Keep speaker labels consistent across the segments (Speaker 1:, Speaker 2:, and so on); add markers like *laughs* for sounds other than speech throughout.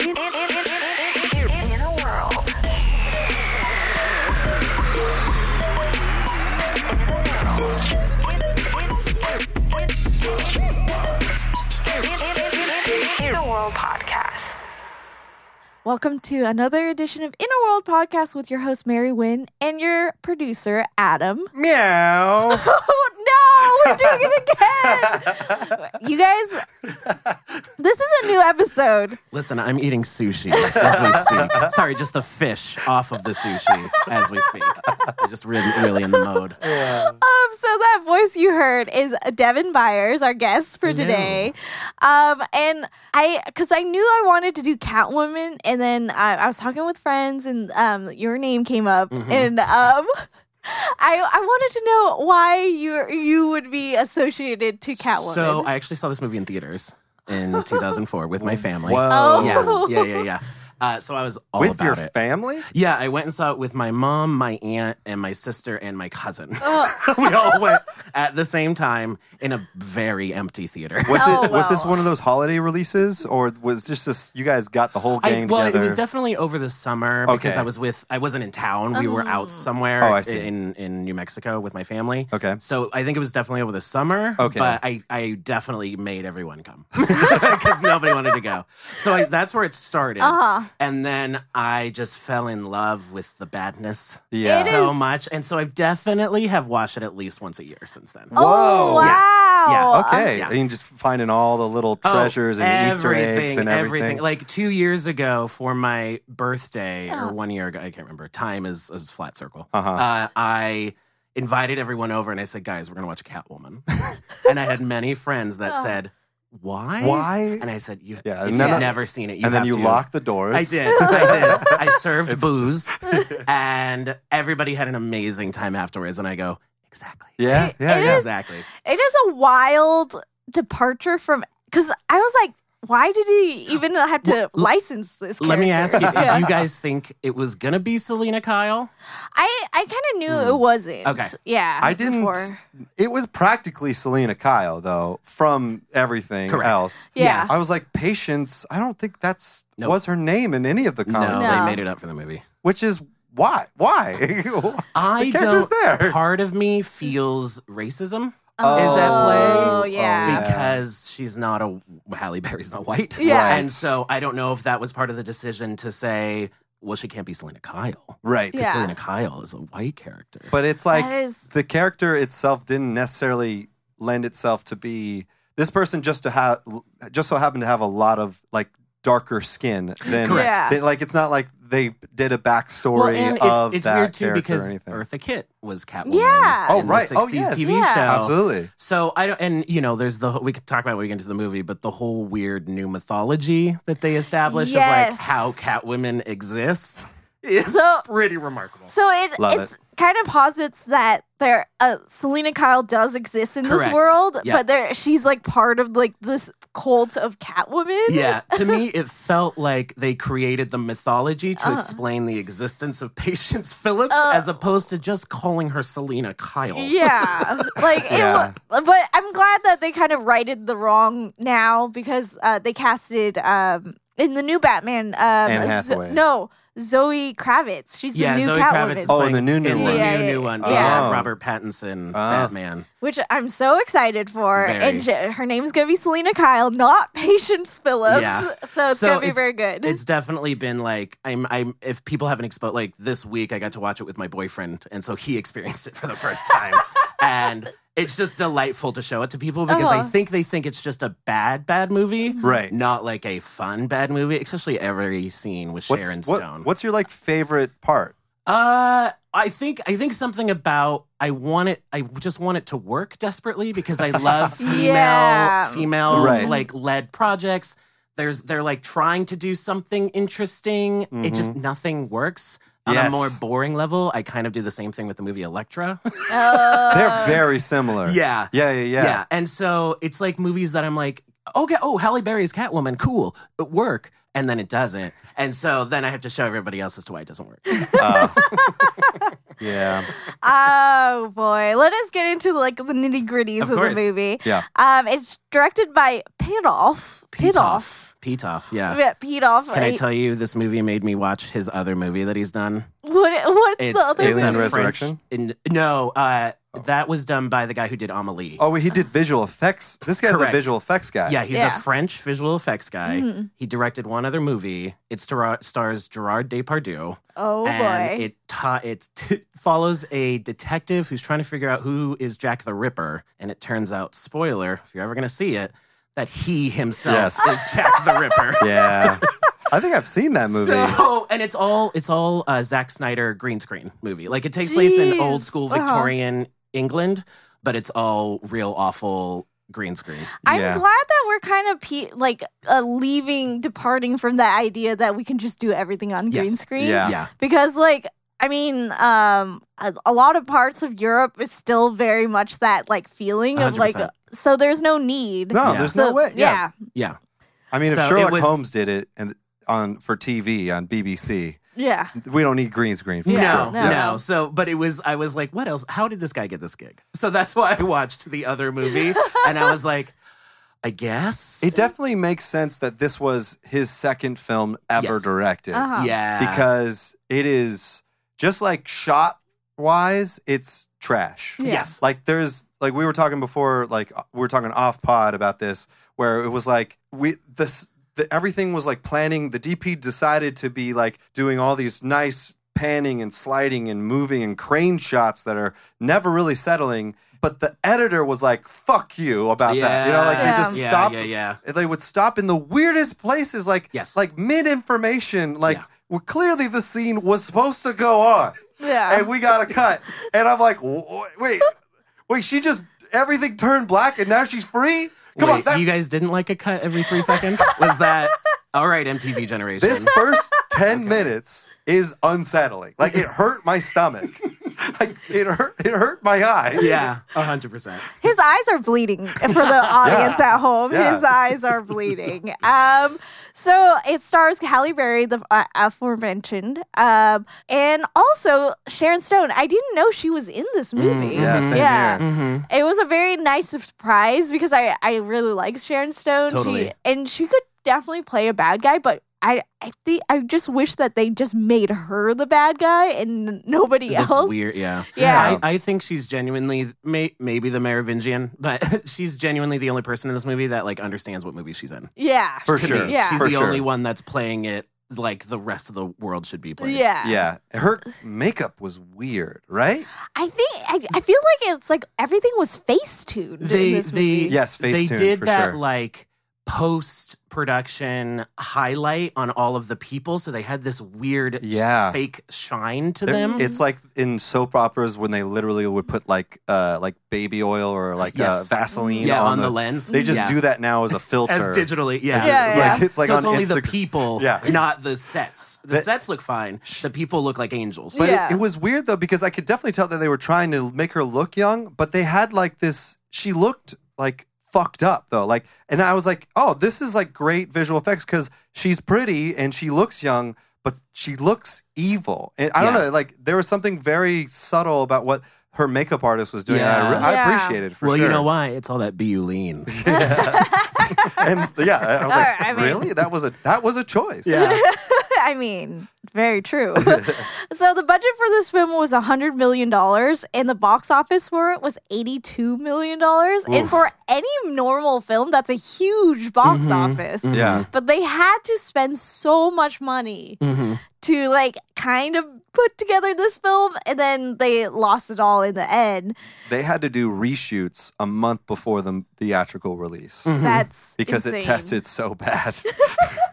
Speaker 1: in, in, in, in, in, in, in the world. In the world podcast.
Speaker 2: Welcome to another edition of Inner World Podcast with your host Mary Wynn and your producer Adam. *laughs*
Speaker 3: Meow.
Speaker 2: Oh no, we're doing it again. you guys, this is a new episode.
Speaker 3: Listen, I'm eating sushi as we speak. Sorry, just the fish off of the sushi as we speak. I'm just really, really in the mode.
Speaker 2: Um, *laughs* so that voice you heard is Devin Byers, our guest for today. Um, and I, because I knew I wanted to do Catwoman, and then I, I was talking with friends, and um, your name came up,
Speaker 3: Mm-hmm.
Speaker 2: and um. *laughs* I, I wanted to know why you you would be associated to Catwoman.
Speaker 3: So I actually saw this movie in theaters in 2004 with my family.
Speaker 4: Whoa.
Speaker 3: Yeah, yeah, yeah, yeah. Uh, so I was all
Speaker 4: with
Speaker 3: about
Speaker 4: your
Speaker 3: it.
Speaker 4: family?
Speaker 3: Yeah, I went and saw it with my mom, my aunt, and my sister and my cousin. *laughs* we all went at the same time in a very empty theater.
Speaker 4: Was
Speaker 2: Oh,
Speaker 4: it was this
Speaker 2: wow.
Speaker 4: one of those holiday releases, or was just this? You guys got the whole gang
Speaker 3: I, well,
Speaker 4: together.
Speaker 3: it was definitely over the summer because
Speaker 4: Okay.
Speaker 3: I was with I wasn't in town. We were out somewhere
Speaker 4: Oh, I see.
Speaker 3: in in New Mexico with my family.
Speaker 4: Okay.
Speaker 3: So I think it was definitely over the summer.
Speaker 4: Okay.
Speaker 3: But I, I definitely made everyone come *laughs* because nobody wanted to go. So I, that's where it started.
Speaker 2: Uh-huh.
Speaker 3: And then I just fell in love with the badness
Speaker 4: Yeah. It
Speaker 3: so much. And so I definitely have watched it at least once a year since then.
Speaker 2: Oh
Speaker 4: Whoa. Yeah.
Speaker 2: wow! Um,
Speaker 3: Yeah.
Speaker 4: okay,
Speaker 3: yeah.
Speaker 4: and you just finding all the little
Speaker 3: Oh,
Speaker 4: treasures and Easter eggs and everything.
Speaker 3: Like two years ago for my birthday, or one year ago, I can't remember. Time is is a flat circle.
Speaker 4: Uh-huh.
Speaker 3: Uh, I invited everyone over and I said, guys, we're gonna watch Catwoman. *laughs* and I had many friends that
Speaker 2: Oh.
Speaker 3: said, Why?
Speaker 4: Why?
Speaker 3: And I said, You
Speaker 4: Yeah,
Speaker 3: if
Speaker 4: and then
Speaker 3: you've
Speaker 4: I-
Speaker 3: never seen it, you
Speaker 4: and then
Speaker 3: have
Speaker 4: you
Speaker 3: to.
Speaker 4: lock the doors.
Speaker 3: I did. I did.
Speaker 4: *laughs*
Speaker 3: I served booze and everybody had an amazing time afterwards. And I go, Exactly.
Speaker 4: Yeah,
Speaker 2: It-
Speaker 4: yeah,
Speaker 2: it
Speaker 4: yeah.
Speaker 2: is-
Speaker 3: Exactly.
Speaker 2: It is a wild departure from because I was like, why did he even have to license this? Character?
Speaker 3: Let me ask you,
Speaker 2: Yeah.
Speaker 3: did you guys think it was gonna be Selena Kyle?
Speaker 2: I I kind of knew it wasn't.
Speaker 3: Okay.
Speaker 2: Yeah.
Speaker 4: I didn't.
Speaker 2: before.
Speaker 4: It was practically Selena Kyle, though, from everything
Speaker 3: Correct.
Speaker 4: else.
Speaker 2: Yeah.
Speaker 4: I was like, Patience. I don't think that's
Speaker 3: Nope.
Speaker 4: was her name in any of the comics,
Speaker 3: No,
Speaker 2: No.
Speaker 3: they made it up for the movie.
Speaker 4: which is why. *laughs* Why?
Speaker 3: I
Speaker 4: The character's
Speaker 3: don't.
Speaker 4: there.
Speaker 3: Part of me feels racism
Speaker 2: Oh,
Speaker 3: is at play
Speaker 2: yeah.
Speaker 3: because she's not a Halle Berry's not white.
Speaker 2: Yeah. Right.
Speaker 3: and so I don't know if that was part of the decision to say, well, she can't be Selena Kyle.
Speaker 4: right.
Speaker 2: Yeah.
Speaker 3: Selena Kyle is a white character.
Speaker 4: But it's like
Speaker 2: That is-
Speaker 4: the character itself didn't necessarily lend itself to be this person just to have just so happened to have a lot of like darker skin than,
Speaker 3: Correct.
Speaker 2: Yeah.
Speaker 4: than- like it's not like they did a backstory
Speaker 3: well, and
Speaker 4: of
Speaker 3: it's, it's
Speaker 4: that
Speaker 3: weird too
Speaker 4: character
Speaker 3: because
Speaker 4: or anything.
Speaker 3: Eartha Kitt was Catwoman.
Speaker 2: Yeah.
Speaker 4: Oh,
Speaker 3: in
Speaker 4: right.
Speaker 3: The 60s
Speaker 4: Oh, yes.
Speaker 3: TV
Speaker 2: Yeah.
Speaker 3: show.
Speaker 4: Absolutely.
Speaker 3: So I don't, and you know, there's the whole- we could talk about it when we get into the movie, but the whole weird new mythology that they establish of
Speaker 2: Yes.
Speaker 3: like how Catwomen exist is
Speaker 2: So-
Speaker 3: pretty remarkable.
Speaker 2: So it
Speaker 4: Love
Speaker 2: it's kind of posits that there uh, Selena Kyle does exist in this
Speaker 3: Correct.
Speaker 2: world,
Speaker 3: Yeah.
Speaker 2: but there she's like part of like this cult of Catwoman.
Speaker 3: yeah, to me, it felt like they created the mythology
Speaker 2: Uh-huh.
Speaker 3: to explain the existence of Patience Phillips
Speaker 2: Uh,
Speaker 3: as opposed to just calling her Selena Kyle.
Speaker 2: Yeah, like it.
Speaker 4: Yeah.
Speaker 2: wa- but I'm glad that they kind of righted the wrong now because uh, they casted um, in the new Batman. Um,
Speaker 4: Anne
Speaker 2: Zo-
Speaker 4: Hathaway.
Speaker 2: no, Zoe Kravitz. She's
Speaker 3: Yeah,
Speaker 2: the new
Speaker 3: Zoe Kravitz.
Speaker 2: Catwoman.
Speaker 3: is
Speaker 4: Oh, in
Speaker 3: playing-
Speaker 4: the new, new
Speaker 3: in
Speaker 4: one.
Speaker 3: the
Speaker 2: Yeah,
Speaker 3: new,
Speaker 2: yeah,
Speaker 3: new one.
Speaker 2: yeah.
Speaker 3: Yeah,
Speaker 4: Oh.
Speaker 3: Robert Pattinson,
Speaker 4: Ah.
Speaker 3: Batman.
Speaker 2: which I'm so excited for,
Speaker 3: Very.
Speaker 2: and j- her name's gonna be Selena Kyle, not *laughs* Patience Phillips.
Speaker 3: Yeah.
Speaker 2: So it's
Speaker 3: So
Speaker 2: gonna be
Speaker 3: it's-
Speaker 2: very good.
Speaker 3: It's definitely been like I'm. I'm. If people haven't exposed, like this week, I got to watch it with my boyfriend, and so he *laughs* experienced it for the first
Speaker 4: *laughs*
Speaker 3: time, and it's just delightful to show it to people because I
Speaker 2: Uh-huh.
Speaker 3: think they think it's just a bad, bad movie,
Speaker 4: Right.
Speaker 3: Not like a fun bad movie, especially every scene with
Speaker 4: What's,
Speaker 3: Sharon
Speaker 4: what-
Speaker 3: Stone.
Speaker 4: what's your like favorite part?
Speaker 3: Uh, I think I think something about I want it. I just want it to work desperately because I love female
Speaker 2: Yeah.
Speaker 3: female
Speaker 4: Right.
Speaker 3: like led projects. There's they're like trying to do something interesting. It just nothing works. On a
Speaker 4: Mm-hmm. Yes.
Speaker 3: more boring level, I kind of do the same thing with the movie Electra.
Speaker 2: Oh.
Speaker 4: They're very similar.
Speaker 3: *laughs* yeah.
Speaker 4: Yeah, yeah, yeah.
Speaker 3: And so it's like movies that I'm like, okay, oh, Halle Berry's Catwoman, cool, it work, and then it doesn't, and so then I have to show everybody else as to why it doesn't work.
Speaker 4: Uh, yeah.
Speaker 2: *laughs* Oh boy, let us get into like the nitty gritties of,
Speaker 3: Of
Speaker 2: the
Speaker 3: course.
Speaker 2: movie.
Speaker 4: Yeah.
Speaker 2: Um, it's directed by Pidoff. Pidoff.
Speaker 3: Pitoff, yeah.
Speaker 2: Yeah, Pidoff.
Speaker 3: Can I
Speaker 2: Uh,
Speaker 3: tell you, this movie made me watch his other movie that he's done.
Speaker 2: What, what's
Speaker 3: It's
Speaker 2: the other
Speaker 3: it's
Speaker 4: Alien
Speaker 3: a
Speaker 2: movie?
Speaker 3: French-
Speaker 4: Resurrection?
Speaker 3: in- no, uh, that was done by the guy who did Amelie.
Speaker 4: Oh, well, he did visual effects. This guy's
Speaker 3: Correct.
Speaker 4: a visual effects guy.
Speaker 3: Yeah, he's
Speaker 2: Yeah. Mm-hmm.
Speaker 3: a French visual effects guy. He directed one other movie. It star- stars Gerard Depardieu.
Speaker 2: Oh
Speaker 3: and
Speaker 2: boy.
Speaker 3: it ta- it t- *laughs* follows a detective who's trying to figure out who is Jack the Ripper, and it turns out, spoiler, if you're ever going to see it, that he himself
Speaker 4: Yes.
Speaker 3: is Jack the
Speaker 2: *laughs*
Speaker 3: Ripper.
Speaker 4: Yeah. I think I've seen that movie.
Speaker 3: *laughs* So, and it's all it's all uh, Zack Snyder green screen movie. Like it takes place in
Speaker 2: Jeez.
Speaker 3: old school
Speaker 2: Uh-huh.
Speaker 3: Victorian England, but it's all real awful green screen.
Speaker 2: I'm
Speaker 4: Yeah.
Speaker 2: glad that we're kind of pe- like uh, leaving, departing from that idea that we can just do everything on
Speaker 3: Yes.
Speaker 2: green screen.
Speaker 4: Yeah.
Speaker 3: yeah.
Speaker 2: because like i mean um a, a lot of parts of europe is still very much that like feeling of like
Speaker 3: 100%.
Speaker 2: so there's no need
Speaker 4: No,
Speaker 3: Yeah.
Speaker 4: there's
Speaker 2: So-
Speaker 4: no way.
Speaker 2: yeah.
Speaker 3: yeah.
Speaker 4: I mean, if
Speaker 3: So it
Speaker 4: Sherlock
Speaker 3: was-
Speaker 4: Holmes did it and on for TV on BBC,
Speaker 2: yeah
Speaker 4: we don't need green screen for
Speaker 2: Yeah.
Speaker 4: sure.
Speaker 3: no,
Speaker 2: No.
Speaker 3: no, So, but it was, I was like, what else? How did this guy get this gig? So that's why I watched the other movie. and I was like, I guess.
Speaker 4: It definitely makes sense that this was his second film ever
Speaker 3: Yes.
Speaker 4: directed
Speaker 2: Uh-huh.
Speaker 3: yeah.
Speaker 4: because it is just like shot wise, it's trash.
Speaker 2: Yeah.
Speaker 3: yes.
Speaker 4: Like there's like we were talking before, like we were talking off pod about this, where it was like we this the, everything was like planning. The DP decided to be like doing all these nice panning and sliding and moving and crane shots that are never really settling. But the editor was like, "Fuck you" about that. You know, like
Speaker 2: Yeah.
Speaker 4: they just
Speaker 3: yeah,
Speaker 4: stopped.
Speaker 3: Yeah, yeah.
Speaker 4: They would stop in the weirdest places, like
Speaker 3: Yes.
Speaker 4: like mid information, like.
Speaker 3: Yeah.
Speaker 4: Well, clearly the scene was supposed to go on
Speaker 2: yeah
Speaker 4: and we got a cut. And I'm like, w- w- wait, wait, she just everything turned black and now she's free. Come on,
Speaker 3: Wait,
Speaker 4: that,
Speaker 3: you guys didn't like a cut every three seconds? Was that all right? MTV generation.
Speaker 4: this first
Speaker 3: *laughs*
Speaker 4: ten minutes is unsettling. Like it hurt
Speaker 3: *laughs*
Speaker 4: my stomach. like it hurt, it hurt my eyes. *laughs*
Speaker 3: yeah, hundred percent.
Speaker 2: his eyes are bleeding *laughs* for the audience at home
Speaker 4: Yeah.
Speaker 2: his eyes are bleeding
Speaker 4: *laughs*
Speaker 2: um so it stars Halle Berry, the uh, aforementioned, um, and also Sharon Stone. I didn't know she was in this movie.
Speaker 4: Mm, Yeah, same
Speaker 2: Yeah.
Speaker 4: here.
Speaker 3: Mm-hmm.
Speaker 2: it was a very nice surprise because I, I really like Sharon Stone. She
Speaker 3: Totally.
Speaker 2: and she could definitely play a bad guy, but I I think I just wish that they just made her the bad guy and nobody
Speaker 3: This
Speaker 2: else.
Speaker 3: weird, yeah,
Speaker 2: Yeah.
Speaker 3: I, I think she's genuinely may, maybe the Merovingian, *laughs* but she's genuinely the only person in this movie that like understands what movie she's in.
Speaker 2: Yeah.
Speaker 4: For
Speaker 3: to
Speaker 4: sure.
Speaker 3: me.
Speaker 2: Yeah.
Speaker 3: She's
Speaker 4: For
Speaker 3: the
Speaker 4: sure.
Speaker 3: only one that's playing it like the rest of the world should be playing.
Speaker 2: Yeah.
Speaker 4: Yeah, her makeup was weird, right?
Speaker 2: I think I, I feel like it's like everything was face tuned.
Speaker 3: They-
Speaker 2: in this
Speaker 3: they-
Speaker 2: movie.
Speaker 3: Yeah.
Speaker 4: Yes,
Speaker 3: they
Speaker 4: face
Speaker 3: did
Speaker 4: for
Speaker 3: that
Speaker 4: sure.
Speaker 3: like post production highlight on all of the people, so they had this weird
Speaker 4: Yeah.
Speaker 3: fake shine to
Speaker 4: They're-
Speaker 3: them.
Speaker 4: It's like in soap operas when they literally would put like uh like baby oil or like uh,
Speaker 3: Yes.
Speaker 4: Vaseline
Speaker 3: yeah,
Speaker 4: on,
Speaker 3: the, lens.
Speaker 4: They just
Speaker 3: Yeah.
Speaker 4: do that now
Speaker 3: *laughs*
Speaker 4: as a filter.
Speaker 3: as digitally. Yeah,
Speaker 2: Yeah,
Speaker 4: It's
Speaker 2: yeah.
Speaker 4: like it's like
Speaker 3: so
Speaker 4: on
Speaker 3: it's only the
Speaker 4: Instagram.
Speaker 3: people,
Speaker 4: Yeah.
Speaker 3: not the sets. The
Speaker 4: That-
Speaker 3: sets look fine. The people look like angels.
Speaker 4: But
Speaker 2: Yeah.
Speaker 4: it, it was weird though because I could definitely tell that they were trying to make her look young, but they had like this. She looked like fucked up though, like, and I was like, oh, this is like great visual effects because she's pretty and she looks young, but she looks evil. And I don't
Speaker 3: Yeah.
Speaker 4: know, like there was something very subtle about what her makeup artist was doing. and I, re-
Speaker 3: Yeah.
Speaker 4: I
Speaker 2: Yeah.
Speaker 4: appreciated it for
Speaker 3: well,
Speaker 4: sure.
Speaker 3: you know why? It's all that BU *laughs* lean.
Speaker 4: and yeah, I I was
Speaker 2: All
Speaker 4: like,
Speaker 2: right, I mean-
Speaker 4: really? That was a that was a choice.
Speaker 2: I mean, very true.
Speaker 4: *laughs*
Speaker 2: *laughs* so the budget for this film was $100 million, and the box office for it was $82 million. And for any normal film, that's a huge box
Speaker 4: Mm-hmm.
Speaker 2: office.
Speaker 3: Mm-hmm.
Speaker 4: Yeah.
Speaker 2: But they had to spend so much money
Speaker 4: Mm-hmm.
Speaker 2: to, like, kind of put together this film, and then they lost it all in the end.
Speaker 4: They had to do reshoots a month before the theatrical release.
Speaker 3: Mm.
Speaker 2: That's
Speaker 4: Mm-hmm. because it
Speaker 2: insane.
Speaker 4: tested
Speaker 3: *laughs*
Speaker 4: so bad. *laughs*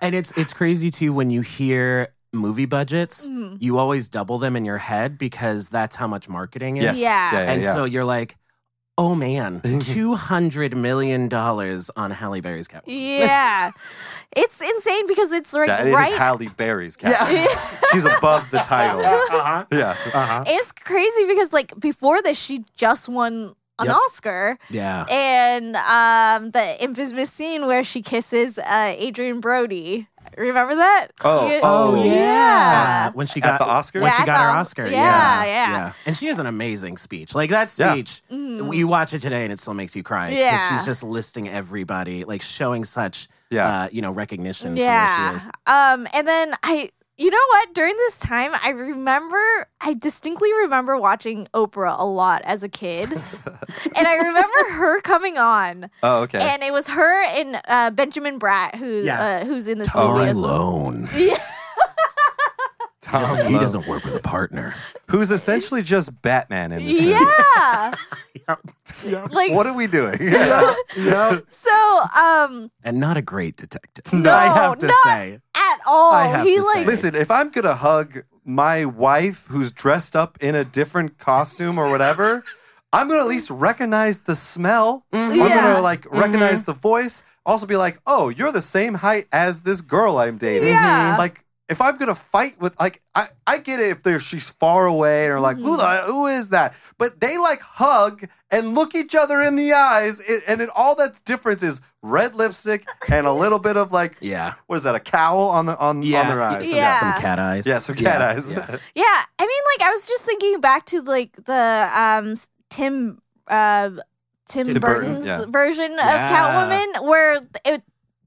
Speaker 3: And it's it's crazy too when you hear movie budgets,
Speaker 2: Mm-hmm.
Speaker 3: you always double them in your head because that's how much marketing is.
Speaker 4: yes.
Speaker 2: Yeah.
Speaker 3: And so you're like, oh man, two hundred million dollars on Halle Berry's cat.
Speaker 2: E-
Speaker 4: *laughs*
Speaker 2: Yeah. it's insane because it's like
Speaker 4: that
Speaker 2: right
Speaker 4: is Halle Berry's cat.
Speaker 2: *laughs*
Speaker 4: She's above the
Speaker 3: *laughs*
Speaker 4: title.
Speaker 3: Uh-huh.
Speaker 4: Yeah.
Speaker 3: Uh-huh.
Speaker 2: It's crazy because like before this, she just won an
Speaker 3: Yep.
Speaker 2: Oscar.
Speaker 3: Yeah.
Speaker 2: And um, the infamous scene where she kisses uh, Adrian Brody. Remember that?
Speaker 4: Oh,
Speaker 2: You-
Speaker 4: oh,
Speaker 2: yeah.
Speaker 3: Uh, when she got
Speaker 4: At the Oscars?
Speaker 2: Yeah,
Speaker 3: when she
Speaker 2: at
Speaker 3: got
Speaker 2: the
Speaker 3: her
Speaker 2: Os-
Speaker 3: Oscar.
Speaker 2: yeah,
Speaker 3: Yeah,
Speaker 2: yeah.
Speaker 3: And she has an amazing speech. Like that
Speaker 4: Yeah.
Speaker 3: speech, you watch it today and it still makes you cry. 'cause
Speaker 2: Yeah.
Speaker 3: she's just listing everybody, like showing such,
Speaker 4: Yeah.
Speaker 3: uh, you know, recognition. for where she is.
Speaker 2: Um, and then I, you know what? During this time, I remember, I distinctly remember watching Oprah a lot as a kid, and I remember her coming on,
Speaker 4: Oh, okay.
Speaker 2: and it was her and uh, Benjamin Bratt who,
Speaker 3: Yeah.
Speaker 2: uh, who's in this
Speaker 4: Tom
Speaker 2: movie as well.
Speaker 3: Alone.
Speaker 4: Tom
Speaker 3: He
Speaker 4: Lowe,
Speaker 3: doesn't work with a partner.
Speaker 4: who's essentially just Batman in this. movie.
Speaker 3: *laughs*
Speaker 2: Yeah, like
Speaker 4: What are we doing? Yeah.
Speaker 2: so. Um,
Speaker 3: and not a great detective.
Speaker 2: No,
Speaker 3: *laughs* I have to
Speaker 2: not-
Speaker 3: say.
Speaker 2: at all.
Speaker 3: I have
Speaker 2: he
Speaker 3: to
Speaker 2: like
Speaker 3: say.
Speaker 4: *laughs* Listen, if I'm gonna hug my wife who's dressed up in a different costume or whatever, I'm gonna at least recognize the smell. I'm
Speaker 2: Yeah. Mm-hmm.
Speaker 4: gonna like recognize the voice. Also be like, oh, you're the same height as this girl I'm dating.
Speaker 2: Yeah.
Speaker 4: Like if I'm gonna fight with like I, I get it if there's she's far away or like who the,
Speaker 2: Mm-hmm.
Speaker 4: who is that? But they like hug and look each other in the eyes and, and it, all that's difference is red lipstick and a little bit of like
Speaker 3: Yeah.
Speaker 4: what is that a cowl on the on, on their eyes?
Speaker 3: So
Speaker 2: Yeah.
Speaker 3: got some cat eyes.
Speaker 4: Yeah, some cat
Speaker 3: Yeah,
Speaker 4: eyes. *laughs*
Speaker 3: yeah.
Speaker 2: yeah. I mean, like I was just thinking back to like the um s- Tim uh Tim,
Speaker 4: Tim Burton,
Speaker 2: Burton's
Speaker 4: yeah.
Speaker 2: version
Speaker 3: Yeah.
Speaker 2: of Catwoman, where it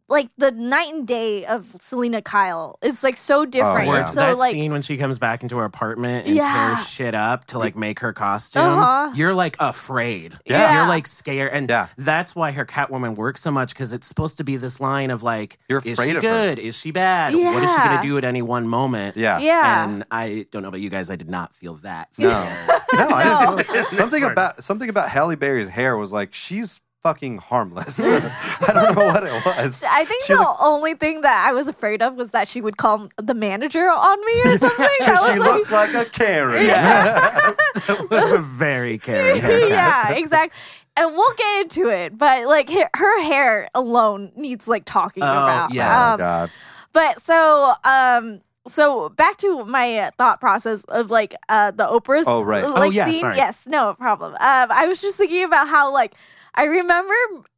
Speaker 2: like the night and day of Selena Kyle is like so different.
Speaker 4: yeah.
Speaker 3: Or
Speaker 4: Right.
Speaker 3: it's
Speaker 2: So
Speaker 3: Oh, that
Speaker 2: like
Speaker 3: scene when she comes back into her apartment and
Speaker 2: Yeah.
Speaker 3: tears shit up to like make her costume,
Speaker 2: Uh-huh.
Speaker 3: you're like afraid.
Speaker 4: Yeah.
Speaker 2: Yeah.
Speaker 3: You're like scared. And
Speaker 4: Yeah.
Speaker 3: that's why her Catwoman works so much because it's supposed to be this line of like,
Speaker 4: You're
Speaker 3: is
Speaker 4: afraid
Speaker 3: she
Speaker 4: of her."
Speaker 3: good? Is she bad? What is she going
Speaker 2: Yeah.
Speaker 3: to do at any one moment?
Speaker 4: Yeah.
Speaker 2: yeah.
Speaker 3: And I don't know about you guys, I did not feel that.
Speaker 4: No.
Speaker 3: *laughs*
Speaker 2: *laughs*
Speaker 4: No, I didn't
Speaker 3: No.
Speaker 4: feel- something about something about Halle Berry's hair was like she's fucking harmless. *laughs* I don't know what it was.
Speaker 2: *laughs* I think
Speaker 4: She
Speaker 2: the
Speaker 4: looked-
Speaker 2: only thing that I was afraid of was that she would call the manager on me
Speaker 4: *laughs*
Speaker 2: or something. That was
Speaker 4: she
Speaker 2: like,
Speaker 4: looked like a Karen. *laughs*
Speaker 3: It was a
Speaker 2: *laughs*
Speaker 3: very Karen *laughs* haircut.
Speaker 2: yeah, exactly. And we'll get into it, but like her, her hair alone needs like talking
Speaker 3: Oh,
Speaker 2: about.
Speaker 3: *laughs* yeah.
Speaker 4: Oh
Speaker 2: Um,
Speaker 4: God.
Speaker 2: but so um so back to my uh, thought process of like uh the Oprah's
Speaker 4: Oh, right.
Speaker 2: uh,
Speaker 3: Oh,
Speaker 2: like
Speaker 3: yeah,
Speaker 2: scene.
Speaker 3: sorry.
Speaker 2: Yes, no problem. Um I was just thinking about how like I remember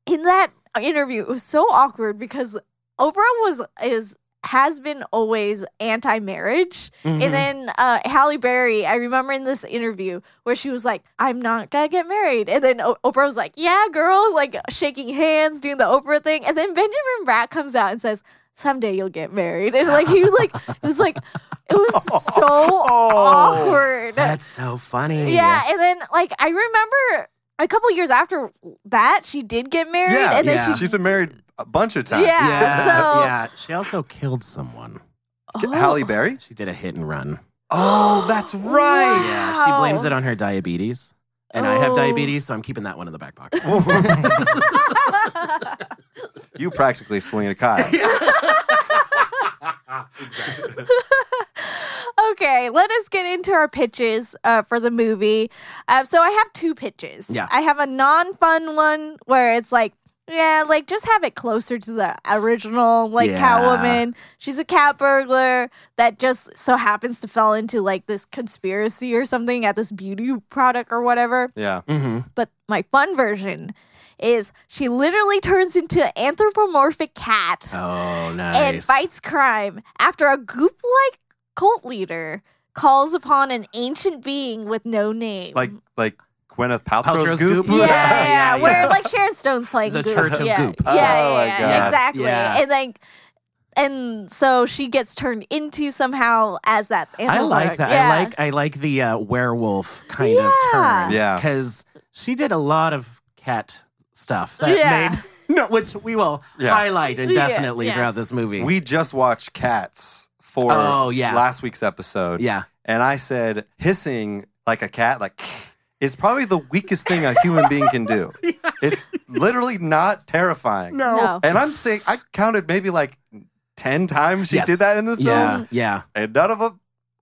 Speaker 2: in that interview it was so awkward because Oprah was is has been always anti-marriage.
Speaker 3: Mhm.
Speaker 2: And then uh, Halle Berry, I remember in this interview where she was like, "I'm not gonna get married," and then o- Oprah was like, "Yeah, girl," like shaking hands, doing the Oprah thing, and then Benjamin Bratt comes out and says, "Someday you'll get married," and like he like it was like it was so awkward.
Speaker 3: Mm-hmm. That's so funny.
Speaker 2: yeah, and then like I remember a couple years after that, she did get married,
Speaker 4: Yeah,
Speaker 2: and then
Speaker 3: yeah.
Speaker 2: she.
Speaker 4: She's been married a bunch of times.
Speaker 2: Yeah. so-
Speaker 3: yeah. She also killed someone.
Speaker 2: Oh.
Speaker 4: Halle Berry?
Speaker 3: She did a hit and run.
Speaker 4: Oh, that's
Speaker 2: right.
Speaker 4: right.
Speaker 3: Yeah, she blames
Speaker 2: Wow.
Speaker 3: it on her diabetes. And I have
Speaker 2: Oh.
Speaker 3: diabetes, so I'm keeping that one in the back
Speaker 4: *laughs*
Speaker 3: pocket.
Speaker 2: *laughs*
Speaker 4: you practically Selena Kyle.
Speaker 2: Okay, let us get into our pitches uh, for the movie. Uh, so I have two pitches.
Speaker 3: Yeah.
Speaker 2: I have a non-fun one where it's like, yeah, like just have it closer to the original, like
Speaker 3: Yeah.
Speaker 2: Catwoman. She's a cat burglar that just so happens to fall into like this conspiracy or something at this beauty product or whatever.
Speaker 4: Yeah.
Speaker 3: hmm
Speaker 2: But my fun version is she literally turns into anthropomorphic cat
Speaker 3: Oh, nice.
Speaker 2: and fights crime after a goop like cult leader calls upon an ancient being with no name.
Speaker 4: Like like Gwyneth Paltrow's,
Speaker 3: Paltrow's
Speaker 4: goop.
Speaker 2: yeah, yeah,
Speaker 3: Goop? Yeah, yeah.
Speaker 2: where like Sharon Stone's playing
Speaker 3: The
Speaker 2: Goop.
Speaker 3: Church of
Speaker 2: yeah.
Speaker 3: Goop.
Speaker 2: Yeah,
Speaker 4: Oh
Speaker 2: yeah,
Speaker 4: my
Speaker 2: yeah,
Speaker 4: God.
Speaker 2: exactly.
Speaker 3: Yeah.
Speaker 2: And like, and so she gets turned into somehow as that.
Speaker 3: I
Speaker 2: animal
Speaker 3: like
Speaker 2: product.
Speaker 3: that.
Speaker 2: Yeah.
Speaker 3: I like I like the uh, werewolf kind of
Speaker 2: Yeah.
Speaker 3: turn.
Speaker 4: Yeah.
Speaker 3: Because she did a lot of cat stuff that
Speaker 2: Yeah.
Speaker 3: made *laughs* no, which we will
Speaker 4: Yeah.
Speaker 3: highlight indefinitely
Speaker 2: yes.
Speaker 3: throughout this movie.
Speaker 4: We just watched Cats for
Speaker 3: Oh, yeah.
Speaker 4: last week's episode.
Speaker 3: yeah.
Speaker 4: and I said hissing like a cat, like is probably the weakest thing a human being can do. It's literally not terrifying.
Speaker 2: No.
Speaker 4: And I'm saying I counted maybe like ten times she
Speaker 3: Yes.
Speaker 4: did that in the film,
Speaker 3: Yeah. Yeah.
Speaker 4: and none of them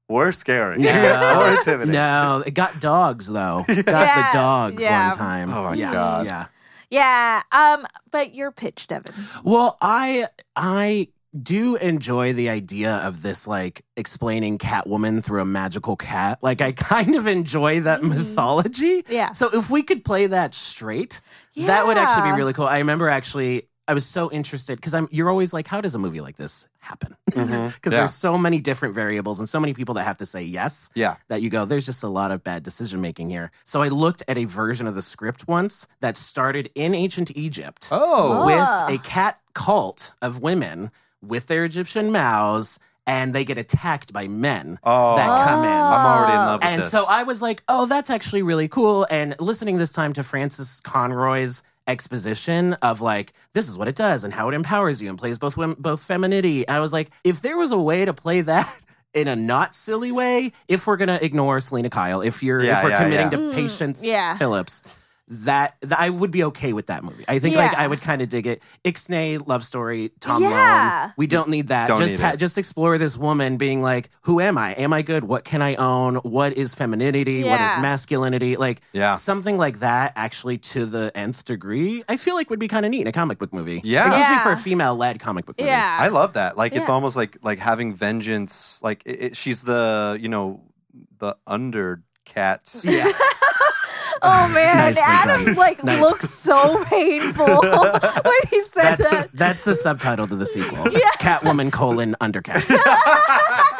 Speaker 4: were scary
Speaker 3: No.
Speaker 4: *laughs* or intimidating.
Speaker 3: No, it got dogs
Speaker 4: *laughs*
Speaker 3: though. Got
Speaker 2: Yeah.
Speaker 3: the dogs
Speaker 2: Yeah.
Speaker 3: one time.
Speaker 4: Oh my
Speaker 3: yeah. *laughs*
Speaker 4: God.
Speaker 3: Yeah.
Speaker 2: Yeah. Um. But your pitch, Devin.
Speaker 3: Well, I I do enjoy the idea of this like explaining Catwoman through a magical cat. Like I *laughs* kind of enjoy that mythology.
Speaker 2: Yeah.
Speaker 3: So if we could play that straight, that would actually
Speaker 2: Yeah.
Speaker 3: be really cool. I remember actually I was so interested because I'm you're always like, how does a movie like this happen? *laughs* Because
Speaker 4: Mhm. Yeah.
Speaker 3: there's so many different variables and so many people that have to say yes
Speaker 4: Yeah.
Speaker 3: that you go, there's just a lot of bad decision making here. So I looked at a version of the script once that started in ancient Egypt
Speaker 4: Oh.
Speaker 3: with
Speaker 2: Ah.
Speaker 3: a cat cult of women with their Egyptian mouths, and they get attacked by men
Speaker 4: Oh.
Speaker 3: that come in.
Speaker 4: I'm already in love with
Speaker 3: And
Speaker 4: this.
Speaker 3: so I was like, oh, that's actually really cool. And listening this time to Francis Conroy's exposition of like this is what it does and how it empowers you and plays both women, both femininity. I was like, if there was a way to play that *laughs* in a not silly way, if we're gonna ignore Selena Kyle, if you're
Speaker 4: Yeah,
Speaker 3: if we're
Speaker 4: yeah,
Speaker 3: committing
Speaker 4: yeah.
Speaker 3: to patience
Speaker 2: Mm, yeah.
Speaker 3: Phillips, that, th- I would be okay with that movie. I think like
Speaker 2: Yeah.
Speaker 3: I would kind of dig it. Ixnay love story, Tom
Speaker 2: Yeah.
Speaker 3: Nolan. We don't need that.
Speaker 4: Don't
Speaker 3: just
Speaker 4: need it.
Speaker 3: just explore this woman being like, who am I? Am I good? What can I own? What is femininity? What
Speaker 2: Yeah.
Speaker 3: is masculinity? Like
Speaker 4: Yeah.
Speaker 3: something like that. Actually, to the nth degree, I feel like would be kind of neat in a comic book movie.
Speaker 4: Yeah.
Speaker 3: It's usually
Speaker 2: Yeah.
Speaker 3: for a female led comic book movie.
Speaker 2: Yeah.
Speaker 4: I love that. Like it's
Speaker 2: Yeah.
Speaker 4: almost like like having vengeance. Like it, it- she's the you know the under cat.
Speaker 2: *laughs*
Speaker 3: Yeah. *laughs*
Speaker 2: Oh man,
Speaker 3: Nicely
Speaker 2: Adam
Speaker 3: done.
Speaker 2: like
Speaker 3: Nice.
Speaker 2: looked so
Speaker 3: *laughs*
Speaker 2: painful *laughs* when he said
Speaker 3: That's the,
Speaker 2: that.
Speaker 3: that's the subtitle to the sequel. Catwoman colon undercats.
Speaker 2: *laughs*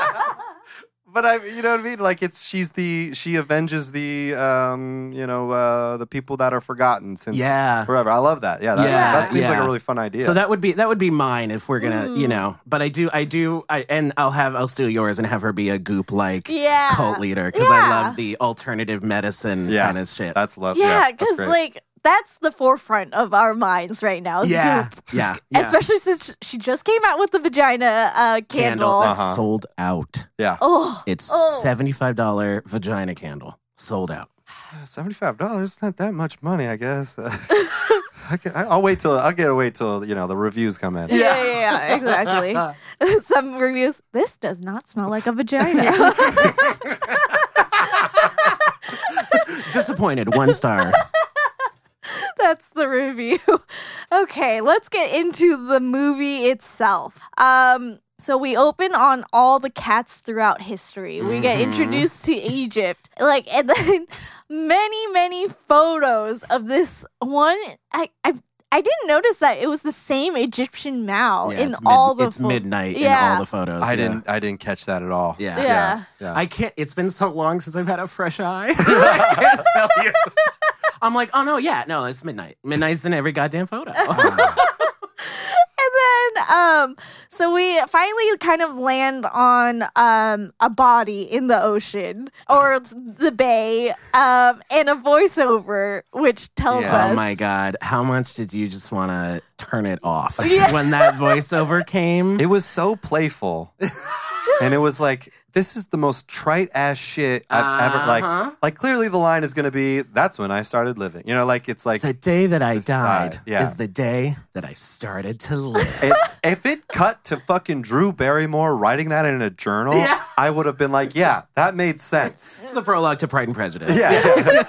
Speaker 4: But I, you know what I mean. Like it's she's the she avenges the um you know uh the people that are forgotten since
Speaker 3: Yeah.
Speaker 4: forever. I love that. Yeah, that,
Speaker 3: Yeah.
Speaker 4: that seems like a
Speaker 3: Yeah.
Speaker 4: really fun idea.
Speaker 3: So that would be that would be mine if we're gonna,
Speaker 2: Mm.
Speaker 3: you know. But I do, I do, I and I'll have I'll steal yours and have her be a goop like
Speaker 2: Yeah.
Speaker 3: cult leader because
Speaker 2: Yeah.
Speaker 3: I love the alternative medicine
Speaker 4: Yeah.
Speaker 3: kind of shit.
Speaker 4: that's love.
Speaker 2: yeah,
Speaker 4: that's
Speaker 2: because
Speaker 4: great.
Speaker 2: like that's the forefront of our minds right now. is
Speaker 3: yeah,
Speaker 2: Goop.
Speaker 3: yeah, yeah.
Speaker 2: Especially since she just came out with the vagina uh, candle.
Speaker 3: candle uh, that's
Speaker 4: Uh-huh.
Speaker 3: sold out.
Speaker 4: yeah,
Speaker 2: Oh,
Speaker 3: *laughs* It's
Speaker 2: Oh.
Speaker 3: seventy five dollar vagina candle sold out. *laughs*
Speaker 2: oh.
Speaker 4: seventy five dollars. Not that much money, I guess. *laughs* I can, I'll wait till I'll get wait till you know the reviews come in.
Speaker 2: yeah, yeah, yeah,
Speaker 3: *laughs*
Speaker 2: exactly. *laughs* Some reviews. This does not smell like a vagina.
Speaker 3: Disappointed, one
Speaker 2: *laughs*
Speaker 3: star.
Speaker 2: That's the review. *laughs* Okay, let's get into the movie itself. Um, so we open on all the cats throughout history. We get
Speaker 3: Mm-hmm.
Speaker 2: introduced to Egypt, like, and then *laughs* many, many photos of this one. I, I, I didn't notice that it was the same Egyptian
Speaker 3: Yeah,
Speaker 2: mao in
Speaker 3: it's mid-
Speaker 2: all the.
Speaker 3: it's
Speaker 2: pho-
Speaker 3: midnight in
Speaker 2: Yeah.
Speaker 3: all the photos.
Speaker 4: I
Speaker 3: yeah.
Speaker 4: didn't I didn't catch that at all.
Speaker 3: Yeah.
Speaker 2: Yeah.
Speaker 4: yeah.
Speaker 3: I can't. It's been so long since I've had a fresh eye. *laughs* I can't tell you. *laughs* I'm like, oh no, yeah, no, it's midnight. Midnight's in every
Speaker 2: *laughs*
Speaker 3: goddamn photo. Oh
Speaker 2: And then, um, so we finally kind of land on um, a body in the ocean or the bay, um, and a voiceover which tells
Speaker 4: Yeah.
Speaker 2: us.
Speaker 3: Oh my god, how much did you just want to turn it
Speaker 2: *laughs*
Speaker 3: off when that voiceover came?
Speaker 4: It was so playful. and it was like, this is the most trite ass shit I've ever
Speaker 3: Uh-huh.
Speaker 4: like like clearly the line is gonna be that's when I started living. You know, like it's like
Speaker 3: the day that I
Speaker 4: died.
Speaker 3: died
Speaker 4: Yeah.
Speaker 3: is the day that I started to live.
Speaker 4: if, if it cut to fucking Drew Barrymore writing that in a journal,
Speaker 3: Yeah.
Speaker 4: I would have been like, yeah, that made sense.
Speaker 3: it's the prologue to Pride and Prejudice.
Speaker 4: Yeah.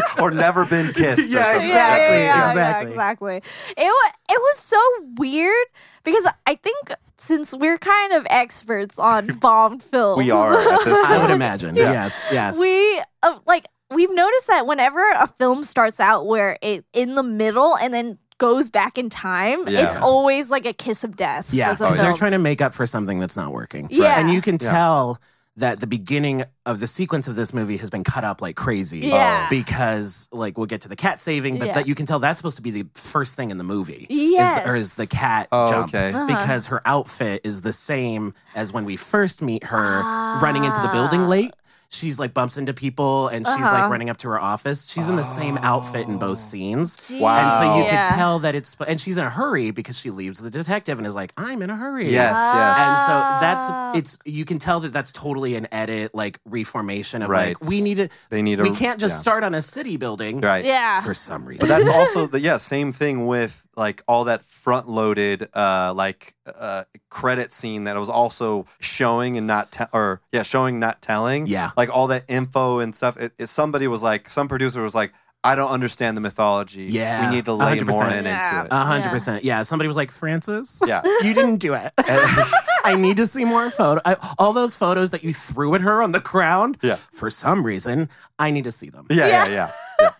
Speaker 4: *laughs* or never been kissed or
Speaker 3: Yeah,
Speaker 4: something.
Speaker 2: Yeah, yeah,
Speaker 3: Exactly,
Speaker 2: yeah, yeah,
Speaker 3: exactly.
Speaker 2: exactly. It wa- it was so weird because I think since we're kind of experts
Speaker 3: *laughs*
Speaker 2: on bombed films,
Speaker 4: We are at this
Speaker 3: I would
Speaker 4: point.
Speaker 3: imagine.
Speaker 4: Yeah.
Speaker 3: Yes, yes.
Speaker 2: we uh, like we've noticed that whenever a film starts out where it in the middle and then goes back in time,
Speaker 4: Yeah.
Speaker 2: it's always like a kiss of death.
Speaker 3: yeah, Oh,
Speaker 2: for the
Speaker 3: they're
Speaker 2: film.
Speaker 3: trying to make up for something that's not working.
Speaker 2: Yeah.
Speaker 3: and you can
Speaker 4: Yeah.
Speaker 3: tell that the beginning of the sequence of this movie has been cut up like crazy.
Speaker 4: Oh.
Speaker 2: Yeah.
Speaker 3: because like we'll get to the cat saving, but
Speaker 2: Yeah.
Speaker 3: that you can tell that's supposed to be the first thing in the movie. Is
Speaker 2: Yes.
Speaker 3: the, or is the cat
Speaker 4: Oh,
Speaker 3: jump?
Speaker 4: okay. Uh-huh.
Speaker 3: Because her outfit is the same as when we first meet her running into the building
Speaker 2: Ah.
Speaker 3: late. She's like bumps into people and she's
Speaker 2: Uh-huh.
Speaker 3: like running up to her office. She's in the same outfit in
Speaker 4: Oh.
Speaker 3: both scenes.
Speaker 4: Wow.
Speaker 3: And so you
Speaker 4: Oh.
Speaker 2: Yeah.
Speaker 3: could tell that it's, and she's in a hurry because she leaves the detective and is like, I'm in a hurry.
Speaker 4: Yes, yes.
Speaker 3: And so
Speaker 2: Ah.
Speaker 3: that's, it's, you can tell that that's totally an edit, like reformation of
Speaker 4: Right.
Speaker 3: like, we need to,
Speaker 4: They need a
Speaker 3: we can't just
Speaker 4: yeah.
Speaker 3: start on a city building
Speaker 4: right.
Speaker 2: Yeah.
Speaker 3: for some reason.
Speaker 4: But that's also the yeah same thing with like all that front loaded uh like uh credit scene that was also showing and not te- or yeah showing not telling
Speaker 3: Yeah.
Speaker 4: like all that info and stuff. It, it, somebody was like some producer was like I don't understand the mythology.
Speaker 3: Yeah,
Speaker 4: we need to lay
Speaker 3: 100%.
Speaker 4: more in
Speaker 2: Yeah.
Speaker 4: into it.
Speaker 3: A Uh, hundred percent. Yeah. Somebody was like, Francis,
Speaker 4: yeah,
Speaker 3: you didn't do it.
Speaker 4: *laughs* And-
Speaker 3: *laughs* I need to see more photo. I, all those photos that you threw at her on the ground.
Speaker 4: Yeah.
Speaker 3: For some reason, I need to see them.
Speaker 4: yeah, yeah, yeah. yeah.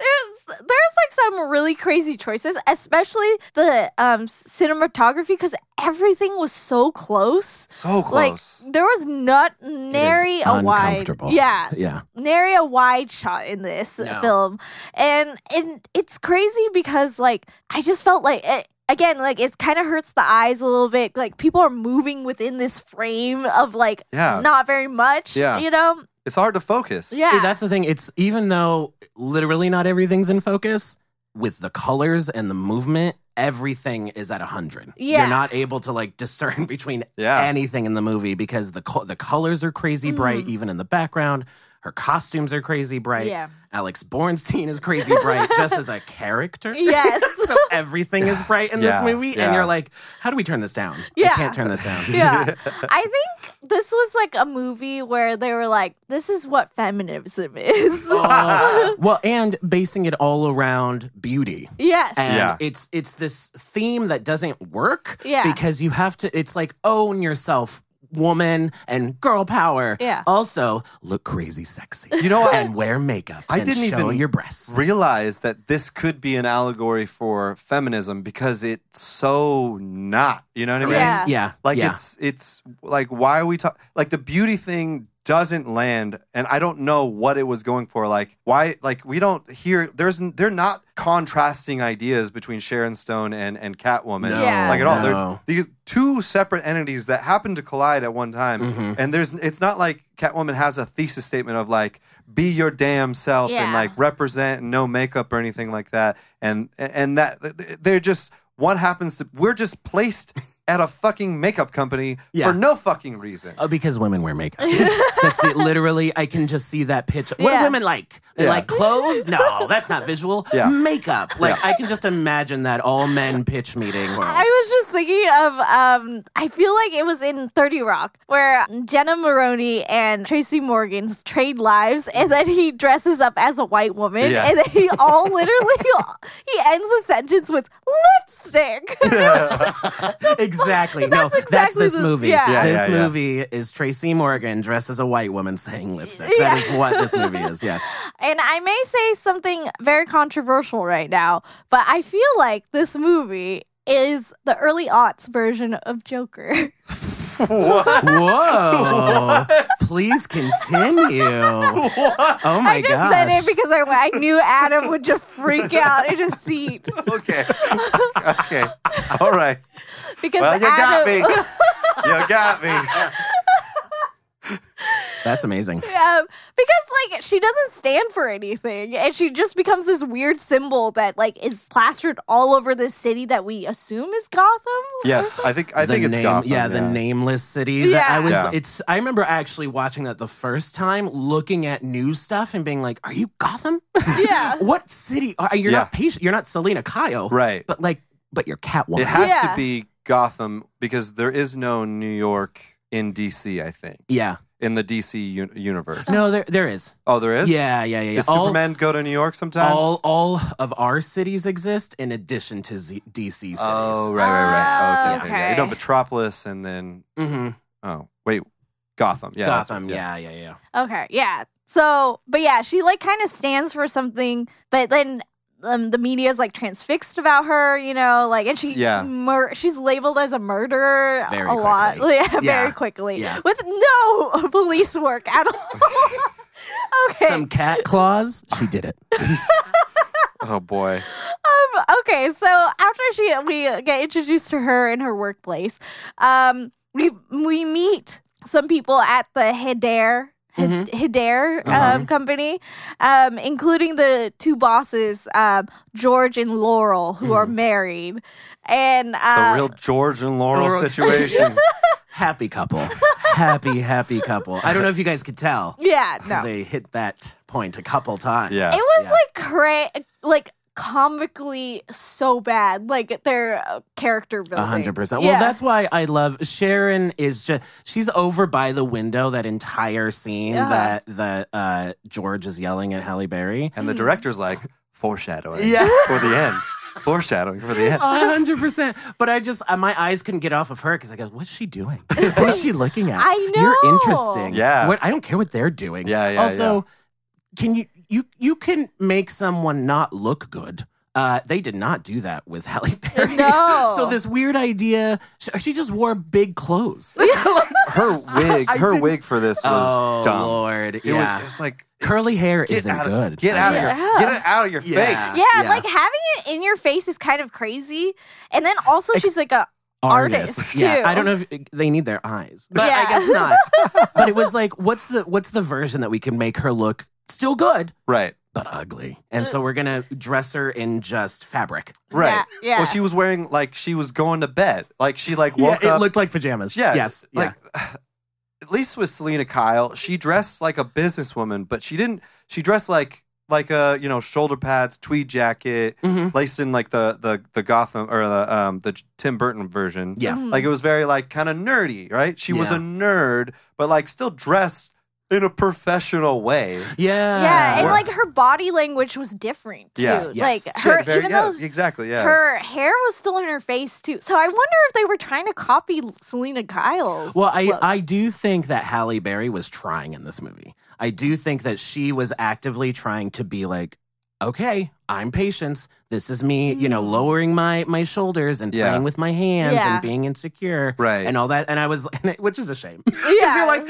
Speaker 2: there's there's like some really crazy choices, especially the um cinematography because everything was so close.
Speaker 4: So close.
Speaker 2: Like there was not nary a wide,
Speaker 3: Uncomfortable.
Speaker 2: yeah,
Speaker 3: Yeah.
Speaker 2: nary a wide shot in this
Speaker 3: No.
Speaker 2: film, and and it's crazy because like I just felt like. It, Again, like it kind of hurts the eyes a little bit. Like people are moving within this frame of like
Speaker 4: Yeah.
Speaker 2: not very much.
Speaker 4: Yeah.
Speaker 2: You know?
Speaker 4: it's hard to focus.
Speaker 2: Yeah.
Speaker 3: That's the thing. It's even though literally not everything's in focus, with the colors and the movement, everything is at 100.
Speaker 2: Yeah.
Speaker 3: You're not able to like discern *laughs* between
Speaker 4: Yeah.
Speaker 3: anything in the movie because the co- the colors are crazy bright, even in the background. Her costumes are crazy bright.
Speaker 2: Mm. Yeah.
Speaker 3: Alex Bornstein is crazy bright
Speaker 2: *laughs*
Speaker 3: just as a character.
Speaker 2: Yes.
Speaker 3: *laughs*
Speaker 4: *laughs*
Speaker 3: so everything is bright in
Speaker 4: Yeah,
Speaker 3: this movie.
Speaker 4: yeah.
Speaker 3: And you're like, how do we turn this down?
Speaker 2: Yeah.
Speaker 3: We can't turn this
Speaker 2: *laughs*
Speaker 3: down. *laughs*
Speaker 2: yeah. I think this was like a movie where they were like, this is what feminism is.
Speaker 4: Oh.
Speaker 3: Uh, well, and basing it all around beauty.
Speaker 2: *laughs* yes.
Speaker 3: And
Speaker 4: Yeah.
Speaker 3: it's it's this theme that doesn't work
Speaker 2: Yeah.
Speaker 3: because you have to it's like own yourself woman and girl power.
Speaker 2: Yeah.
Speaker 3: Also look crazy sexy.
Speaker 2: *laughs*
Speaker 4: You know what?
Speaker 3: and wear makeup.
Speaker 4: I
Speaker 3: and
Speaker 4: didn't
Speaker 3: show
Speaker 4: even
Speaker 3: your breasts.
Speaker 4: Realize that this could be an allegory for feminism because it's so not. You know what I mean?
Speaker 2: Yeah.
Speaker 3: Yeah.
Speaker 4: Like
Speaker 3: yeah.
Speaker 4: it's it's like why are we talking? Like the beauty thing doesn't land, and I don't know what it was going for. Like why? Like we don't hear. There's n- they're not contrasting ideas between Sharon Stone and and Catwoman.
Speaker 3: No,
Speaker 2: Yeah.
Speaker 4: Like at all,
Speaker 3: no.
Speaker 4: they're these two separate entities that happen to collide at one time. *laughs*
Speaker 3: Mhm.
Speaker 4: And there's it's not like Catwoman has a thesis statement of like be your damn self and
Speaker 2: Yeah.
Speaker 4: like represent and no makeup or anything like that. And and that they're just what happens to we're just placed at a fucking makeup company
Speaker 3: Yeah.
Speaker 4: for no fucking reason.
Speaker 3: Oh, because women wear
Speaker 2: *laughs*
Speaker 3: makeup. that's the, literally, I can just see that picture. What
Speaker 2: Yeah.
Speaker 3: do women like? They
Speaker 4: Yeah.
Speaker 3: like clothes? No, that's not visual.
Speaker 4: Yeah.
Speaker 3: Makeup. Like, I can just imagine that all men pitch meeting world.
Speaker 2: I was just thinking of, um, I feel like it was in 30 Rock where Jenna Maroney and Tracy Morgan trade lives, and then he dresses up as a white woman,
Speaker 4: Yeah.
Speaker 2: and then he
Speaker 4: *laughs*
Speaker 2: all literally, he ends the sentence with
Speaker 4: *laughs*
Speaker 2: lipstick. *laughs*
Speaker 3: exactly. no,
Speaker 2: That's
Speaker 3: that's
Speaker 2: exactly
Speaker 3: this
Speaker 2: the-
Speaker 3: movie.
Speaker 2: yeah. Yeah,
Speaker 3: this
Speaker 4: yeah, yeah.
Speaker 3: movie is Tracy Morgan dressed as a white woman saying lipstick. That is what this movie is.
Speaker 2: *laughs*
Speaker 3: Yes.
Speaker 2: And I may say something very controversial right now, but I feel like this movie is the early aughts version of Joker.
Speaker 4: Oh
Speaker 3: Whoa. Please continue. Oh my
Speaker 2: I just
Speaker 3: gosh.
Speaker 2: said it because I, I knew Adam would just
Speaker 4: *laughs*
Speaker 2: freak out in his seat
Speaker 4: *laughs* okay. okay.
Speaker 2: *laughs*
Speaker 4: All right.
Speaker 2: because
Speaker 4: Well, you got me.
Speaker 2: Adam. *laughs*
Speaker 4: You got me.
Speaker 3: That's amazing.
Speaker 2: Um, because like she doesn't stand for anything, and she just becomes this weird symbol that like is plastered all over this city that we assume is Gotham. *laughs*
Speaker 4: Yes, I think I
Speaker 3: the
Speaker 4: think it's
Speaker 3: name-
Speaker 4: Gotham.
Speaker 3: Yeah, the nameless city. that
Speaker 2: Yeah.
Speaker 3: I was.
Speaker 4: Yeah.
Speaker 3: It's. I remember actually watching that the first time, looking at new stuff and being like, "Are you Gotham?
Speaker 2: Yeah.
Speaker 3: what city? Are you're
Speaker 4: Yeah.
Speaker 3: not patient? You're not Selena Kyle,
Speaker 4: Right.
Speaker 3: But like, but you're Catwoman.
Speaker 4: It has
Speaker 2: Yeah.
Speaker 4: to be Gotham because there is no New York in DC, I think,
Speaker 3: yeah.
Speaker 4: in the DC un- universe.
Speaker 3: No, there there is.
Speaker 4: Oh, there is?
Speaker 3: Yeah, yeah, yeah. yeah.
Speaker 4: Does Superman go to New York sometimes?
Speaker 3: all all of our cities exist in addition to Z- DC cities.
Speaker 4: oh, right,
Speaker 3: Ah,
Speaker 4: right, right.
Speaker 2: Oh,
Speaker 4: okay. okay. yeah.
Speaker 2: okay.
Speaker 4: You know, Metropolis and then,
Speaker 3: hmm
Speaker 4: oh, wait, Gotham. Yeah. that's
Speaker 3: Gotham.
Speaker 4: right,
Speaker 3: Yeah, yeah, yeah.
Speaker 2: Okay, yeah. So, but yeah, she like kind of stands for something, but then um, the media is like transfixed about her, you know, like, and she
Speaker 4: Yeah.
Speaker 2: mur- she's labeled as a murderer
Speaker 3: Very
Speaker 2: a lot, *laughs*
Speaker 3: quickly.
Speaker 2: yeah, very
Speaker 3: Yeah.
Speaker 2: quickly,
Speaker 3: Yeah.
Speaker 2: with no *laughs* police work at all. *laughs* okay,
Speaker 3: Some cat claws. She did it.
Speaker 4: *laughs* Oh,
Speaker 3: Uh,
Speaker 4: boy.
Speaker 2: um, okay. So after she we get introduced to her in her workplace, um, we we meet some people at the Hidair. Hid- Hidair um,
Speaker 3: Mm-hmm. Uh-huh.
Speaker 2: company, um, including the two bosses, um, George and Laurel, who
Speaker 3: Mm-hmm.
Speaker 2: are married, and
Speaker 4: It's
Speaker 2: uh,
Speaker 4: a real George and Laurel,
Speaker 3: Laurel- *laughs*
Speaker 4: situation.
Speaker 3: Happy couple. happy, happy couple. I don't know if you guys could tell.
Speaker 2: yeah, *laughs*
Speaker 3: 'cause
Speaker 2: no,
Speaker 3: They hit that point a couple times.
Speaker 4: Yeah.
Speaker 2: It was
Speaker 3: Yeah.
Speaker 2: like cra- like comically so bad, like their uh, character building.
Speaker 3: A hundred percent.
Speaker 2: Yeah.
Speaker 3: Well, that's why I love Sharon. Is just she's over by the window that entire scene
Speaker 2: Yeah.
Speaker 3: that that uh, George is yelling at Halle Berry.
Speaker 4: And the director's like, foreshadowing
Speaker 3: Yeah. Oh.
Speaker 4: for the end. Foreshadowing for the end.
Speaker 3: A hundred percent. But I just uh, my eyes couldn't get off of her because I go, what's she doing? what's she looking at?
Speaker 2: *laughs* I know.
Speaker 3: You're interesting.
Speaker 4: Yeah.
Speaker 3: What, I don't care what they're doing.
Speaker 4: Yeah, yeah,
Speaker 3: Also,
Speaker 4: yeah.
Speaker 3: can you you you can make someone not look good. Uh, they did not do that with Halle Berry.
Speaker 2: No.
Speaker 3: *laughs* so this weird idea. She, she just wore big clothes.
Speaker 4: *laughs* Her wig,
Speaker 3: I
Speaker 4: her
Speaker 3: didn't-
Speaker 4: wig for this was
Speaker 3: oh
Speaker 4: dumb.
Speaker 3: Lord.
Speaker 4: It, was,
Speaker 3: yeah.
Speaker 4: it was like
Speaker 3: Curly hair
Speaker 4: get
Speaker 3: isn't
Speaker 4: out of
Speaker 3: good.
Speaker 4: get out of
Speaker 2: Yeah.
Speaker 4: your get it out of your
Speaker 3: Yeah.
Speaker 4: face.
Speaker 2: Yeah,
Speaker 3: Yeah.
Speaker 2: like having it in your face is kind of crazy. And then also, she's like a artist,
Speaker 3: Yeah,
Speaker 2: too.
Speaker 3: I don't know if they need their eyes, but
Speaker 2: Yeah. *laughs*
Speaker 3: I guess not. but it was like, what's the what's the version that we can make her look still good
Speaker 4: Right.
Speaker 3: but ugly? And so we're gonna dress her in just fabric.
Speaker 4: Right.
Speaker 2: Yeah, yeah.
Speaker 4: Well, she was wearing like she was going to bed. Like she like
Speaker 3: *laughs* Yeah,
Speaker 4: woke
Speaker 3: it
Speaker 4: up.
Speaker 3: looked like pajamas.
Speaker 4: yeah.
Speaker 3: Yes.
Speaker 4: Like *sighs* at least with Selena Kyle, she dressed like a businesswoman, but she didn't. She dressed like like a you know shoulder pads, tweed jacket,
Speaker 3: yeah. Mhm.
Speaker 4: laced in like the the the Gotham or the um the Tim Burton version.
Speaker 3: Yeah.
Speaker 2: Mhm.
Speaker 4: Like it was very like kind of nerdy, right? She was a
Speaker 3: Yeah.
Speaker 4: nerd, but like still dressed in a professional way.
Speaker 3: Yeah.
Speaker 2: yeah, and
Speaker 4: uh, Or-
Speaker 2: like her body language was different too.
Speaker 4: Yeah,
Speaker 3: yes.
Speaker 2: Like
Speaker 4: She
Speaker 2: her,
Speaker 4: had very-
Speaker 2: even
Speaker 4: yeah,
Speaker 2: though
Speaker 4: exactly, yeah.
Speaker 2: her hair was still in her face too. So I wonder if they were trying to copy Selena Kyle's.
Speaker 3: Well, I,
Speaker 2: look.
Speaker 3: I do think that Halle Berry was trying in this movie. I do think that she was actively trying to be like, okay, I'm patience. This is me, you know,
Speaker 2: Mm.
Speaker 3: lowering my my shoulders and
Speaker 4: Yeah.
Speaker 3: playing with my hands
Speaker 2: Yeah.
Speaker 3: and being insecure.
Speaker 4: Right.
Speaker 3: And all that. And I was, *laughs* which is a shame.
Speaker 2: yeah.
Speaker 3: Because you're like,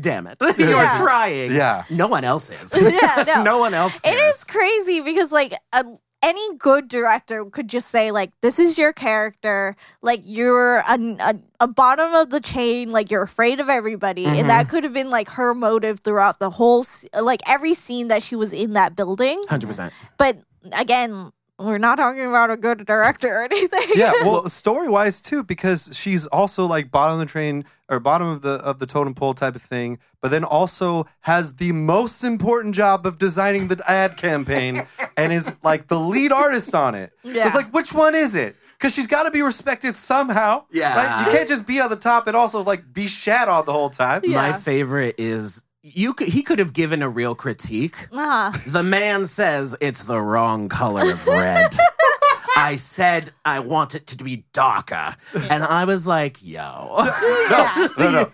Speaker 3: damn it. *laughs* you
Speaker 2: Yeah.
Speaker 3: are trying.
Speaker 4: yeah.
Speaker 3: No one else is.
Speaker 2: Yeah, *laughs*
Speaker 3: *laughs*
Speaker 2: no.
Speaker 3: one else
Speaker 2: It
Speaker 3: cares.
Speaker 2: is crazy because like a, any good director could just say like this is your character, like you're a, a, a bottom of the chain, like you're afraid of everybody, and
Speaker 3: Mm-hmm.
Speaker 2: that could have been like her motive throughout the whole s- like every scene that she was in that building.
Speaker 3: 100%.
Speaker 2: But again, we're not talking about a good director or *laughs* anything.
Speaker 4: yeah, well, story wise too, because she's also like bottom of the train or bottom of the of the totem pole type of thing, but then also has the most important job of designing the ad campaign and is like the lead artist on it. So
Speaker 2: Yeah.
Speaker 4: it's like, which one is it? Because she's got to be respected somehow.
Speaker 3: Yeah.
Speaker 4: right? you can't just be on the top and also like be shat on the whole time.
Speaker 2: Yeah.
Speaker 3: My favorite is you could, he could have given a real critique.
Speaker 2: Uh-huh.
Speaker 3: The man says it's the wrong color of red.
Speaker 2: *laughs*
Speaker 3: I said I want it to be darker. And I was like, yo.
Speaker 2: Yeah.
Speaker 3: *laughs*
Speaker 4: no, no.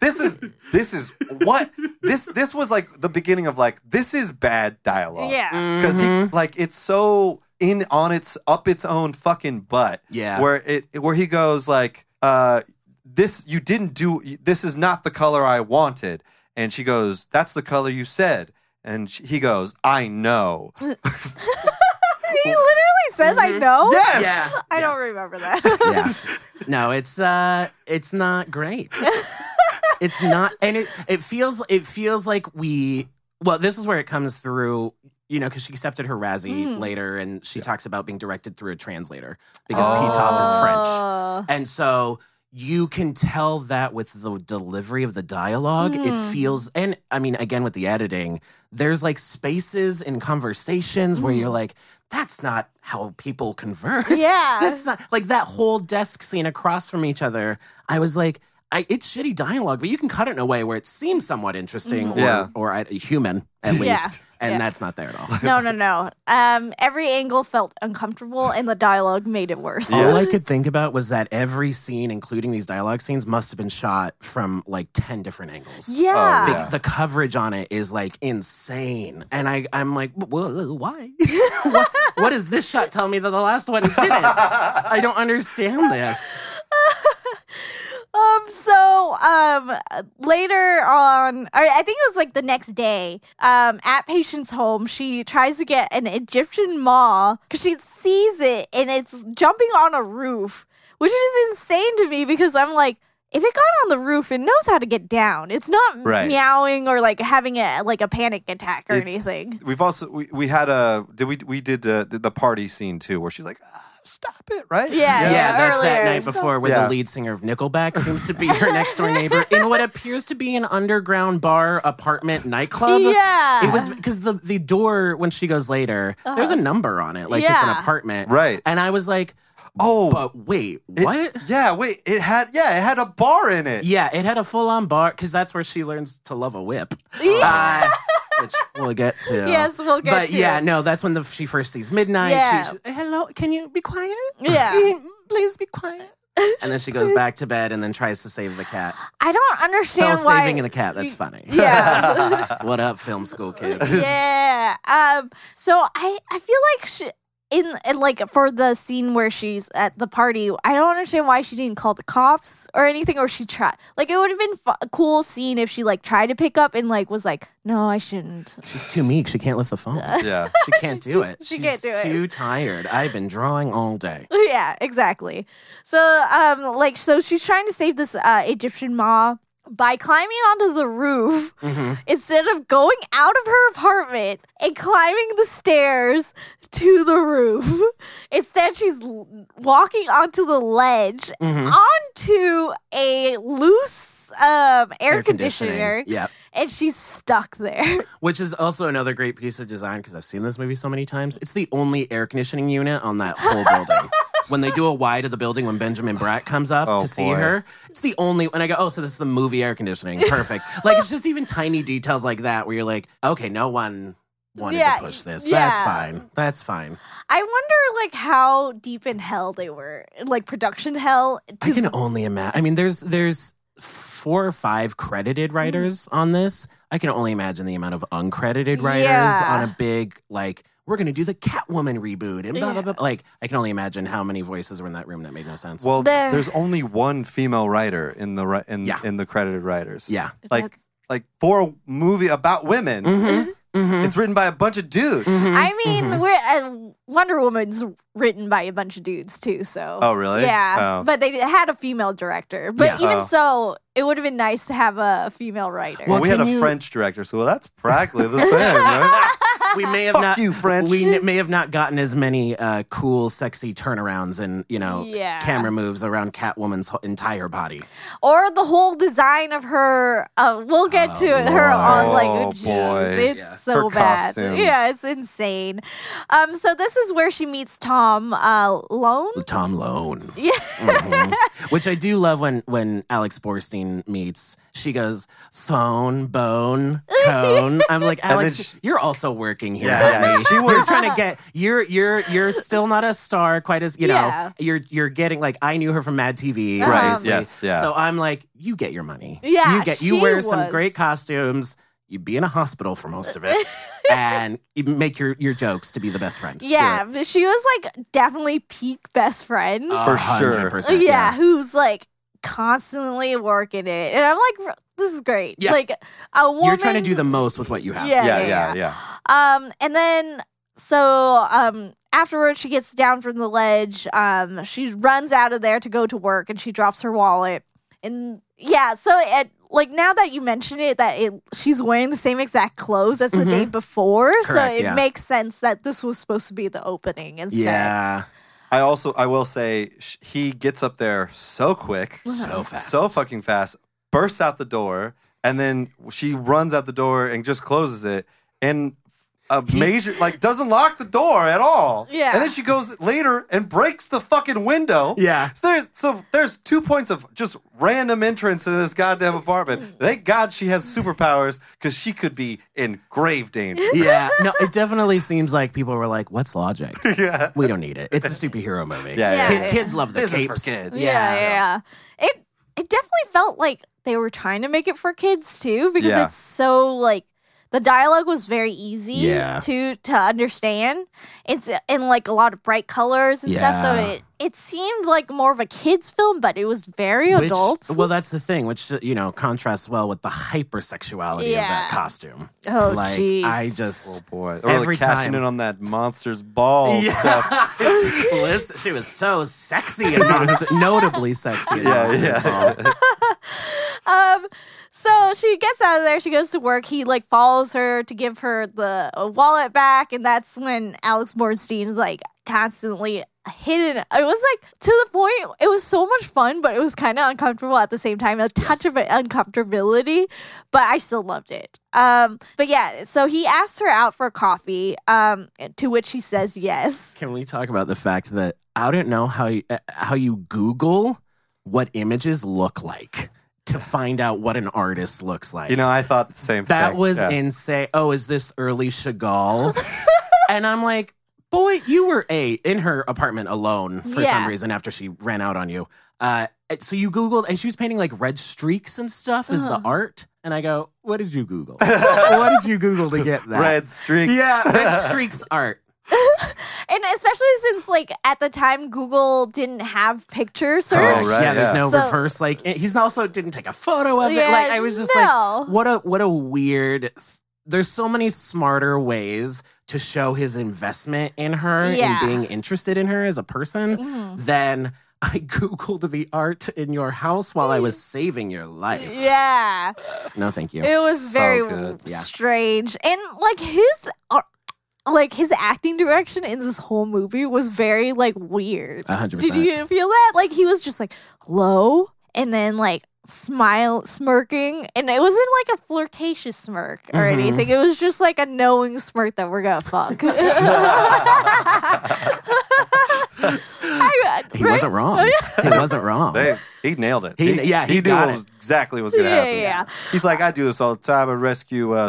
Speaker 4: This is this is what this this was like the beginning of like this is bad dialogue.
Speaker 2: Yeah.
Speaker 4: because
Speaker 3: Mhm.
Speaker 2: Mm-hmm.
Speaker 4: he like it's so in on its up its own fucking butt
Speaker 3: Yeah.
Speaker 4: where it where he goes like uh this you didn't do this is not the color i wanted and she goes that's the color you said and she, he goes i know
Speaker 2: *laughs* He literally says, "I know."
Speaker 4: yes
Speaker 3: Mm-hmm. Yeah.
Speaker 2: I don't remember that.
Speaker 3: yeah. No, it's uh it's not great. it's not and it it feels it feels like we well, this is where it comes through, you know, because she accepted her Razzie
Speaker 2: Mm.
Speaker 3: later and she talks about being directed through a translator because Pitoff is French.
Speaker 2: Oh.
Speaker 3: And so you can tell that with the delivery of the dialogue.
Speaker 2: Mm.
Speaker 3: It feels, and I mean, again, with the editing, there's like spaces in conversations where you're like, that's not how people converse.
Speaker 2: Yeah.
Speaker 3: That's not, like that whole desk scene across from each other. I was like, I, it's shitty dialogue, but you can cut it in a way where it seems somewhat interesting or,
Speaker 4: Yeah.
Speaker 3: or I, human, at least.
Speaker 2: Mm-hmm. Yeah.
Speaker 3: And
Speaker 2: Yeah.
Speaker 3: that's not there
Speaker 4: *laughs*
Speaker 3: at all.
Speaker 2: No, no, no. Um, every angle felt uncomfortable, and the dialogue made it worse.
Speaker 3: All I could think about was that every scene, including these dialogue scenes, must have been shot from like 10 different angles.
Speaker 2: Yeah.
Speaker 4: Oh,
Speaker 3: Big-
Speaker 4: yeah.
Speaker 3: The coverage on it is like insane. And I, I'm like, "Wh- wh-
Speaker 2: *laughs*
Speaker 3: why? what, what does this shot tell me that the last one didn't? I don't understand this.
Speaker 2: Um. So, um, later on, I I think it was like the next day. Um, at patient's home, she tries to get an Egyptian maw because she sees it and it's jumping on a roof, which is insane to me because I'm like. If it got on the roof, it knows how to get down. It's not
Speaker 4: Right.
Speaker 2: meowing or like having a like a panic attack or
Speaker 4: It's-
Speaker 2: anything.
Speaker 4: we've also we, we had a did we we did uh, the, the party scene too where she's like "Ah, stop it, right?
Speaker 2: Yeah.
Speaker 3: Yeah, that's that
Speaker 2: earlier.
Speaker 3: night before where
Speaker 4: Yeah.
Speaker 3: the lead singer of Nickelback seems to be her next door neighbor in what appears to be an underground bar apartment nightclub.
Speaker 2: yeah.
Speaker 3: Um, It was because the, the door when she goes later, there's a number on it, like it's an
Speaker 2: Uh-huh. Yeah.
Speaker 3: apartment,
Speaker 4: Right.
Speaker 3: And I was like,
Speaker 4: Oh,
Speaker 3: but wait,
Speaker 4: it-
Speaker 3: what?
Speaker 4: Yeah, wait. It had yeah, it had a bar in it.
Speaker 3: Yeah, it had a full on bar because that's where she learns to love a whip, Uh, which we'll get
Speaker 2: *laughs*
Speaker 3: to.
Speaker 2: Yes, we'll get
Speaker 3: but
Speaker 2: to.
Speaker 3: yeah, no, that's when the, she first sees midnight.
Speaker 2: Yeah.
Speaker 3: She, she- Hello, can you be quiet?
Speaker 2: Yeah.
Speaker 3: *laughs* please be quiet. And then she
Speaker 2: *laughs*
Speaker 3: goes back to bed and then tries to save the cat.
Speaker 2: I don't
Speaker 3: Bell
Speaker 2: understand why.
Speaker 3: saving *laughs* the cat. That's funny.
Speaker 2: *laughs* yeah.
Speaker 3: *laughs* What up, film school kid?
Speaker 2: *laughs* yeah. Um. So I I feel like she, in in, like for the scene where she's at the party, I don't understand why she didn't call the cops or anything, or she tried. Like it would have been fu- a cool scene if she like tried to pick up and like was like, no, I shouldn't. *laughs*
Speaker 3: She's too meek. She can't lift the phone.
Speaker 4: Yeah.
Speaker 3: She can't do it.
Speaker 2: she
Speaker 3: She's
Speaker 2: can't do it.
Speaker 3: Too tired. I've been drawing all day.
Speaker 2: yeah, exactly. So um, like so she's trying to save this uh, Egyptian mob. By climbing onto the roof instead of going out of her apartment and climbing the stairs to the roof. *laughs* Instead, she's l- walking onto the ledge onto a loose um, air, conditioner,
Speaker 3: Yeah.
Speaker 2: and she's stuck there. *laughs*
Speaker 3: Which is also another great piece of design because I've seen this movie so many times. It's the only air conditioning unit on that whole building. When they do a wide of the building, when Benjamin Bratt comes up
Speaker 4: Oh,
Speaker 3: to see
Speaker 4: boy.
Speaker 3: her, it's the only. And I go, oh, so this is the movie air conditioning. Perfect. like it's just even tiny details like that where you're like, okay, no one wanted
Speaker 2: Yeah,
Speaker 3: to push this. That's
Speaker 2: yeah.
Speaker 3: fine. That's fine.
Speaker 2: I wonder like how deep in hell they were, like production hell.
Speaker 3: I can only imagine. I mean, there's there's four or five credited
Speaker 2: Mm-hmm.
Speaker 3: writers on this. I can only imagine the amount of uncredited writers
Speaker 2: Yeah.
Speaker 3: on a big like we're gonna do the Catwoman reboot and blah blah blah. Like I can only imagine how many voices were in that room that made no sense.
Speaker 4: Well,
Speaker 2: There-
Speaker 4: there's only one female writer in the ri- in
Speaker 3: Yeah.
Speaker 4: in the credited writers.
Speaker 3: Yeah.
Speaker 4: Like
Speaker 2: That's-
Speaker 4: like for a movie about women,
Speaker 3: Mhm, mhm,
Speaker 4: it's written by a bunch of dudes.
Speaker 3: mhm.
Speaker 2: Mm-hmm. I
Speaker 4: Mm-hmm.
Speaker 2: mean, we're, uh, Wonder Woman's written by a bunch of dudes too, so.
Speaker 4: Oh, really?
Speaker 2: Yeah,
Speaker 4: Oh.
Speaker 2: but they had a female director. But
Speaker 3: Yeah.
Speaker 2: even
Speaker 4: Oh.
Speaker 2: so, it would have been nice to have a female writer.
Speaker 4: Well, we had
Speaker 3: can
Speaker 4: a
Speaker 3: you-
Speaker 4: French director, so well, that's practically the same. Right?
Speaker 3: we may have
Speaker 4: *laughs* Fuck
Speaker 3: not
Speaker 4: you, French.
Speaker 3: we n- may have not gotten as many uh, cool, sexy turnarounds and you know
Speaker 2: Yeah.
Speaker 3: camera moves around Catwoman's ho- entire body.
Speaker 2: or the whole design of her. Uh, we'll get to it. Her on like
Speaker 4: Oh,
Speaker 2: jeez,
Speaker 4: boy.
Speaker 2: it's
Speaker 3: Yeah.
Speaker 2: so
Speaker 4: Her
Speaker 2: bad.
Speaker 4: costume.
Speaker 2: Yeah, it's insane. Um, so this is where she meets Tom uh, Lone.
Speaker 3: Tom Lone.
Speaker 2: Yeah.
Speaker 3: Mhm.
Speaker 4: *laughs*
Speaker 3: Which I do love when when Alex Borstein meets. She goes phone bone cone. I'm like
Speaker 4: *laughs* And then
Speaker 3: Alex,
Speaker 4: she-
Speaker 3: you're also working here.
Speaker 4: Yeah, yeah.
Speaker 3: honey.
Speaker 4: She
Speaker 3: You're
Speaker 4: was-
Speaker 3: trying to get. You're you're you're still not a star quite as you know.
Speaker 2: Yeah.
Speaker 3: You're you're getting like I knew her from Mad TV.
Speaker 2: Right,
Speaker 3: obviously.
Speaker 4: Uh-huh. yes, yeah.
Speaker 3: So I'm like, you get your money.
Speaker 2: Yeah,
Speaker 3: You get you
Speaker 2: she
Speaker 3: wear some
Speaker 2: was.
Speaker 3: great costumes. You be in a hospital for most of
Speaker 4: *laughs*
Speaker 3: it, and you make your your jokes to be the best friend. Do
Speaker 2: Yeah,
Speaker 3: it.
Speaker 2: but she was like definitely peak best friend.
Speaker 3: A
Speaker 4: For sure.
Speaker 3: hundred percent,
Speaker 2: yeah, who's like constantly working it, and I'm like, this is great.
Speaker 3: Yeah.
Speaker 2: Like a woman.
Speaker 3: You're trying to do the most with what you have.
Speaker 2: Yeah,
Speaker 4: yeah,
Speaker 2: yeah, yeah.
Speaker 4: yeah, yeah.
Speaker 2: Um, and then so um afterwards she gets down from the ledge. Um, she runs out of there to go to work, and she drops her wallet. And yeah, so it like now that you mention it, that it she's wearing the same exact clothes as the day before,
Speaker 3: Mm-hmm. Correct,
Speaker 2: so it
Speaker 3: yeah.
Speaker 2: makes sense that this was supposed to be the opening instead.
Speaker 3: Yeah.
Speaker 4: I also I will say sh- he gets up there so quick,
Speaker 3: So fast.
Speaker 4: so fucking fast, bursts out the door, and then she runs out the door and just closes it, and a major like doesn't lock the door at all.
Speaker 2: Yeah.
Speaker 4: and then she goes later and breaks the fucking window.
Speaker 2: *laughs*
Speaker 3: Yeah.
Speaker 4: So there's, so there's two points of just random entrance into this goddamn
Speaker 3: Mm.
Speaker 4: apartment. Thank God she has superpowers because she could be in grave danger.
Speaker 3: Yeah. No, it definitely seems like people were like, what's logic?
Speaker 4: *laughs* yeah.
Speaker 3: We don't need it. It's a superhero movie.
Speaker 4: Yeah,
Speaker 2: yeah,
Speaker 3: Ki-
Speaker 2: yeah.
Speaker 3: Kids love the
Speaker 4: This is for
Speaker 3: capes.
Speaker 4: kids.
Speaker 2: yeah, yeah. yeah. It it definitely felt like they were trying to make it for kids too because
Speaker 4: Yeah.
Speaker 2: it's so like the dialogue was very easy
Speaker 3: Yeah.
Speaker 2: to to understand. It's in like a lot of bright colors and stuff, so
Speaker 3: Yeah.
Speaker 2: it it seemed like more of a kids film, but it was very
Speaker 3: Which-
Speaker 2: adult.
Speaker 3: Well, that's the thing, which, you know, contrasts well with the hypersexuality of that
Speaker 2: Yeah.
Speaker 3: costume.
Speaker 2: oh,
Speaker 3: like,
Speaker 2: jeez.
Speaker 3: I
Speaker 4: Oh
Speaker 3: just.
Speaker 4: boy! Really
Speaker 3: Every
Speaker 4: cashing
Speaker 3: time.
Speaker 4: in on that monster's ball stuff.
Speaker 3: Yeah. *laughs* Liz, she was so sexy and monster,
Speaker 4: *laughs*
Speaker 3: notably sexy. And
Speaker 4: Yeah,
Speaker 3: monsters
Speaker 4: yeah.
Speaker 3: Ball.
Speaker 2: Um, so she gets out of there. She goes to work. He like follows her to give her the uh, wallet back, and that's when Alex Bornstein is like constantly hidden. It was like to the point. It was so much fun, but it was kind of uncomfortable at the same time. A touch of uncomfortability, but I still loved it. Um, but yeah, so he asks her out for coffee, um, to which she says yes.
Speaker 3: Can we talk about the fact that I don't know how you, uh, how you Google what images look like to find out what an artist looks like?
Speaker 4: You know, I thought the same thing.
Speaker 3: that was
Speaker 4: Yeah.
Speaker 3: insane. Oh, is this early
Speaker 4: *laughs*
Speaker 3: Chagall? and I'm like, boy, you were a in her apartment alone for some
Speaker 2: Yeah.
Speaker 3: reason after she ran out on you. Uh, so you Googled, and she was painting like red streaks and stuff as the art. And I go, what did you
Speaker 4: *laughs*
Speaker 3: Google? what did you Google to get that?
Speaker 4: Red streaks.
Speaker 3: Yeah,
Speaker 4: *laughs*
Speaker 3: red streaks art.
Speaker 2: And especially since, like, at the time, Google didn't have picture search.
Speaker 4: Correct. Oh, right,
Speaker 3: yeah, there's
Speaker 4: yeah.
Speaker 3: no
Speaker 2: So-
Speaker 3: reverse. Like it- he's also didn't take a photo of it.
Speaker 2: Yeah,
Speaker 3: Like I was just
Speaker 2: no.
Speaker 3: like, what a what a weird. th- There's so many smarter ways to show his investment in her
Speaker 2: Yeah.
Speaker 3: and being interested in her as a person
Speaker 2: Mm-hmm.
Speaker 3: than *laughs* I googled the art in your house while I was saving your life.
Speaker 2: Yeah.
Speaker 3: No, thank you.
Speaker 2: It was very
Speaker 4: good.
Speaker 3: Yeah.
Speaker 2: strange. And like his ar- like his acting direction in this whole movie was very like weird.
Speaker 3: A hundred
Speaker 2: Did
Speaker 3: percent.
Speaker 2: you feel that? Like he was just like low and then like smile smirking and it wasn't like a flirtatious smirk or
Speaker 3: Mhm.
Speaker 2: anything. It was just like a knowing smirk that we're gonna
Speaker 3: *laughs*
Speaker 2: fuck. *laughs* I- uh,
Speaker 3: He
Speaker 2: right?
Speaker 3: wasn't wrong. he wasn't wrong.
Speaker 4: They, he nailed it.
Speaker 3: He- yeah, he
Speaker 4: knew
Speaker 3: got
Speaker 4: what
Speaker 3: it.
Speaker 4: was- exactly what was going to
Speaker 2: Yeah,
Speaker 4: happen.
Speaker 2: yeah.
Speaker 4: He's like, I do this all the time. I rescue uh,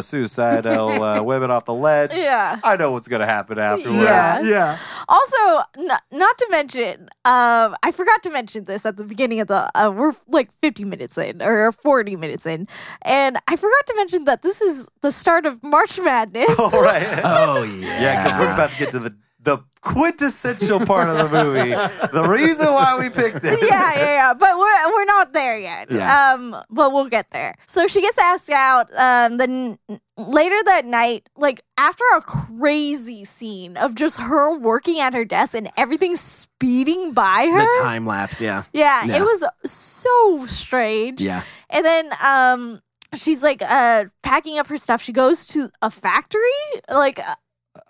Speaker 2: *laughs*
Speaker 4: suicidal uh, women off the ledge.
Speaker 2: Yeah.
Speaker 4: I know what's going to happen afterwards.
Speaker 2: Yeah.
Speaker 3: yeah.
Speaker 2: Also, n- not to mention, um, I forgot to mention this at the beginning of the. Uh, we're like 50 minutes in or 40 minutes in, and I forgot to mention that this is the start of March Madness. *laughs*
Speaker 4: *laughs* All right.
Speaker 3: *laughs* Oh yeah.
Speaker 4: Yeah, because we're about to get to the the quintessential part of the movie. the reason why we picked it.
Speaker 2: yeah, yeah, yeah. But we're we're not there yet.
Speaker 3: Yeah.
Speaker 2: Um, but we'll get there. So she gets asked out. Um, then later that night, like after a crazy scene of just her working at her desk and everything speeding by her.
Speaker 3: the time lapse. Yeah.
Speaker 2: Yeah,
Speaker 3: Yeah.
Speaker 2: it was so strange.
Speaker 3: Yeah.
Speaker 2: And then um she's like uh packing up her stuff. She goes to a factory. Like uh,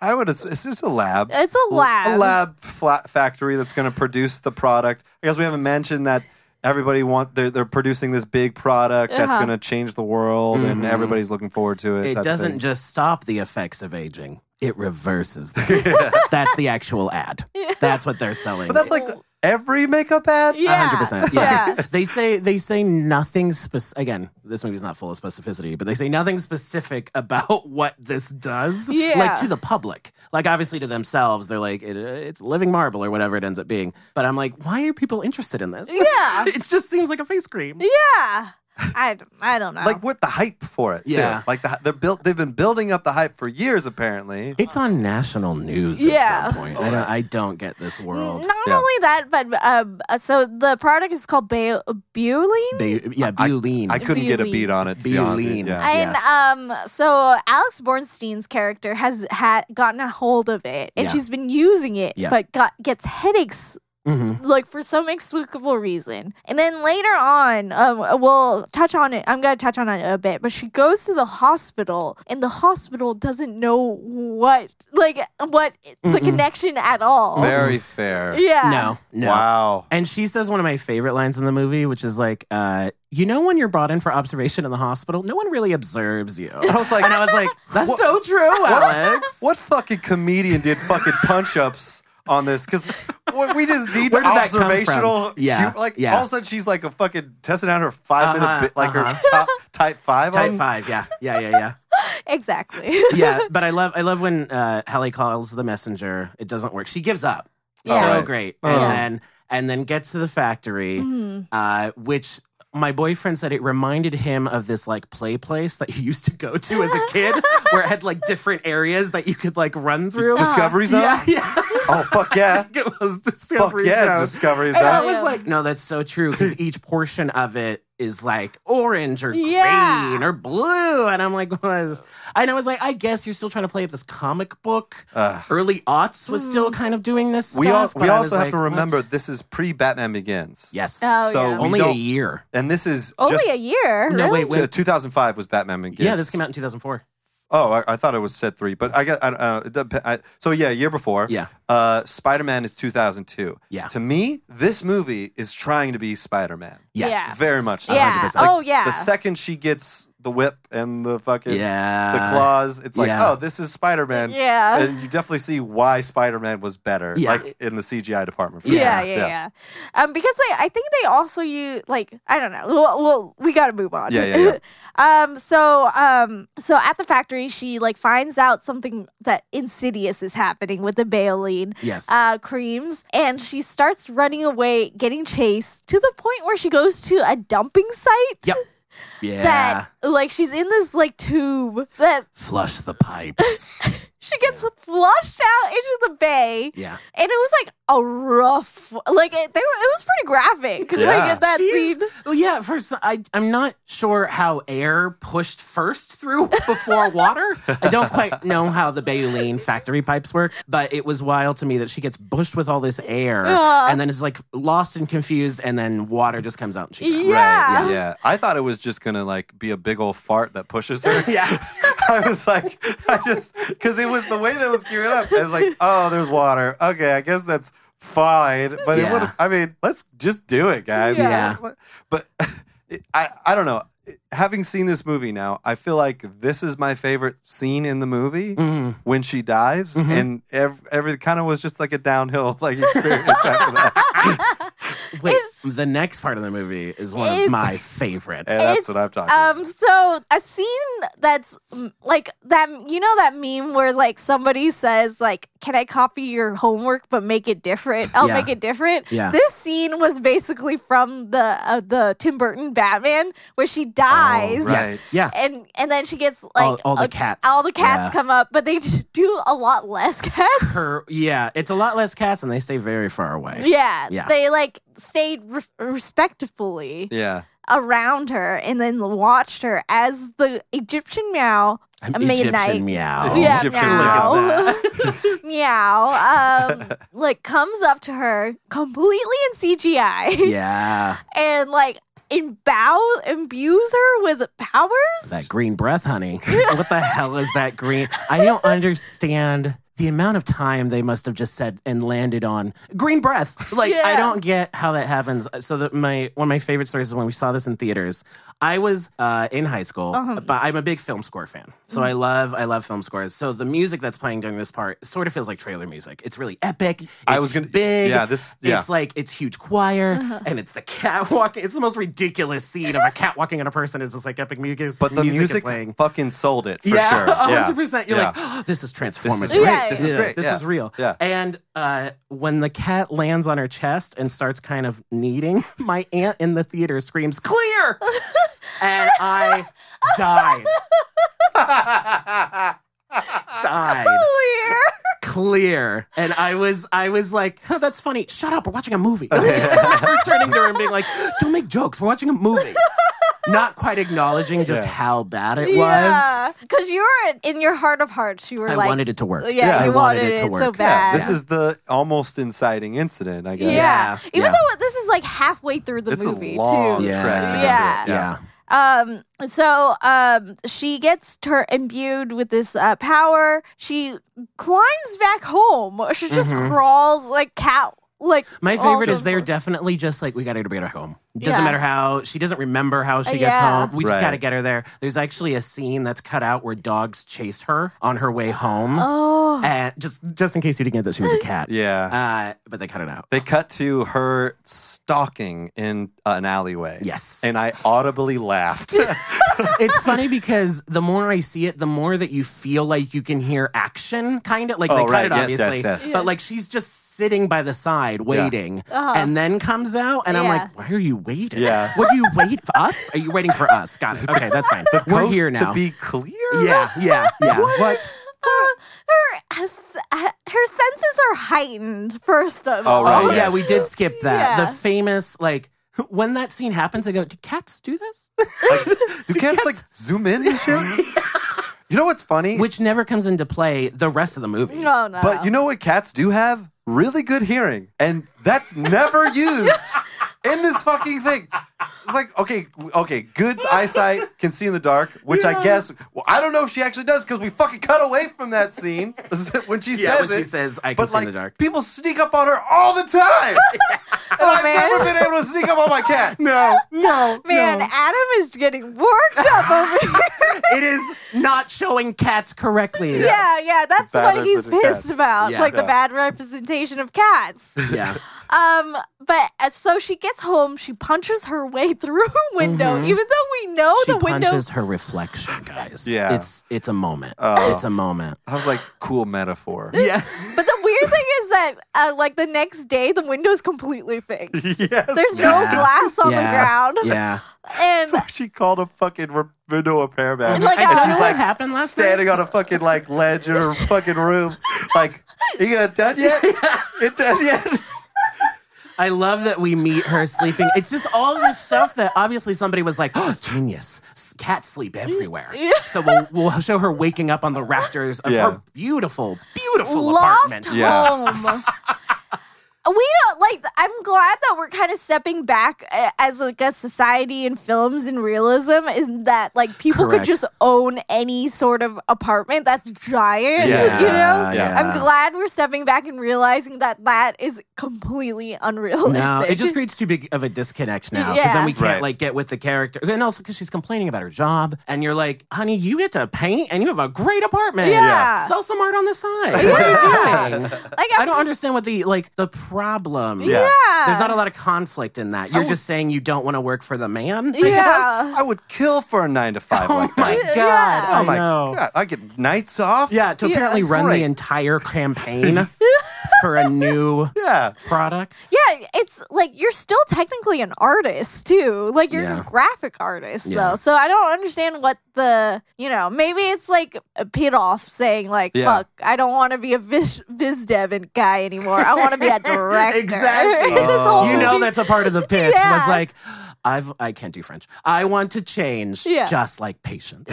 Speaker 4: I would. ass- It's just a lab.
Speaker 2: it's a lab.
Speaker 4: A lab fla factory that's going to produce the product. I guess we haven't mentioned that everybody want they're, they're producing this big product that's
Speaker 2: Uh-huh.
Speaker 4: going to change the world, and
Speaker 3: Mhm.
Speaker 4: everybody's looking forward to Mm-hmm. it.
Speaker 3: It
Speaker 4: type of
Speaker 3: doesn't
Speaker 4: thing.
Speaker 3: just stop the effects of aging. It reverses
Speaker 4: *laughs*
Speaker 3: them. That's the actual ad. That's what they're selling.
Speaker 4: But that's like every makeup ad.
Speaker 2: Yeah.
Speaker 3: 100%. Yeah. they say they say nothing specific. Again, this movie's not full of specificity, but they say nothing specific about *laughs* what this does.
Speaker 2: Yeah.
Speaker 3: Like to the public. Like obviously to themselves, they're like it, uh, it's living marble or whatever it ends up being. But I'm like, why are people interested in this?
Speaker 2: Yeah.
Speaker 3: *laughs* it just seems like a face cream.
Speaker 2: Yeah. I, d- I don't know.
Speaker 4: Like with the hype for it. too.
Speaker 3: Yeah.
Speaker 4: Like the, they're built. They've been building up the hype for years. Apparently.
Speaker 3: It's on national news
Speaker 2: Yeah.
Speaker 3: at some point. I don't, I don't get this world.
Speaker 2: Not
Speaker 4: Yeah.
Speaker 2: only that, but um, uh, so the product is called Beu- Beuline.
Speaker 3: Ba- yeah, Beuline.
Speaker 4: I couldn't get a
Speaker 2: Beuline.
Speaker 4: beat on it. To be honest. with you.
Speaker 3: Beuline.
Speaker 4: Yeah.
Speaker 2: And um, so Alex Bornstein's character has had gotten a hold of it, and
Speaker 3: Yeah.
Speaker 2: she's been using it,
Speaker 3: Yeah.
Speaker 2: but got gets headaches
Speaker 3: Mhm.
Speaker 2: like for some explicable reason. And then later on, um, we'll touch on it. I'm gonna touch on it a bit, but she goes to the hospital, and the hospital doesn't know what, like, what the
Speaker 3: Mm-mm.
Speaker 2: connection at all.
Speaker 4: Very fair.
Speaker 2: yeah.
Speaker 3: No, no.
Speaker 4: Wow.
Speaker 3: And she says one of my favorite lines in the movie, which is like, uh, you know, when you're brought in for observation in the hospital, no one really observes you.
Speaker 4: *laughs* I was like,
Speaker 3: and I was like, that's
Speaker 4: Oh. What-
Speaker 3: so true, Alex.
Speaker 4: What fucking comedian did fucking punch ups on this? Because we just need
Speaker 3: Where did that come from?
Speaker 4: observational.
Speaker 3: Yeah,
Speaker 4: hu- like
Speaker 3: yeah.
Speaker 4: all of a sudden she's like a fucking testing out her 5
Speaker 3: Uh-huh,
Speaker 4: minute bit, like
Speaker 3: uh-huh.
Speaker 4: her top type five.
Speaker 3: Type
Speaker 4: on-
Speaker 3: five, yeah, yeah, yeah, yeah,
Speaker 2: *laughs*
Speaker 4: *laughs*
Speaker 2: Exactly.
Speaker 3: *laughs* yeah. But I love, I love when uh, Hallie calls the messenger. It doesn't work. She gives up.
Speaker 2: Yeah.
Speaker 3: So
Speaker 4: Alright.
Speaker 3: great,
Speaker 4: Uh-huh. Mm-hmm.
Speaker 3: and then and then gets to the factory,
Speaker 2: Mhm.
Speaker 3: uh, which my boyfriend said it reminded him of this like play place that he used to go to as a kid,
Speaker 4: *laughs*
Speaker 3: where it had like different areas that you could like run through.
Speaker 4: Discovery Zone.
Speaker 3: Yeah, yeah. *laughs*
Speaker 4: Oh fuck yeah,
Speaker 3: it was *laughs*
Speaker 4: fuck
Speaker 3: Discovery
Speaker 4: yeah,
Speaker 3: Zone.
Speaker 4: Discovery
Speaker 3: and I
Speaker 4: Zone.
Speaker 3: was
Speaker 2: Yeah.
Speaker 3: like, no, that's so true because each portion of it is like orange or
Speaker 2: Yeah.
Speaker 3: green or blue, and I'm like, *laughs* what is- and I was like, I guess you're still trying to play up this comic book.
Speaker 4: Ugh.
Speaker 3: Early aughts
Speaker 2: Hmm.
Speaker 3: was still kind of doing this.
Speaker 4: Uh, we all,
Speaker 3: stuff,
Speaker 4: we
Speaker 3: but I
Speaker 4: also
Speaker 3: was
Speaker 4: have
Speaker 3: like,
Speaker 4: to remember
Speaker 3: what?
Speaker 4: this is pre Batman Begins.
Speaker 3: Yes,
Speaker 2: Oh,
Speaker 4: So
Speaker 2: yeah.
Speaker 4: we
Speaker 3: only a
Speaker 4: don't-
Speaker 3: year.
Speaker 4: and this is
Speaker 2: Only
Speaker 4: just,
Speaker 2: a year.
Speaker 3: No,
Speaker 2: really?
Speaker 3: wait, wait.
Speaker 4: t- 2005 was Batman Begins.
Speaker 3: Yeah, this came out in 2004.
Speaker 4: Oh, I, I thought it was said three, but I got. I, uh, it dep- I, so yeah, year before.
Speaker 3: Yeah.
Speaker 4: Uh, Spider Man is 2002.
Speaker 3: Yeah.
Speaker 4: To me, this movie is trying to be Spider Man.
Speaker 3: Yes.
Speaker 2: Yeah.
Speaker 4: Very much. so.
Speaker 2: Yeah.
Speaker 3: 100%.
Speaker 4: Like,
Speaker 2: oh yeah.
Speaker 4: The second she gets the whip and the fucking
Speaker 3: Yeah.
Speaker 4: the claws, it's like,
Speaker 3: yeah.
Speaker 4: oh, this is Spider Man.
Speaker 2: yeah.
Speaker 4: And you definitely see why Spider Man was better,
Speaker 3: Yeah.
Speaker 4: like in the CGI department. for
Speaker 2: Yeah,
Speaker 3: Yeah.
Speaker 2: yeah, yeah. Um, because they, I think they also you like I don't know. Well, well we got to move on. *laughs*
Speaker 4: Yeah, yeah,
Speaker 2: um, so um, so at the factory, she like finds out something that insidious is happening with the baleen
Speaker 3: Yes.
Speaker 2: uh, creams, and she starts running away, getting chased to the point where she goes to a dumping site.
Speaker 3: Yep. yeah.
Speaker 2: That like she's in this like tube that
Speaker 3: Flush the pipes.
Speaker 2: she gets flushed out into the bay.
Speaker 3: yeah.
Speaker 2: And it was like a rough, like it, they were, it was pretty graphic. *laughs*
Speaker 4: Yeah.
Speaker 2: Like in that
Speaker 3: *laughs* She's-
Speaker 2: scene.
Speaker 3: Well, yeah. First, I I'm not sure how air pushed first through before *laughs* water. I don't quite know how the baleen factory pipes work, but it was wild to me that she gets pushed with all this air
Speaker 2: Yeah.
Speaker 3: and then is like lost and confused, and then water just comes out and
Speaker 2: *laughs*
Speaker 3: she. drowns.
Speaker 2: Yeah.
Speaker 4: Right, yeah, yeah. I thought it was just gonna like be a big old fart that
Speaker 3: *laughs*
Speaker 4: pushes her.
Speaker 3: Yeah.
Speaker 4: *laughs* I was like, I just because it was the way that was geared up. I was like, oh, there's water. Okay, I guess that's fine. But it
Speaker 3: Yeah.
Speaker 4: would. have I mean, let's just do it, guys.
Speaker 3: Yeah.
Speaker 4: But *laughs* it, I, I don't know. Having seen this movie now, I feel like this is my favorite scene in the movie
Speaker 3: Mm.
Speaker 4: when she dives,
Speaker 3: Mm-hmm.
Speaker 4: and ev- every kind of was just like a downhill *laughs* like experience after that.
Speaker 3: Wait,
Speaker 2: It's-
Speaker 3: the next part of the movie is one
Speaker 2: It's-
Speaker 3: of my favorites.
Speaker 4: Yeah, that's
Speaker 2: It's,
Speaker 4: what I'm talking.
Speaker 2: Um,
Speaker 4: about.
Speaker 2: so a scene that's mm, like that, you know, that meme where like somebody says, like, can I copy your homework but make it different? I'll
Speaker 3: Yeah.
Speaker 2: make it different.
Speaker 3: Yeah.
Speaker 2: This scene was basically from the uh, the Tim Burton Batman where she dies.
Speaker 3: *laughs*
Speaker 4: right.
Speaker 3: Yes. Oh, Yeah.
Speaker 2: And and then she gets like
Speaker 3: All- all the
Speaker 2: a-
Speaker 3: cats.
Speaker 2: All the cats
Speaker 3: Yeah.
Speaker 2: come up, but they *laughs* do a lot less *laughs* cats.
Speaker 3: Her, yeah, it's a lot less cats, and they stay very far away.
Speaker 2: *laughs* Yeah,
Speaker 3: Yeah.
Speaker 2: they like stayed re- respectfully
Speaker 4: Yeah.
Speaker 2: around her and then watched her as the Egyptian meow
Speaker 3: An
Speaker 2: A midnight.
Speaker 3: Egyptian meow.
Speaker 2: Yeah,
Speaker 4: Egyptian
Speaker 2: meow.
Speaker 4: look at that.
Speaker 2: *laughs* meow um
Speaker 3: *laughs*
Speaker 2: like comes up to her completely in CGI
Speaker 3: Yeah.
Speaker 2: and like imbow imbues her with powers.
Speaker 3: That green breath, honey. *laughs* what the hell is that green? I don't understand the amount of time they must have just said and landed on green breath. Like I
Speaker 2: Yeah.
Speaker 3: don't get how that happens. So that my one of my favorite stories is when we saw this in theaters. I was uh, in high school, but I'm a big film score fan. So I love I love film scores. So the music that's playing during this part sort of feels like trailer music. It's really epic. It's
Speaker 4: I was gonna-
Speaker 3: big.
Speaker 4: yeah, this- yeah.
Speaker 3: It's like it's huge choir and it's the cat walking. It's the most ridiculous scene of a cat walking on a person is this like epic music.
Speaker 4: But the
Speaker 3: music, is
Speaker 4: music,
Speaker 3: playing.
Speaker 4: fucking sold it for
Speaker 3: yeah,
Speaker 4: sure.
Speaker 3: *laughs*
Speaker 4: Yeah.
Speaker 3: 100%. You're
Speaker 4: Yeah.
Speaker 3: like, "Oh, this is transformative.
Speaker 4: This
Speaker 2: Yeah, yeah,
Speaker 4: is great. This
Speaker 2: yeah.
Speaker 4: is great.
Speaker 3: This
Speaker 4: yeah.
Speaker 3: is real.
Speaker 4: Yeah.
Speaker 3: And uh, when the cat lands on her chest and starts kind of kneading, *laughs* my aunt in the theater screams, clear! and I
Speaker 4: *laughs*
Speaker 3: died. died.
Speaker 2: Clear.
Speaker 3: Clear. And I was I was like, huh, that's funny. Shut up, we're watching a movie. *laughs* And
Speaker 4: *laughs*
Speaker 3: We're turning to her and being like, don't make jokes, we're watching a movie. Not quite acknowledging just
Speaker 4: Yeah.
Speaker 3: how bad it was.
Speaker 2: Because you were in your heart of hearts, you were
Speaker 3: I
Speaker 2: like,
Speaker 3: wanted it to work.
Speaker 2: yeah,
Speaker 4: Yeah,
Speaker 2: you
Speaker 3: I wanted it to
Speaker 2: it so
Speaker 3: work.
Speaker 4: Yeah,
Speaker 2: bad.
Speaker 4: this is the almost inciting incident, I guess.
Speaker 2: Yeah.
Speaker 3: Yeah.
Speaker 2: Even
Speaker 3: Yeah.
Speaker 2: though this is like halfway through the
Speaker 4: It's a
Speaker 2: movie
Speaker 4: long
Speaker 2: too.
Speaker 3: Yeah.
Speaker 4: trek. to
Speaker 2: Yeah.
Speaker 4: get to it. yeah.
Speaker 2: Um so um she gets her imbued with this uh, power. She climbs back home. She just crawls like cat like
Speaker 3: My
Speaker 2: all
Speaker 3: favorite is
Speaker 2: over. *laughs*
Speaker 3: they're definitely just like, we got to get her home. Doesn't
Speaker 2: Yeah.
Speaker 3: matter how, she doesn't remember how she gets
Speaker 2: Yeah.
Speaker 3: home. We just
Speaker 4: Right.
Speaker 3: got to get her there. There's actually a scene that's cut out where dogs chase her on her way home.
Speaker 2: Oh.
Speaker 3: And just, just in case you didn't get that she
Speaker 2: *laughs*
Speaker 3: was a cat.
Speaker 4: Yeah.
Speaker 3: Uh, but they cut it out.
Speaker 4: they cut to her stalking in uh, an alleyway.
Speaker 3: Yes.
Speaker 4: And I
Speaker 3: *laughs*
Speaker 4: audibly laughed.
Speaker 3: it's funny because the more I see it, the more that you feel like you can hear action, kind of like they
Speaker 4: Oh,
Speaker 3: cut
Speaker 4: right.
Speaker 3: it
Speaker 4: Yes,
Speaker 3: obviously,
Speaker 4: yes, yes.
Speaker 3: but like she's just sitting by the side waiting, and then comes out, and I'm
Speaker 2: Uh-huh. Yeah.
Speaker 3: like, why are you waiting?
Speaker 4: Yeah.
Speaker 3: what do you wait for us? Are you waiting for us? Got it. Okay, that's fine. We're
Speaker 4: Coast
Speaker 3: here now.
Speaker 4: To be clear.
Speaker 3: yeah, yeah, yeah. what?
Speaker 2: Her s- her senses are heightened first of all.
Speaker 4: Oh, right.
Speaker 3: Oh yeah,
Speaker 4: yes.
Speaker 3: we did skip that.
Speaker 2: Yeah.
Speaker 3: The famous like when that scene happens, I go, do cats do this?
Speaker 4: Do cats like zoom
Speaker 3: *laughs*
Speaker 4: in and shit? You know what's funny?
Speaker 3: Which never comes into play the rest of the
Speaker 2: *laughs*
Speaker 3: movie.
Speaker 2: No, no.
Speaker 4: but you know what cats do have? really good hearing, and that's never used in this fucking thing. It's like okay, okay, good eyesight can see in the dark, which I guess well, I don't know if she actually does because we fucking cut away from that scene *laughs* when she
Speaker 3: Yeah,
Speaker 4: says
Speaker 3: when she
Speaker 4: it.
Speaker 3: says, "I can
Speaker 4: but
Speaker 3: see in
Speaker 4: like
Speaker 3: the dark."
Speaker 4: people sneak up on her all the time, and I've
Speaker 2: man.
Speaker 4: never been able to sneak up on my
Speaker 3: *laughs*
Speaker 4: cat.
Speaker 3: No, no,
Speaker 2: Man, Adam is getting worked up over here.
Speaker 3: it is not showing cats correctly.
Speaker 2: Yeah, yeah, that's
Speaker 4: Bad
Speaker 2: what he's
Speaker 4: representation of
Speaker 2: pissed
Speaker 4: cats.
Speaker 2: about.
Speaker 3: Yeah.
Speaker 2: like the
Speaker 4: Yeah.
Speaker 2: bad representation of cats.
Speaker 3: *laughs* yeah.
Speaker 2: Um, but uh, so she gets home, she punches her way *laughs* through a window, even though we know
Speaker 3: Mm-hmm. She
Speaker 2: the window.
Speaker 3: punches her reflection, guys.
Speaker 4: Yeah.
Speaker 3: it's it's a moment.
Speaker 4: Oh.
Speaker 3: It's a moment.
Speaker 4: I was like, cool metaphor.
Speaker 3: Yeah,
Speaker 2: But the weird thing is that, uh, like the next day, the window's completely fixed.
Speaker 4: *laughs* yes.
Speaker 2: There's
Speaker 3: Yeah.
Speaker 2: no glass on
Speaker 3: Yeah.
Speaker 2: the ground,
Speaker 3: yeah.
Speaker 2: and
Speaker 4: So *laughs* she called a fucking re- window repair man.
Speaker 2: Like, I
Speaker 4: and
Speaker 2: don't
Speaker 4: she's
Speaker 2: know
Speaker 4: like
Speaker 3: Oh what happened last
Speaker 4: standing on a fucking like ledge
Speaker 3: *laughs*
Speaker 4: in her fucking room. Like, you gonna done yet? It done yet?
Speaker 3: I love that we meet her sleeping. It's just all this stuff that obviously somebody was like, *gasps* oh, genius. S- Cats sleep everywhere. So we'll, we'll show her waking up on the rafters of
Speaker 4: Yeah.
Speaker 3: her beautiful,
Speaker 2: *laughs*
Speaker 3: beautiful
Speaker 2: loft
Speaker 3: apartment.
Speaker 4: Yeah. *laughs*
Speaker 2: home. We don't like. I'm glad that we're kind of stepping back uh, as like a society in films and realism. Is that like people
Speaker 3: Correct.
Speaker 2: could just own any sort of apartment that's giant? *laughs*
Speaker 4: Yeah.
Speaker 2: You know.
Speaker 4: Yeah.
Speaker 2: I'm glad we're stepping back and realizing that that is completely unrealistic.
Speaker 3: No, it
Speaker 2: *laughs*
Speaker 3: just creates too big of a disconnect now because
Speaker 2: Yeah.
Speaker 3: then we can't
Speaker 4: Right.
Speaker 3: like get with the character, and also because she's complaining about her job, and you're like, "Honey, you get to paint, and you have a great apartment.
Speaker 2: Yeah. Yeah.
Speaker 3: sell some art on the side. What are you doing?
Speaker 2: like
Speaker 3: I don't understand what the like the problem.
Speaker 4: Yeah.
Speaker 3: There's not a lot of conflict in that. You're just saying you don't want to work for the man.
Speaker 2: Oh.
Speaker 4: *laughs*
Speaker 2: Yeah.
Speaker 4: I would kill for a nine to five like
Speaker 3: Oh My
Speaker 4: that.
Speaker 3: God,
Speaker 2: Yeah.
Speaker 3: I
Speaker 4: Oh my
Speaker 3: know.
Speaker 4: god, I get nights off.
Speaker 3: Yeah, to
Speaker 2: Yeah.
Speaker 3: apparently run
Speaker 4: Great.
Speaker 3: the entire campaign
Speaker 4: *laughs*
Speaker 3: for a new
Speaker 4: yeah.
Speaker 3: product.
Speaker 2: Yeah, it's like you're still technically an artist too. Like you're
Speaker 3: Yeah.
Speaker 2: a graphic artist
Speaker 3: Yeah.
Speaker 2: though. So I don't understand what the you know maybe it's like a pit off saying like
Speaker 4: Yeah.
Speaker 2: fuck I don't want to be a vis biz dev and guy anymore. I want to
Speaker 3: *laughs*
Speaker 2: be a director. *laughs*
Speaker 3: Exactly.
Speaker 2: this whole
Speaker 3: You know
Speaker 2: movie-
Speaker 3: that's a part of the
Speaker 2: Um,
Speaker 3: pitch
Speaker 2: Yeah.
Speaker 3: was like, I've I can't do French. I want to change
Speaker 2: Yeah.
Speaker 3: just like patience.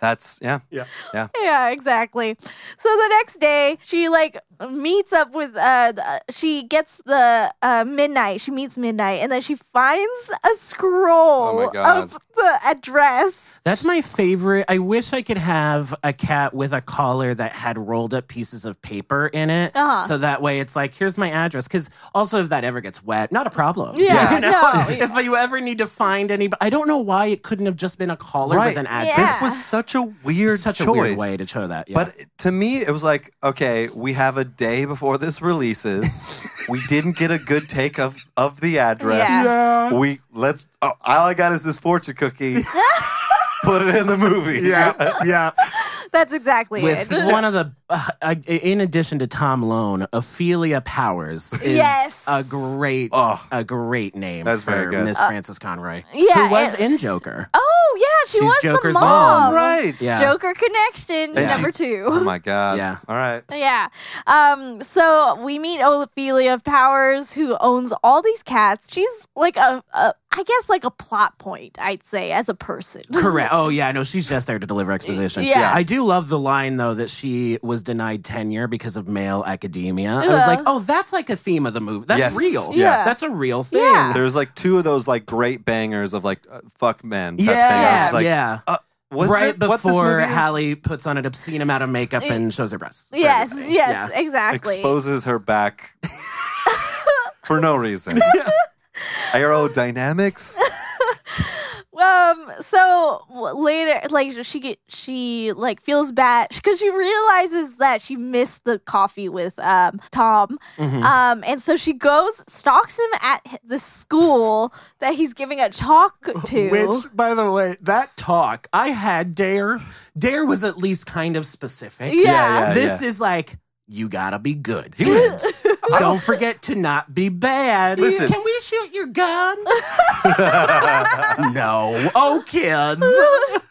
Speaker 4: That's yeah.
Speaker 3: Yeah.
Speaker 4: Yeah.
Speaker 2: Yeah, exactly. So the next day, she like meets up with uh the- she gets the uh midnight. She meets midnight and then she finds a scroll
Speaker 4: Oh God.
Speaker 2: of the address.
Speaker 3: That's my favorite. I wish I could have a cat with a collar that had rolled up pieces of paper in it.
Speaker 2: Uh-huh.
Speaker 3: So that way it's like, here's my address. Because also, if that ever gets wet, not a problem.
Speaker 2: Yeah,
Speaker 3: You know?
Speaker 2: no.
Speaker 3: if you ever need to find anybody, I don't know why it couldn't have just been a collar
Speaker 4: Right.
Speaker 3: with an
Speaker 2: Yeah.
Speaker 3: address.
Speaker 4: This was such a weird
Speaker 3: Such
Speaker 4: choice.
Speaker 3: a weird way to show that. Yeah.
Speaker 4: But to me, it was like, okay, we have a day before this
Speaker 3: *laughs*
Speaker 4: releases. we didn't get a good take of, of the address.
Speaker 2: Yeah.
Speaker 4: We let's. Oh, all I got is this fortune
Speaker 3: *laughs*
Speaker 4: cookie. Put it in the movie. *laughs*
Speaker 3: yeah.
Speaker 2: That's exactly
Speaker 3: With
Speaker 2: it.
Speaker 3: one of the, uh, uh, in addition to Tom Lone, Ophelia Powers is
Speaker 2: Yes.
Speaker 3: a great,
Speaker 4: Oh.
Speaker 3: a great name
Speaker 4: That's
Speaker 3: for
Speaker 4: very good.
Speaker 3: Miss Frances Conroy,
Speaker 2: Uh, yeah,
Speaker 3: who was
Speaker 2: and- *laughs*
Speaker 3: in Joker.
Speaker 2: Oh yeah, she
Speaker 3: She's
Speaker 2: was
Speaker 3: Joker's
Speaker 2: the
Speaker 3: mom.
Speaker 2: mom.
Speaker 4: Right.
Speaker 3: Yeah.
Speaker 2: Joker connection
Speaker 4: And
Speaker 2: number
Speaker 4: she's-
Speaker 2: two. *laughs*
Speaker 4: Oh my god.
Speaker 3: Yeah.
Speaker 4: All right.
Speaker 2: Yeah. Um, so we meet Ophelia Powers, who owns all these cats. She's like a, a I guess like a plot point, I'd say, as a person.
Speaker 3: Correct. Oh yeah, no, she's just there to deliver exposition.
Speaker 2: Yeah.
Speaker 3: I do love the line though that she was denied tenure because of male academia. I was
Speaker 2: Yeah.
Speaker 3: like, oh, that's like a theme of the movie. That's
Speaker 4: Yes.
Speaker 3: real.
Speaker 2: Uh-huh. Yeah.
Speaker 3: That's a real thing.
Speaker 2: Yeah.
Speaker 4: There's like two of those like great bangers of like uh, fuck men. Type Thing. I
Speaker 3: Yeah.
Speaker 4: was like,
Speaker 3: yeah.
Speaker 4: was
Speaker 3: right
Speaker 4: that what this
Speaker 3: before
Speaker 4: movie is?
Speaker 3: Hallie puts on an obscene amount of makeup and shows her breasts. for
Speaker 2: yes, yes,
Speaker 3: everybody. Yeah.
Speaker 2: exactly.
Speaker 4: exposes
Speaker 3: *laughs*
Speaker 4: her back for no reason.
Speaker 3: *laughs*
Speaker 4: Aerodynamics.
Speaker 2: Um. So w- later, like she get she like feels bad because she realizes that she missed the coffee with um Tom,
Speaker 3: Mm-hmm.
Speaker 2: um, and so she goes stalks him at h- the school that he's giving a
Speaker 3: *laughs*
Speaker 2: talk to.
Speaker 3: Which, by the way, that talk I had Dare. Dare was at least kind of specific.
Speaker 2: Yeah. Yeah,
Speaker 4: yeah,
Speaker 3: this
Speaker 4: yeah.
Speaker 3: is like you gotta be good.
Speaker 4: He
Speaker 2: *laughs*
Speaker 4: was.
Speaker 3: Don't forget to not be bad.
Speaker 4: Listen.
Speaker 3: Can we shoot your
Speaker 2: *laughs*
Speaker 3: gun? no. Oh,
Speaker 2: *laughs*
Speaker 3: kids.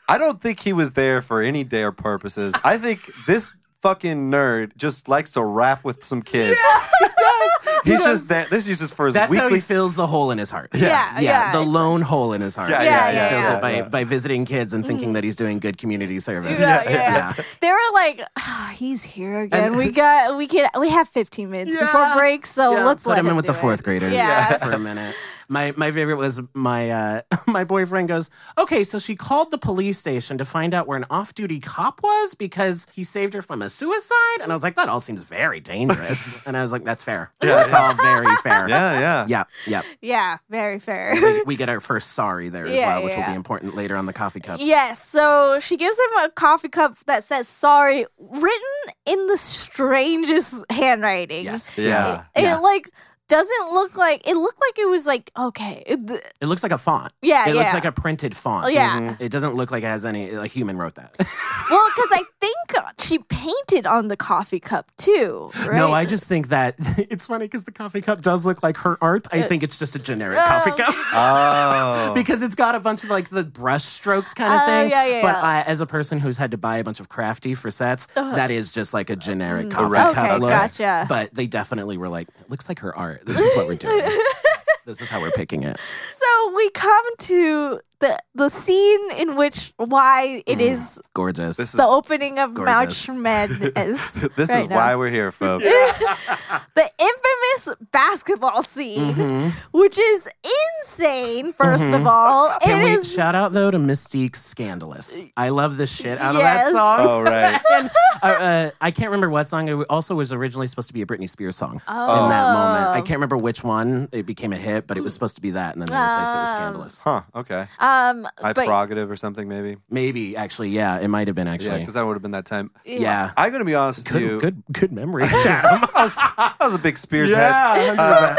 Speaker 4: I don't think he was there for any dare purposes. I think this fucking nerd just likes to rap with some kids. He's just there. This is just for his
Speaker 3: That's how
Speaker 4: weekly.
Speaker 3: he fills the hole in his heart.
Speaker 4: Yeah.
Speaker 2: yeah, yeah.
Speaker 3: the lone hole in his heart.
Speaker 4: Yeah,
Speaker 2: Yeah, yeah,
Speaker 3: he
Speaker 2: yeah,
Speaker 3: fills
Speaker 2: yeah.
Speaker 3: it by,
Speaker 4: yeah.
Speaker 3: by visiting kids and thinking that he's doing good community service.
Speaker 2: *laughs* Mm-hmm. Yeah, yeah. They were like, "Ah, he's here again.
Speaker 3: And-
Speaker 2: we
Speaker 3: *laughs*
Speaker 2: got we can we have 15 minutes before
Speaker 3: Yeah.
Speaker 2: break, so
Speaker 3: Yeah.
Speaker 2: let's
Speaker 3: put
Speaker 2: let
Speaker 3: him in with
Speaker 2: do
Speaker 3: the fourth
Speaker 2: it.
Speaker 3: graders
Speaker 2: Yeah.
Speaker 3: *laughs* for a minute. My my favorite was my uh, *laughs* my boyfriend goes, okay, so she called the police station to find out where an off duty cop was because he saved her from a suicide, and I was like, that all seems very
Speaker 2: *laughs*
Speaker 3: dangerous, and I was like, that's fair,
Speaker 4: Yeah.
Speaker 3: that's all very fair,
Speaker 4: yeah,
Speaker 3: *laughs*
Speaker 4: yeah.
Speaker 3: yeah, yeah.
Speaker 2: Yeah, very fair.
Speaker 3: We, we get our first sorry there as
Speaker 2: Yeah,
Speaker 3: well, which will
Speaker 2: yeah.
Speaker 3: be important later on the coffee cup.
Speaker 2: Yes, so she gives him a coffee cup that says sorry, written in the strangest handwriting.
Speaker 3: Yes,
Speaker 4: Yeah.
Speaker 2: It,
Speaker 3: Yeah.
Speaker 2: like doesn't look like it looked like it was like okay. it- th-
Speaker 3: It looks like a font.
Speaker 2: yeah,
Speaker 3: it
Speaker 2: yeah.
Speaker 3: looks like a printed font. Mm-hmm.
Speaker 2: Oh, yeah.
Speaker 3: It doesn't look like it has any like human wrote that.
Speaker 2: well, because I think she painted on the coffee cup too, right?
Speaker 3: No, I just think that *laughs* it's funny because the coffee cup does look like her art. I think it's just a generic
Speaker 2: Uh, Oh,
Speaker 3: coffee cup. *laughs*
Speaker 4: Oh.
Speaker 3: Because it's got a bunch of like the brush strokes kind of
Speaker 2: Oh,
Speaker 3: thing.
Speaker 2: yeah, yeah,
Speaker 3: but
Speaker 2: yeah.
Speaker 3: I, as a person who's had to buy a bunch of crafty for sets, that is just like a generic coffee
Speaker 4: right
Speaker 3: cup
Speaker 2: Mm. Okay,
Speaker 3: look.
Speaker 2: gotcha.
Speaker 3: But they definitely were like, looks like her art. This is what we're
Speaker 2: *laughs*
Speaker 3: doing. this is how we're picking it.
Speaker 2: so we come to the the scene in which why it is
Speaker 3: Gorgeous.
Speaker 4: This is-
Speaker 2: the opening of
Speaker 3: Mm. Gorgeous. *laughs*
Speaker 2: March Madness.
Speaker 4: this
Speaker 2: right
Speaker 4: is
Speaker 2: now.
Speaker 4: why we're here, folks.
Speaker 2: *laughs* the infamous basketball scene,
Speaker 3: Mm-hmm.
Speaker 2: which is insane. 1st of all,
Speaker 3: Can
Speaker 2: It
Speaker 3: we
Speaker 2: is-
Speaker 3: shout out though to Mystique Scandalous? I love the shit out
Speaker 2: Yes.
Speaker 3: of that song.
Speaker 4: Oh, right.
Speaker 3: and, uh, uh, I can't remember what song. It also was originally supposed to be a Britney Spears song in
Speaker 2: Oh.
Speaker 3: that moment. I can't remember which one. It became a hit, but it
Speaker 2: Hmm.
Speaker 3: was supposed to be that, and then they replaced it with
Speaker 2: Um,
Speaker 3: Scandalous.
Speaker 4: Huh. Okay.
Speaker 2: um,
Speaker 4: I
Speaker 2: but-
Speaker 4: prerogative or something maybe.
Speaker 3: Maybe actually, yeah, it might have been
Speaker 4: Yeah,
Speaker 3: actually.
Speaker 4: because that would have been that time.
Speaker 3: Yeah,
Speaker 4: I'm gonna be honest with you.
Speaker 3: good, good, good *laughs* memory.
Speaker 4: I was, I was a big Spears
Speaker 3: Yeah,
Speaker 4: head.
Speaker 3: 100%.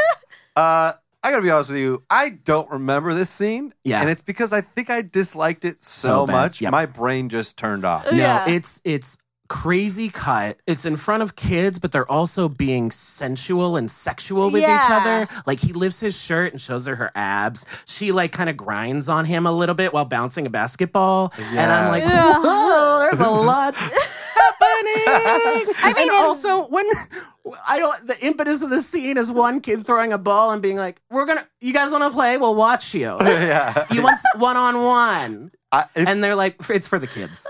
Speaker 4: Uh, uh, I gotta be honest with you. I don't remember this scene.
Speaker 3: Yeah.
Speaker 4: and it's because I think I disliked it so,
Speaker 3: So bad.
Speaker 4: much,
Speaker 3: Yep.
Speaker 4: my brain just turned
Speaker 3: *laughs*
Speaker 4: off.
Speaker 3: No,
Speaker 2: Yeah.
Speaker 3: it's it's crazy cut. It's in front of kids, but they're also being sensual and sexual with each
Speaker 2: Yeah.
Speaker 3: other. Like he lifts his shirt and shows her her abs. She like kind of grinds on him a little bit while bouncing a basketball, and I'm
Speaker 4: Yeah.
Speaker 3: like,
Speaker 2: Yeah. *laughs*
Speaker 3: whoa, there's *laughs* a lot happening. I
Speaker 2: mean,
Speaker 3: mean,
Speaker 2: and-
Speaker 3: also when. I don't. The impetus of the scene is one kid throwing a ball and being like, "We're gonna. You guys want to play? We'll watch you.
Speaker 4: yeah.
Speaker 3: You want one on one?"
Speaker 4: I, if,
Speaker 3: And they're like, "It's for the kids."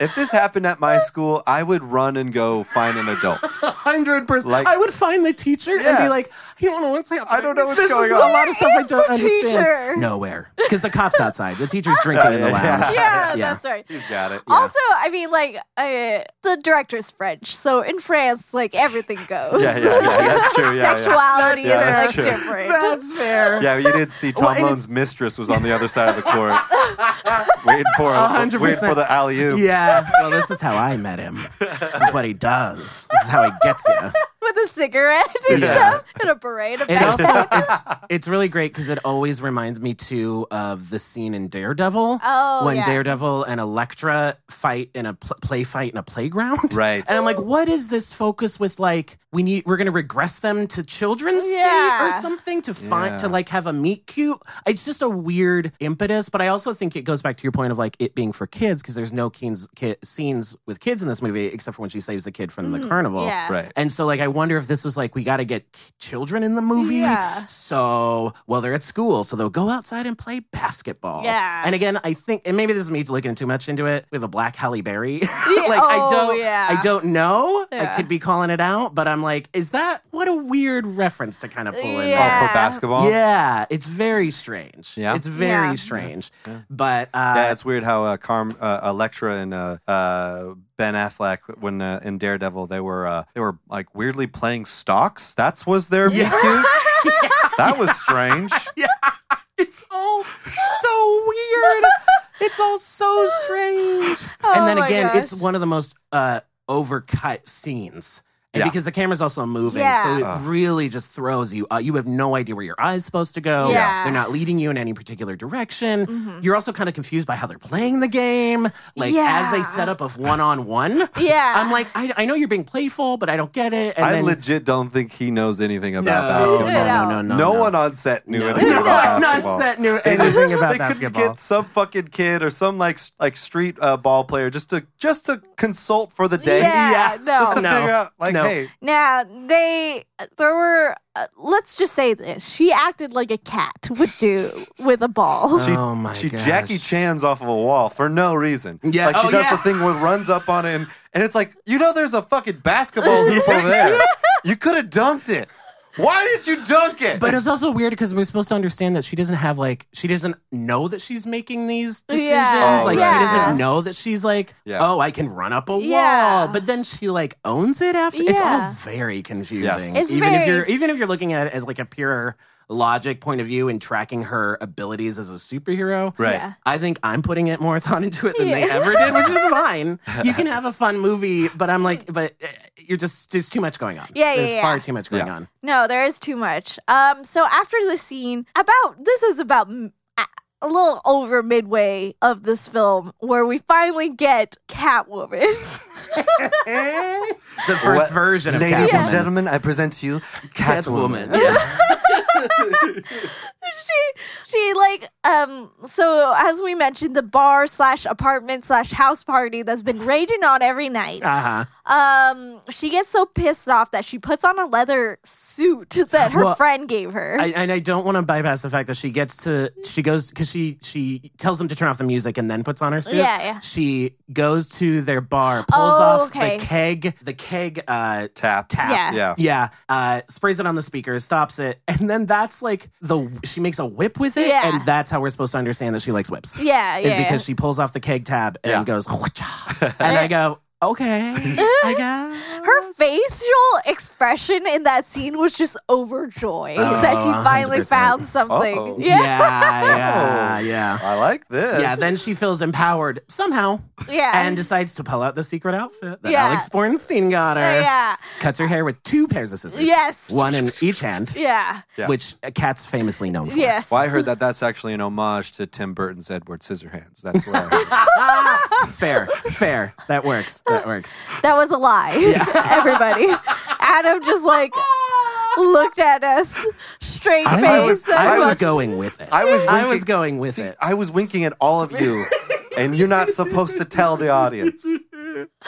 Speaker 4: if this happened at my school, I would run and go find an
Speaker 3: *laughs*
Speaker 4: adult.
Speaker 3: hundred percent.
Speaker 4: Like-
Speaker 3: I would find the teacher and
Speaker 4: Yeah.
Speaker 3: be like, "I don't know what's happening.
Speaker 4: I don't know what's
Speaker 3: This
Speaker 4: going
Speaker 3: is
Speaker 4: on."
Speaker 3: A lot of stuff I
Speaker 2: is
Speaker 3: don't
Speaker 2: the
Speaker 3: understand. *laughs*
Speaker 2: teacher?
Speaker 3: Nowhere, because the cops outside. The teacher's drinking in the
Speaker 4: Yeah, yeah,
Speaker 3: lounge.
Speaker 2: yeah, that's right.
Speaker 4: You got it.
Speaker 2: Also, I mean, like uh, the director's French, so in France, like everything
Speaker 3: *laughs*
Speaker 2: goes.
Speaker 4: yeah, yeah, yeah, that's true. Yeah, yeah.
Speaker 2: Sexuality
Speaker 4: Yeah,
Speaker 2: is
Speaker 4: that's
Speaker 2: like
Speaker 4: true.
Speaker 2: different.
Speaker 3: That's fair.
Speaker 4: Yeah, you did see Tom
Speaker 3: Well, and it's-
Speaker 4: Lone's mistress was on the other side of
Speaker 3: *laughs*
Speaker 4: the court, waiting for
Speaker 3: A hundred
Speaker 4: waiting for
Speaker 3: percent.
Speaker 4: the alley oop.
Speaker 3: Yeah. Well, this is how I met him. This is what he does. This is how he gets you.
Speaker 2: With a cigarette and
Speaker 3: Yeah.
Speaker 2: stuff, and a beret.
Speaker 3: *laughs*
Speaker 2: And a *laughs*
Speaker 3: It
Speaker 2: bag.
Speaker 3: also
Speaker 4: *laughs*
Speaker 3: it's it's really great because it always reminds me too of the scene in Daredevil
Speaker 2: Oh,
Speaker 3: when
Speaker 2: yeah.
Speaker 3: Daredevil and Elektra fight in a pl- play fight in a playground.
Speaker 4: *laughs* Right.
Speaker 3: And I'm like, what is this focus with like we need we're gonna regress them to children's state
Speaker 2: Yeah.
Speaker 3: or something to find to
Speaker 4: Yeah.
Speaker 3: like have a meet cute? It's just a weird impetus, but I also think it goes back to your point of like it being for kids because there's no keens, ki- scenes with kids in this movie except for when she saves the kid from the carnival.
Speaker 2: Mm, Yeah.
Speaker 4: Right.
Speaker 3: And so, like, I wonder if this was like, we got to get children in the movie.
Speaker 2: Yeah.
Speaker 3: So, well, they're at school, so they'll go outside and play basketball.
Speaker 2: Yeah.
Speaker 3: And again, I think, and maybe this is me looking too much into it. We have a black Halle Berry. *laughs* like,
Speaker 2: oh,
Speaker 3: I don't,
Speaker 2: yeah.
Speaker 3: I don't know.
Speaker 2: Yeah.
Speaker 3: I could be calling it out, but I'm like, is that what a weird reference to kind of pull in?
Speaker 4: Oh,
Speaker 3: there.
Speaker 2: Yeah.
Speaker 4: for basketball.
Speaker 3: Yeah, it's very strange.
Speaker 4: Yeah.
Speaker 3: It's very
Speaker 2: Yeah.
Speaker 3: strange. But uh,
Speaker 4: Yeah, it's weird how uh, Carm, uh, Electra, and uh, uh, Ben Affleck, when uh, in Daredevil, they were uh, they were like weirdly playing stocks. That was their
Speaker 3: Yeah.
Speaker 4: meet
Speaker 3: *laughs*
Speaker 4: cute. That was strange.
Speaker 3: It's all so weird. it's all so strange. Oh and then
Speaker 2: my
Speaker 3: again,
Speaker 2: gosh.
Speaker 3: it's one of the most uh, overcut scenes. And
Speaker 4: Yeah.
Speaker 3: because the camera's also moving, so it
Speaker 4: Yeah. Ugh.
Speaker 3: really just throws you. Uh, you have no idea where your eye's supposed to go.
Speaker 2: Yeah.
Speaker 3: They're not leading you in any particular direction.
Speaker 2: Mm-hmm.
Speaker 3: You're also kind of confused by how they're playing the game. Like, as
Speaker 2: Yeah.
Speaker 3: they set up of one on one,
Speaker 2: Yeah.
Speaker 3: I'm like, I, I know you're being playful, but I don't get it. And
Speaker 4: I
Speaker 3: then,
Speaker 4: legit don't think he knows anything
Speaker 3: no,
Speaker 4: about
Speaker 3: no,
Speaker 4: basketball.
Speaker 3: no, no, no,
Speaker 4: No, one on set knew
Speaker 3: no,
Speaker 4: anything
Speaker 3: no,
Speaker 4: about
Speaker 3: no,
Speaker 4: basketball.
Speaker 3: not set knew
Speaker 4: *laughs*
Speaker 3: anything about
Speaker 4: they
Speaker 3: basketball.
Speaker 4: couldn't get some fucking kid or some like s- like street uh, ball player just to just to consult for the day?
Speaker 2: Yeah,
Speaker 3: Yeah.
Speaker 2: no.
Speaker 4: Just to
Speaker 3: No.
Speaker 4: figure out, like,
Speaker 3: No.
Speaker 4: hey,
Speaker 2: Now they there were uh, let's just say this. She acted like a cat would do with a ball.
Speaker 4: She,
Speaker 3: Oh my
Speaker 4: she
Speaker 3: gosh.
Speaker 4: Jackie Chan's off of a wall for no reason.
Speaker 3: Yeah.
Speaker 4: Like she
Speaker 3: Oh,
Speaker 4: does
Speaker 3: yeah.
Speaker 4: the thing where runs up on it and, and it's like, you know there's a fucking basketball hoop over
Speaker 3: *laughs*
Speaker 4: there. You could have dunked it. Why did you dunk it?
Speaker 3: But uh, it's also weird because we're supposed to understand that she doesn't have like she doesn't know that she's making these decisions.
Speaker 2: Yeah.
Speaker 4: Oh,
Speaker 3: like
Speaker 4: right.
Speaker 3: she
Speaker 4: Yeah.
Speaker 3: doesn't know that she's like,
Speaker 4: Yeah.
Speaker 3: oh, I can run up a wall.
Speaker 2: Yeah.
Speaker 3: But then she like owns it after. It's
Speaker 2: Yeah.
Speaker 3: all very confusing.
Speaker 4: Yes.
Speaker 2: It's
Speaker 3: even
Speaker 2: very-
Speaker 3: if you're even if you're looking at it as like a pure logic point of view and tracking her abilities as a superhero.
Speaker 4: right.
Speaker 2: Yeah.
Speaker 3: I think I'm putting it more *laughs* thought into it than they
Speaker 2: Yeah.
Speaker 3: ever did,
Speaker 2: *laughs*
Speaker 3: which is fine. You can have a fun movie, but I'm like, but uh, you're just there's too much going on.
Speaker 2: Yeah, yeah,
Speaker 3: there's
Speaker 2: yeah.
Speaker 3: far too much going
Speaker 4: Yeah.
Speaker 2: *laughs*
Speaker 3: on.
Speaker 2: No, there is too much. Um, so after the scene, about this is about m- a a little over midway of this film where we finally get Catwoman. *laughs* Eh?
Speaker 3: The first
Speaker 4: What-
Speaker 3: version of
Speaker 4: Ladies
Speaker 3: Catwoman.
Speaker 4: and gentlemen, I present to you Catwoman.
Speaker 3: Catwoman. Yeah.
Speaker 2: she she like um so as we mentioned the bar slash apartment slash house party that's been raging on every night
Speaker 3: *laughs* Uh-huh.
Speaker 2: um she gets so pissed off that she puts on a leather suit *laughs* that her
Speaker 3: Well,
Speaker 2: friend gave her
Speaker 3: I, and I don't want to bypass the fact that she gets to she goes because she she tells them to turn off the music and then puts on her suit.
Speaker 2: Yeah, yeah.
Speaker 3: She goes to their bar, pulls
Speaker 2: Oh,
Speaker 3: off
Speaker 2: okay.
Speaker 3: the keg, the keg uh,
Speaker 4: Tap.
Speaker 3: tap.
Speaker 2: Yeah.
Speaker 4: Yeah.
Speaker 3: Yeah, uh, sprays it on the speaker, stops it, *laughs* and then that's like the she makes a whip with it,
Speaker 2: Yeah.
Speaker 3: and that's how we're supposed to understand that she likes whips.
Speaker 2: yeah
Speaker 3: is
Speaker 2: yeah
Speaker 3: because she pulls off the keg tab and
Speaker 4: Yeah.
Speaker 3: goes, "Wha-cha."
Speaker 4: *laughs*
Speaker 3: and I go, okay,
Speaker 2: *laughs*
Speaker 3: I guess.
Speaker 2: her facial expression in that scene was just overjoyed
Speaker 3: Oh,
Speaker 2: that she finally
Speaker 3: 100%.
Speaker 2: found something.
Speaker 3: Oh,
Speaker 4: Uh-oh.
Speaker 2: Yeah,
Speaker 4: Oh.
Speaker 3: yeah, yeah, yeah.
Speaker 4: I like this.
Speaker 3: Yeah, then she feels empowered somehow
Speaker 2: yeah,
Speaker 3: and decides to pull out the secret outfit that
Speaker 2: Yeah.
Speaker 3: Alex Bornstein got her.
Speaker 2: Uh, yeah,
Speaker 3: Cuts her hair with two pairs of scissors.
Speaker 2: Yes.
Speaker 3: One in each hand,
Speaker 2: yeah,
Speaker 4: Yeah.
Speaker 3: which Cat's famously known for.
Speaker 2: yes.
Speaker 4: well, I heard that that's actually an homage to Tim Burton's Edward Scissorhands. That's what I heard.
Speaker 2: *laughs*
Speaker 3: *laughs* Fair, fair. That works. That works.
Speaker 2: That was a lie, *laughs* everybody. Adam just
Speaker 3: *laughs*
Speaker 2: like looked at us straight face.
Speaker 3: I was,
Speaker 2: and
Speaker 3: I was
Speaker 2: looked-
Speaker 3: going with it.
Speaker 4: I was
Speaker 3: I
Speaker 4: winking-
Speaker 3: was going with it.
Speaker 4: I was winking at all of you, and you're not supposed to tell
Speaker 3: *laughs*
Speaker 4: the audience.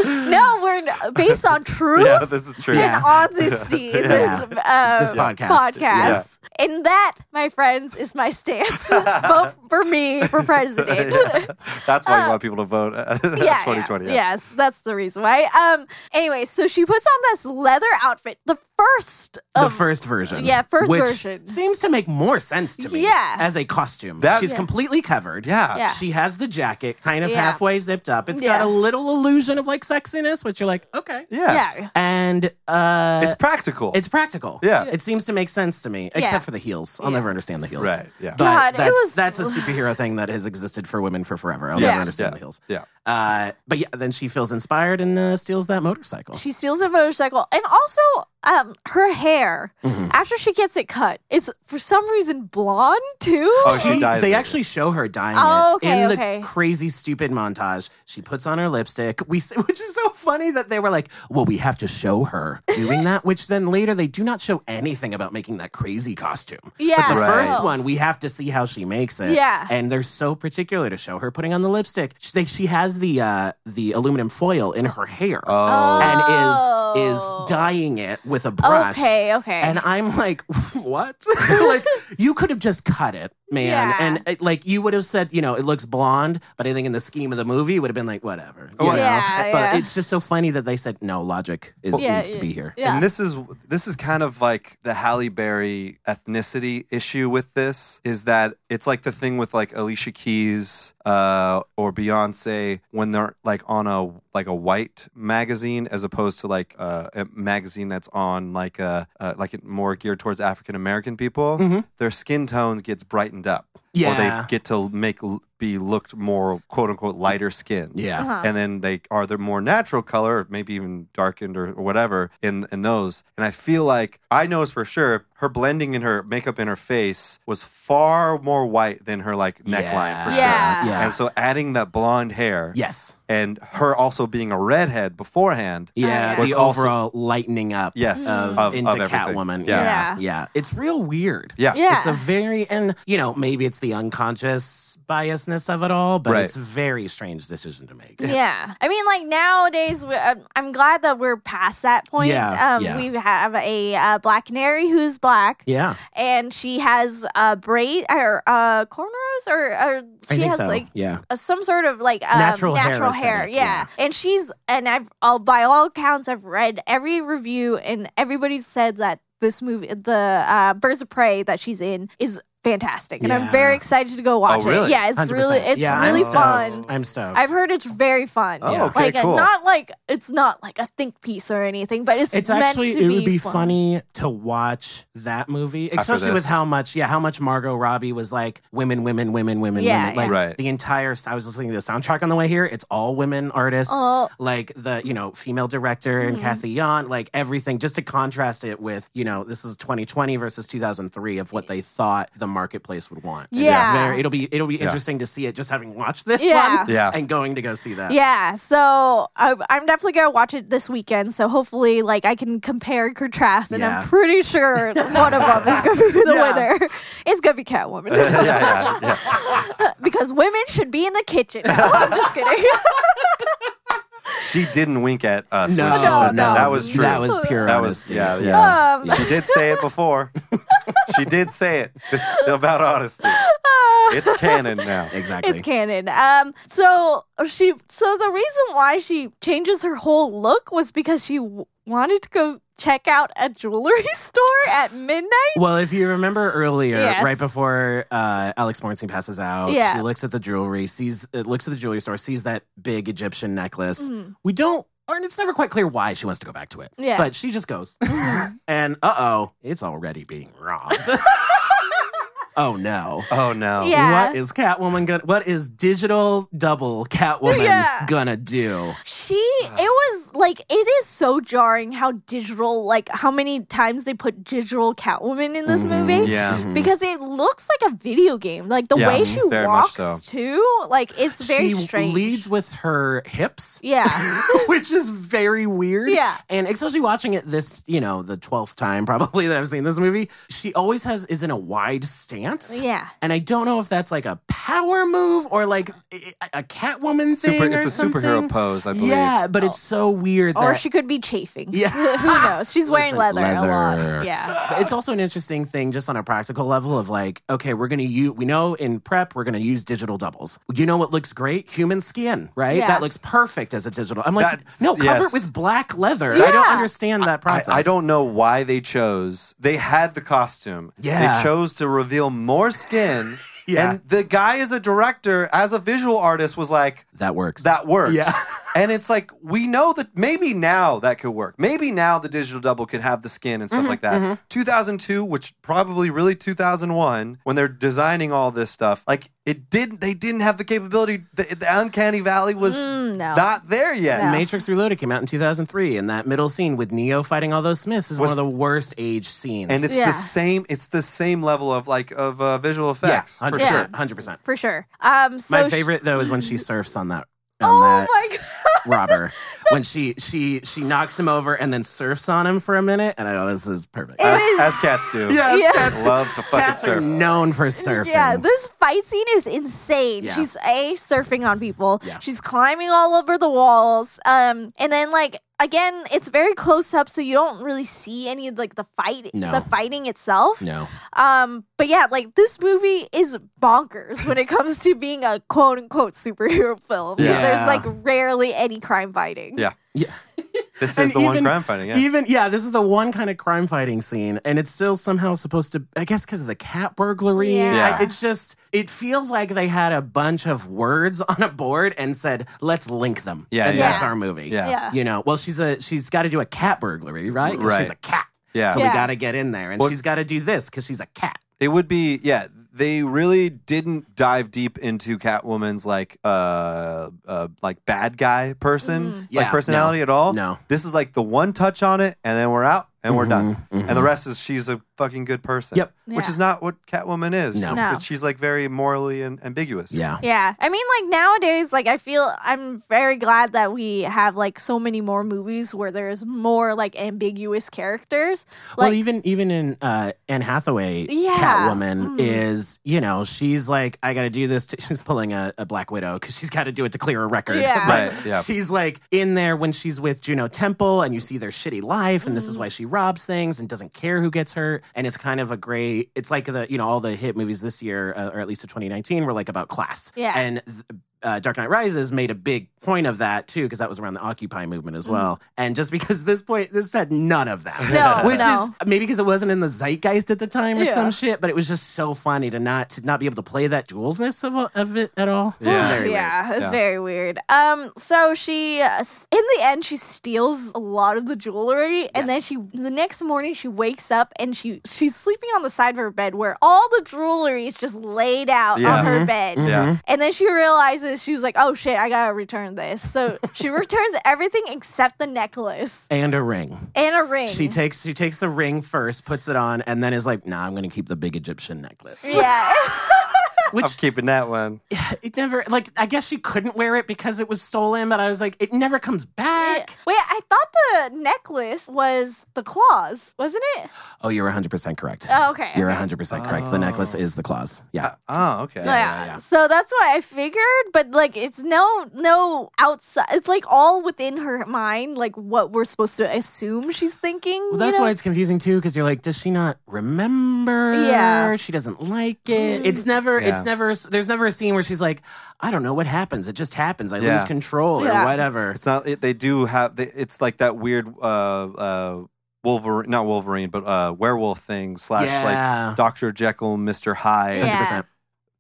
Speaker 2: no, we're n- based on truth
Speaker 4: Yeah, this is true.
Speaker 2: and honesty. in This, uh,
Speaker 3: This podcast.
Speaker 2: podcast.
Speaker 4: Yeah.
Speaker 2: And that, my friends, is my stance, *laughs* both for me for president.
Speaker 4: *laughs* That's why you want people to vote uh, *laughs*
Speaker 2: yeah,
Speaker 4: 2020.
Speaker 2: yeah. Yes, that's the reason why. Um. Anyway, so she puts on this leather outfit, the first
Speaker 3: the
Speaker 2: of
Speaker 3: first version.
Speaker 2: Um, yeah, first
Speaker 3: which
Speaker 2: version.
Speaker 3: Seems to make more sense to me.
Speaker 2: Yeah.
Speaker 3: As a costume.
Speaker 4: That-
Speaker 3: She's
Speaker 4: Yeah.
Speaker 3: completely covered.
Speaker 4: Yeah.
Speaker 2: Yeah.
Speaker 3: She has the jacket kind of
Speaker 2: Yeah.
Speaker 3: halfway zipped up. It's
Speaker 2: Yeah.
Speaker 3: got a little illusion of like sexiness, which you're like, okay.
Speaker 4: Yeah.
Speaker 2: yeah.
Speaker 3: And uh
Speaker 4: It's practical.
Speaker 3: it's practical.
Speaker 4: Yeah.
Speaker 3: It seems to make sense to me. Except for the heels. I'll never understand the heels.
Speaker 4: Right, yeah.
Speaker 3: But
Speaker 2: God, it
Speaker 3: that's
Speaker 2: was- *laughs*
Speaker 3: that's a superhero thing that has existed for women for forever. I'll
Speaker 4: Yes,
Speaker 3: never understand
Speaker 4: yeah,
Speaker 3: the heels.
Speaker 4: yeah.
Speaker 3: Uh but yeah, then she feels inspired and uh, steals that motorcycle.
Speaker 2: She steals a motorcycle, and also, um, her hair after she gets it cut, it's for some reason blonde too.
Speaker 4: Oh, she
Speaker 3: She-
Speaker 4: dies
Speaker 3: they
Speaker 4: later.
Speaker 3: actually show her dying
Speaker 2: Oh,
Speaker 3: it
Speaker 2: okay,
Speaker 3: in the
Speaker 2: okay.
Speaker 3: crazy stupid montage. She puts on her lipstick. We s- *laughs* which is so funny that they were like, "Well, we have to show her doing that," which then later they do not show anything about making that crazy costume.
Speaker 2: Yeah.
Speaker 3: But the
Speaker 4: Right.
Speaker 3: first one, we have to see how she makes it.
Speaker 2: Yeah.
Speaker 3: And they're so particular to show her putting on the lipstick. She, they, she has the uh, the aluminum foil in her hair
Speaker 4: oh,
Speaker 3: and is
Speaker 2: Oh.
Speaker 3: is dyeing it with a brush.
Speaker 2: Okay, okay.
Speaker 3: And I'm like, *laughs*
Speaker 2: *laughs*
Speaker 3: what? like, you could have just cut it, man.
Speaker 2: Yeah.
Speaker 3: And it, like, you would have said, you know, it looks blonde, but I think in the scheme of the movie, it would have been like, whatever. you
Speaker 4: Yeah,
Speaker 3: know?
Speaker 2: yeah.
Speaker 3: But it's just so funny that they said, no, logic is
Speaker 2: Yeah,
Speaker 3: needs to be here.
Speaker 2: yeah.
Speaker 4: And this is this is kind of like the Halle Berry ethnicity issue with this is that it's like the thing with like Alicia Keys uh, or Beyonce when they're like on a like a white magazine as opposed to like uh, a magazine that's on like a uh, like more geared towards African American
Speaker 2: Mm-hmm.
Speaker 4: people.
Speaker 3: Mm-hmm.
Speaker 4: Their skin tone gets brightened up, or
Speaker 3: Yeah.
Speaker 4: they get to make be looked more quote unquote lighter skin
Speaker 3: Yeah.
Speaker 2: Uh-huh.
Speaker 4: and then they are their more natural color, or maybe even darkened or, or whatever in in those. And I feel like I know this for sure. her blending in her makeup in her face was far more white than her like neckline for
Speaker 2: Yeah.
Speaker 4: sure.
Speaker 3: Yeah.
Speaker 4: And so adding that blonde hair
Speaker 3: Yes.
Speaker 2: Oh,
Speaker 4: and her also being a redhead beforehand.
Speaker 3: Yeah,
Speaker 2: yeah.
Speaker 4: Was
Speaker 3: the
Speaker 4: also-
Speaker 3: overall lightening up
Speaker 4: Yes,
Speaker 3: of,
Speaker 4: of-
Speaker 3: into
Speaker 4: of everything.
Speaker 3: Catwoman.
Speaker 4: Yeah.
Speaker 3: yeah,
Speaker 2: Yeah.
Speaker 3: yeah. It's real weird.
Speaker 4: Yeah.
Speaker 2: Yeah.
Speaker 3: It's a very and you know maybe it's the unconscious biasness of it all, but
Speaker 4: Right.
Speaker 3: it's a very strange decision to make.
Speaker 2: Yeah. I mean, like nowadays, we- I'm, I'm glad that we're past that point.
Speaker 3: Yeah,
Speaker 2: um,
Speaker 3: yeah.
Speaker 2: We have a uh, black canary who's black,
Speaker 3: Yeah,
Speaker 2: and she has uh, braid or uh, cornrows, or, or
Speaker 3: I
Speaker 2: she
Speaker 3: think
Speaker 2: has
Speaker 3: so.
Speaker 2: like
Speaker 3: yeah,
Speaker 2: uh, some sort of like um,
Speaker 3: Natural
Speaker 2: natural,
Speaker 3: hair
Speaker 2: hair,
Speaker 3: aesthetic,
Speaker 2: yeah. And she's and I've all by all accounts I've read every review and everybody said that this movie, the uh, Birds of Prey that she's in, is fantastic, and
Speaker 3: Yeah.
Speaker 2: I'm very excited to go watch it.
Speaker 4: Oh, really?
Speaker 2: Yeah, it's
Speaker 3: 100%.
Speaker 2: really it's
Speaker 3: Yeah,
Speaker 2: really
Speaker 3: I'm
Speaker 2: fun.
Speaker 3: stoked. I'm stoked.
Speaker 2: I've heard it's very fun.
Speaker 4: Oh,
Speaker 3: Yeah.
Speaker 4: okay,
Speaker 2: like uh,
Speaker 4: cool.
Speaker 2: not like it's not like a think piece or anything, but it's,
Speaker 3: it's
Speaker 2: meant
Speaker 3: actually
Speaker 2: to
Speaker 3: it would be
Speaker 2: fun.
Speaker 3: funny to watch that movie, especially with
Speaker 4: this.
Speaker 3: how much yeah how much Margot Robbie was like women, women, women, women,
Speaker 2: Yeah,
Speaker 3: women. Like
Speaker 4: yeah. Right.
Speaker 3: the entire. I was listening to the soundtrack on the way here. It's all women artists,
Speaker 2: Oh.
Speaker 3: like the you know female director and
Speaker 2: Mhm.
Speaker 3: Kathy Yon, like everything. Just to contrast it with you know this is 2020 versus 2003 of what they thought the marketplace would want. And it's
Speaker 2: Yeah.
Speaker 3: very- it'll be it'll be
Speaker 4: Yeah.
Speaker 3: interesting to see it just having watched this
Speaker 2: Yeah.
Speaker 3: one,
Speaker 4: Yeah.
Speaker 3: and going to go see that.
Speaker 2: Yeah, so I, I'm definitely gonna watch it this weekend. So hopefully, like I can compare and contrast, and
Speaker 3: Yeah.
Speaker 2: I'm pretty
Speaker 4: *laughs*
Speaker 2: sure one of them is gonna be the
Speaker 3: Yeah.
Speaker 2: winner. It's gonna be Catwoman
Speaker 4: *laughs* yeah, *laughs* yeah, yeah.
Speaker 2: because women should be in the
Speaker 4: *laughs*
Speaker 2: kitchen. Now. I'm just kidding.
Speaker 4: She didn't wink at us.
Speaker 3: No,
Speaker 4: when she
Speaker 2: No,
Speaker 4: said
Speaker 2: no.
Speaker 4: that. That was true.
Speaker 3: That was pure
Speaker 4: That was-
Speaker 3: honesty.
Speaker 4: yeah, yeah.
Speaker 2: Um,
Speaker 4: She did say
Speaker 3: *laughs*
Speaker 4: it before. she did say it It's about honesty.
Speaker 2: uh,
Speaker 4: It's
Speaker 3: *laughs*
Speaker 4: canon now.
Speaker 3: exactly.
Speaker 2: It's canon. Um, so she, so the reason why she changes her whole look was because she w- wanted to go check out a jewelry *laughs* store at midnight.
Speaker 3: Well, if you remember earlier,
Speaker 2: Yes.
Speaker 3: right before uh, Alex Bornstein passes out,
Speaker 2: Yeah.
Speaker 3: she looks at the jewelry, sees uh, looks at the jewelry store, sees that big Egyptian necklace.
Speaker 2: Mhm.
Speaker 3: We don't, and it's never quite clear why she wants to go back to it.
Speaker 2: Yeah. Mm-hmm.
Speaker 3: but she just goes, *laughs* and uh oh, it's already being robbed.
Speaker 2: *laughs*
Speaker 3: *laughs* oh no.
Speaker 4: Oh no.
Speaker 2: Yeah.
Speaker 3: What is Catwoman gonna? What is digital double
Speaker 2: *laughs*
Speaker 3: Catwoman
Speaker 2: Yeah.
Speaker 3: gonna do?
Speaker 2: She,
Speaker 3: Ah.
Speaker 2: it was like, it is so jarring how digital, like, how many times they put digital Catwoman in this
Speaker 3: Mhm.
Speaker 2: movie.
Speaker 4: Yeah.
Speaker 3: Mhm.
Speaker 2: Because it looks like a video game. Like, the
Speaker 4: Yeah,
Speaker 2: way
Speaker 3: mm-hmm.
Speaker 2: she
Speaker 4: very
Speaker 2: walks,
Speaker 4: much so.
Speaker 2: too, like, it's very
Speaker 3: she
Speaker 2: strange.
Speaker 3: leads with her hips. *laughs*
Speaker 2: yeah. *laughs*
Speaker 3: which is very weird.
Speaker 2: Yeah.
Speaker 3: And especially watching it this, you know, the 12th time probably that I've seen this movie, she always has is in a wide stance.
Speaker 2: yeah.
Speaker 3: And I don't know if that's like a power move or like a a Catwoman
Speaker 4: Super,
Speaker 3: thing. or
Speaker 4: it's a superhero
Speaker 3: something.
Speaker 4: pose, I believe.
Speaker 3: Yeah, but it's so weird.
Speaker 2: Oh. Or
Speaker 3: that-
Speaker 2: she could be chafing.
Speaker 3: Yeah.
Speaker 2: *laughs* Who knows?
Speaker 3: *laughs*
Speaker 2: She's wearing
Speaker 3: Listen,
Speaker 2: leather, a
Speaker 3: leather.
Speaker 2: lot. Yeah.
Speaker 3: But it's also an interesting thing just on a practical level of like okay we're gonna use we know in prep we're gonna use digital doubles you know what looks great human skin right
Speaker 2: Yeah.
Speaker 3: that looks perfect as a digital i'm like
Speaker 4: That-
Speaker 3: no cover
Speaker 4: yes.
Speaker 3: it with black leather i
Speaker 2: Yeah.
Speaker 3: don't understand that
Speaker 4: I,
Speaker 3: process
Speaker 4: I don't know why they chose. They had the costume.
Speaker 3: Yeah.
Speaker 4: They chose to reveal more skin.
Speaker 3: *laughs* Yeah.
Speaker 4: And the guy as a director, as a visual artist, was like,
Speaker 3: that works
Speaker 4: that works.
Speaker 3: Yeah. *laughs*
Speaker 4: and it's like we know that maybe now that could work. Maybe now the digital double could have the skin and stuff
Speaker 3: Mm-hmm,
Speaker 4: like that. 2002, which probably really 2001, when they're designing all this stuff, like it didn't. They didn't have the capability. The, the uncanny valley was
Speaker 2: Mm, no.
Speaker 4: not there yet.
Speaker 2: No.
Speaker 3: Matrix Reloaded came out in 2003, and that middle scene with Neo fighting all those Smiths is
Speaker 4: Was-
Speaker 3: one of the worst age scenes.
Speaker 4: And it's
Speaker 2: Yeah.
Speaker 4: the same. It's the same level of like of uh, visual
Speaker 3: yeah,
Speaker 4: effects. for
Speaker 3: 100%.
Speaker 4: sure.
Speaker 3: 100%.
Speaker 2: For sure. Um, so
Speaker 3: My
Speaker 2: she-
Speaker 3: favorite though is when she surfs on that on
Speaker 2: oh
Speaker 3: that *laughs*
Speaker 2: my god. *laughs*
Speaker 3: robber. when she she she knocks him over and then surfs on him for a minute, and I know this is perfect.
Speaker 2: It
Speaker 4: As,
Speaker 2: is-
Speaker 4: as cats do.
Speaker 3: yeah,
Speaker 2: Yeah.
Speaker 3: cats,
Speaker 4: love to fucking
Speaker 3: cats are
Speaker 4: surf.
Speaker 3: known for surfing.
Speaker 2: Yeah, this fight scene is insane.
Speaker 3: Yeah.
Speaker 2: She's a surfing on people.
Speaker 3: Yeah.
Speaker 2: She's climbing all over the walls. Um, and then like again, it's very close up, so you don't really see any of like the fight,
Speaker 3: No.
Speaker 2: the fighting itself.
Speaker 3: no,
Speaker 2: Um, but yeah, like this movie is bonkers when it comes to being a quote unquote superhero film. 'cause
Speaker 3: Yeah.
Speaker 2: There's like rarely any crime fighting.
Speaker 4: Yeah.
Speaker 3: yeah.
Speaker 4: This is
Speaker 3: And
Speaker 4: the one
Speaker 3: even-
Speaker 4: crime fighting. Yeah.
Speaker 3: Even yeah, this is the one kind of crime fighting scene, and it's still somehow supposed to. I guess because of the cat burglary.
Speaker 2: Yeah.
Speaker 4: Yeah.
Speaker 3: I- it's just it feels like they had a bunch of words *laughs* on a board and said, "Let's link them."
Speaker 4: Yeah,
Speaker 3: and
Speaker 2: yeah.
Speaker 3: that's our movie.
Speaker 4: Yeah.
Speaker 2: Yeah.
Speaker 3: you know. Well, she's a she's got to do a cat burglary, right? 'Cause
Speaker 4: Right.
Speaker 3: She's a cat.
Speaker 4: yeah.
Speaker 3: So we
Speaker 2: Yeah.
Speaker 3: got to get in there, and
Speaker 4: Well-
Speaker 3: she's got to do this because she's a cat.
Speaker 4: It would be yeah. They really didn't dive deep into Catwoman's like uh, uh like bad guy person
Speaker 2: Mm-hmm.
Speaker 4: like
Speaker 3: Yeah,
Speaker 4: personality at all.
Speaker 3: no.
Speaker 4: this is like the one touch on it, and then we're out and we're done.
Speaker 3: Mhm, mhm.
Speaker 4: And the rest is she's a fucking good person.
Speaker 3: Yep.
Speaker 4: Which
Speaker 2: Yeah.
Speaker 4: is not what Catwoman is.
Speaker 3: No.
Speaker 2: No.
Speaker 4: But She's like very morally and ambiguous.
Speaker 3: Yeah.
Speaker 2: Yeah. I mean, like nowadays, like I feel I'm very glad that we have like so many more movies where there's more like ambiguous characters. Like,
Speaker 3: well, even even in uh, Anne Hathaway,
Speaker 2: Yeah.
Speaker 3: Catwoman
Speaker 2: Mm.
Speaker 3: is you know she's like I got to do this. To, *laughs* she's pulling a, a Black Widow because she's got to do it to clear a record.
Speaker 2: Yeah.
Speaker 4: Right. Yeah.
Speaker 3: She's like in there when she's with Juno Temple, and you see their shitty life, and this
Speaker 2: Mm.
Speaker 3: is why she robs things and doesn't care who gets hurt. And it's kind of a great. It's like the you know all the hit movies this year, uh, or at least of 2019, were like about class.
Speaker 2: Yeah.
Speaker 3: And th- uh, Dark Knight Rises made a big point of that too, because that was around the Occupy movement as well. And just because this point, this had none of that.
Speaker 2: Mm-hmm. No,
Speaker 3: *laughs* which
Speaker 2: no.
Speaker 3: is maybe because it wasn't in the zeitgeist at the time or
Speaker 2: Yeah.
Speaker 3: some shit, but it was just so funny to not to not be able to play that dualness of, of it at all. It's
Speaker 4: Yeah.
Speaker 3: very weird.
Speaker 2: yeah, it's
Speaker 4: Yeah.
Speaker 2: very weird. Um, so she, uh, s- in the end, she steals a lot of the jewelry, and then
Speaker 3: Yes.
Speaker 2: she, the next morning, she wakes up and she she's sleeping on the side of her bed where all the jewelry is just laid out
Speaker 4: Yeah.
Speaker 2: on her
Speaker 3: Mhm.
Speaker 2: bed.
Speaker 4: Yeah.
Speaker 2: And then she realizes she was like, "Oh shit, I gotta return this." So
Speaker 3: *laughs*
Speaker 2: she returns everything except the necklace
Speaker 3: And a ring.
Speaker 2: and a ring.
Speaker 3: She takes she takes the ring first, puts it on, and then is like, "Nah, I'm gonna keep the big Egyptian necklace."
Speaker 2: *laughs* yeah,
Speaker 3: Which
Speaker 4: I'm keeping that one.
Speaker 3: it never like I guess she couldn't wear it because it was stolen, but I was like, it never comes back.
Speaker 2: wait, I thought the necklace was the claws, wasn't it?
Speaker 3: Oh, you're 100 percent correct.
Speaker 2: Oh, okay.
Speaker 3: You're
Speaker 2: okay.
Speaker 3: 100 percent correct. The necklace is the claws. Yeah.
Speaker 4: Oh, okay.
Speaker 2: Yeah.
Speaker 3: yeah, yeah.
Speaker 2: So that's what I figured, but like it's no no outside. It's like all within her mind, like what we're supposed to assume she's thinking.
Speaker 3: Well, that's
Speaker 2: you know?
Speaker 3: why it's confusing too, because you're like, does she not remember?
Speaker 2: Yeah. Mm.
Speaker 3: she doesn't like it. It's never, it's
Speaker 4: Yeah.
Speaker 3: never. There's never a scene where she's like, I don't know what happens. It just happens. I
Speaker 4: Yeah.
Speaker 3: lose control
Speaker 2: Yeah.
Speaker 3: or whatever.
Speaker 4: It's not. It, they do have. They, it's like that weird uh, uh, Wolverine, not Wolverine, but uh, werewolf thing slash
Speaker 3: Yeah.
Speaker 4: like Doctor Jekyll, Mister Hyde.
Speaker 2: Yeah.
Speaker 3: 100%.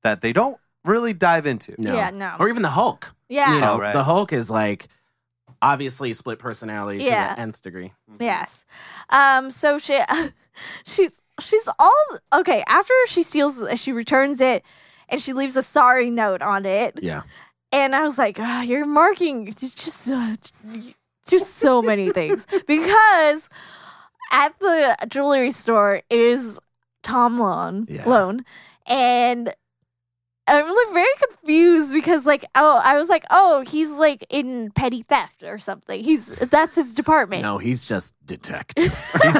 Speaker 4: That they don't really dive into.
Speaker 3: No.
Speaker 2: Yeah, no.
Speaker 3: Or even the Hulk.
Speaker 2: yeah,
Speaker 3: You know,
Speaker 4: Oh, right.
Speaker 3: the Hulk is like obviously split personality
Speaker 2: Yeah.
Speaker 3: to the nth degree.
Speaker 2: yes. Um, so she *laughs* she's she's all okay. After she steals, she returns it, and she leaves a sorry note on it.
Speaker 3: Yeah.
Speaker 2: and I was like, oh, "You're marking it's just uh, just so
Speaker 3: *laughs*
Speaker 2: many things." Because at the jewelry store is Tom Lone,
Speaker 3: Yeah.
Speaker 2: Lone, and I'm like very confused because like oh I was like oh he's like in petty theft or something he's that's his department
Speaker 3: No, he's just *laughs* detective.
Speaker 4: he's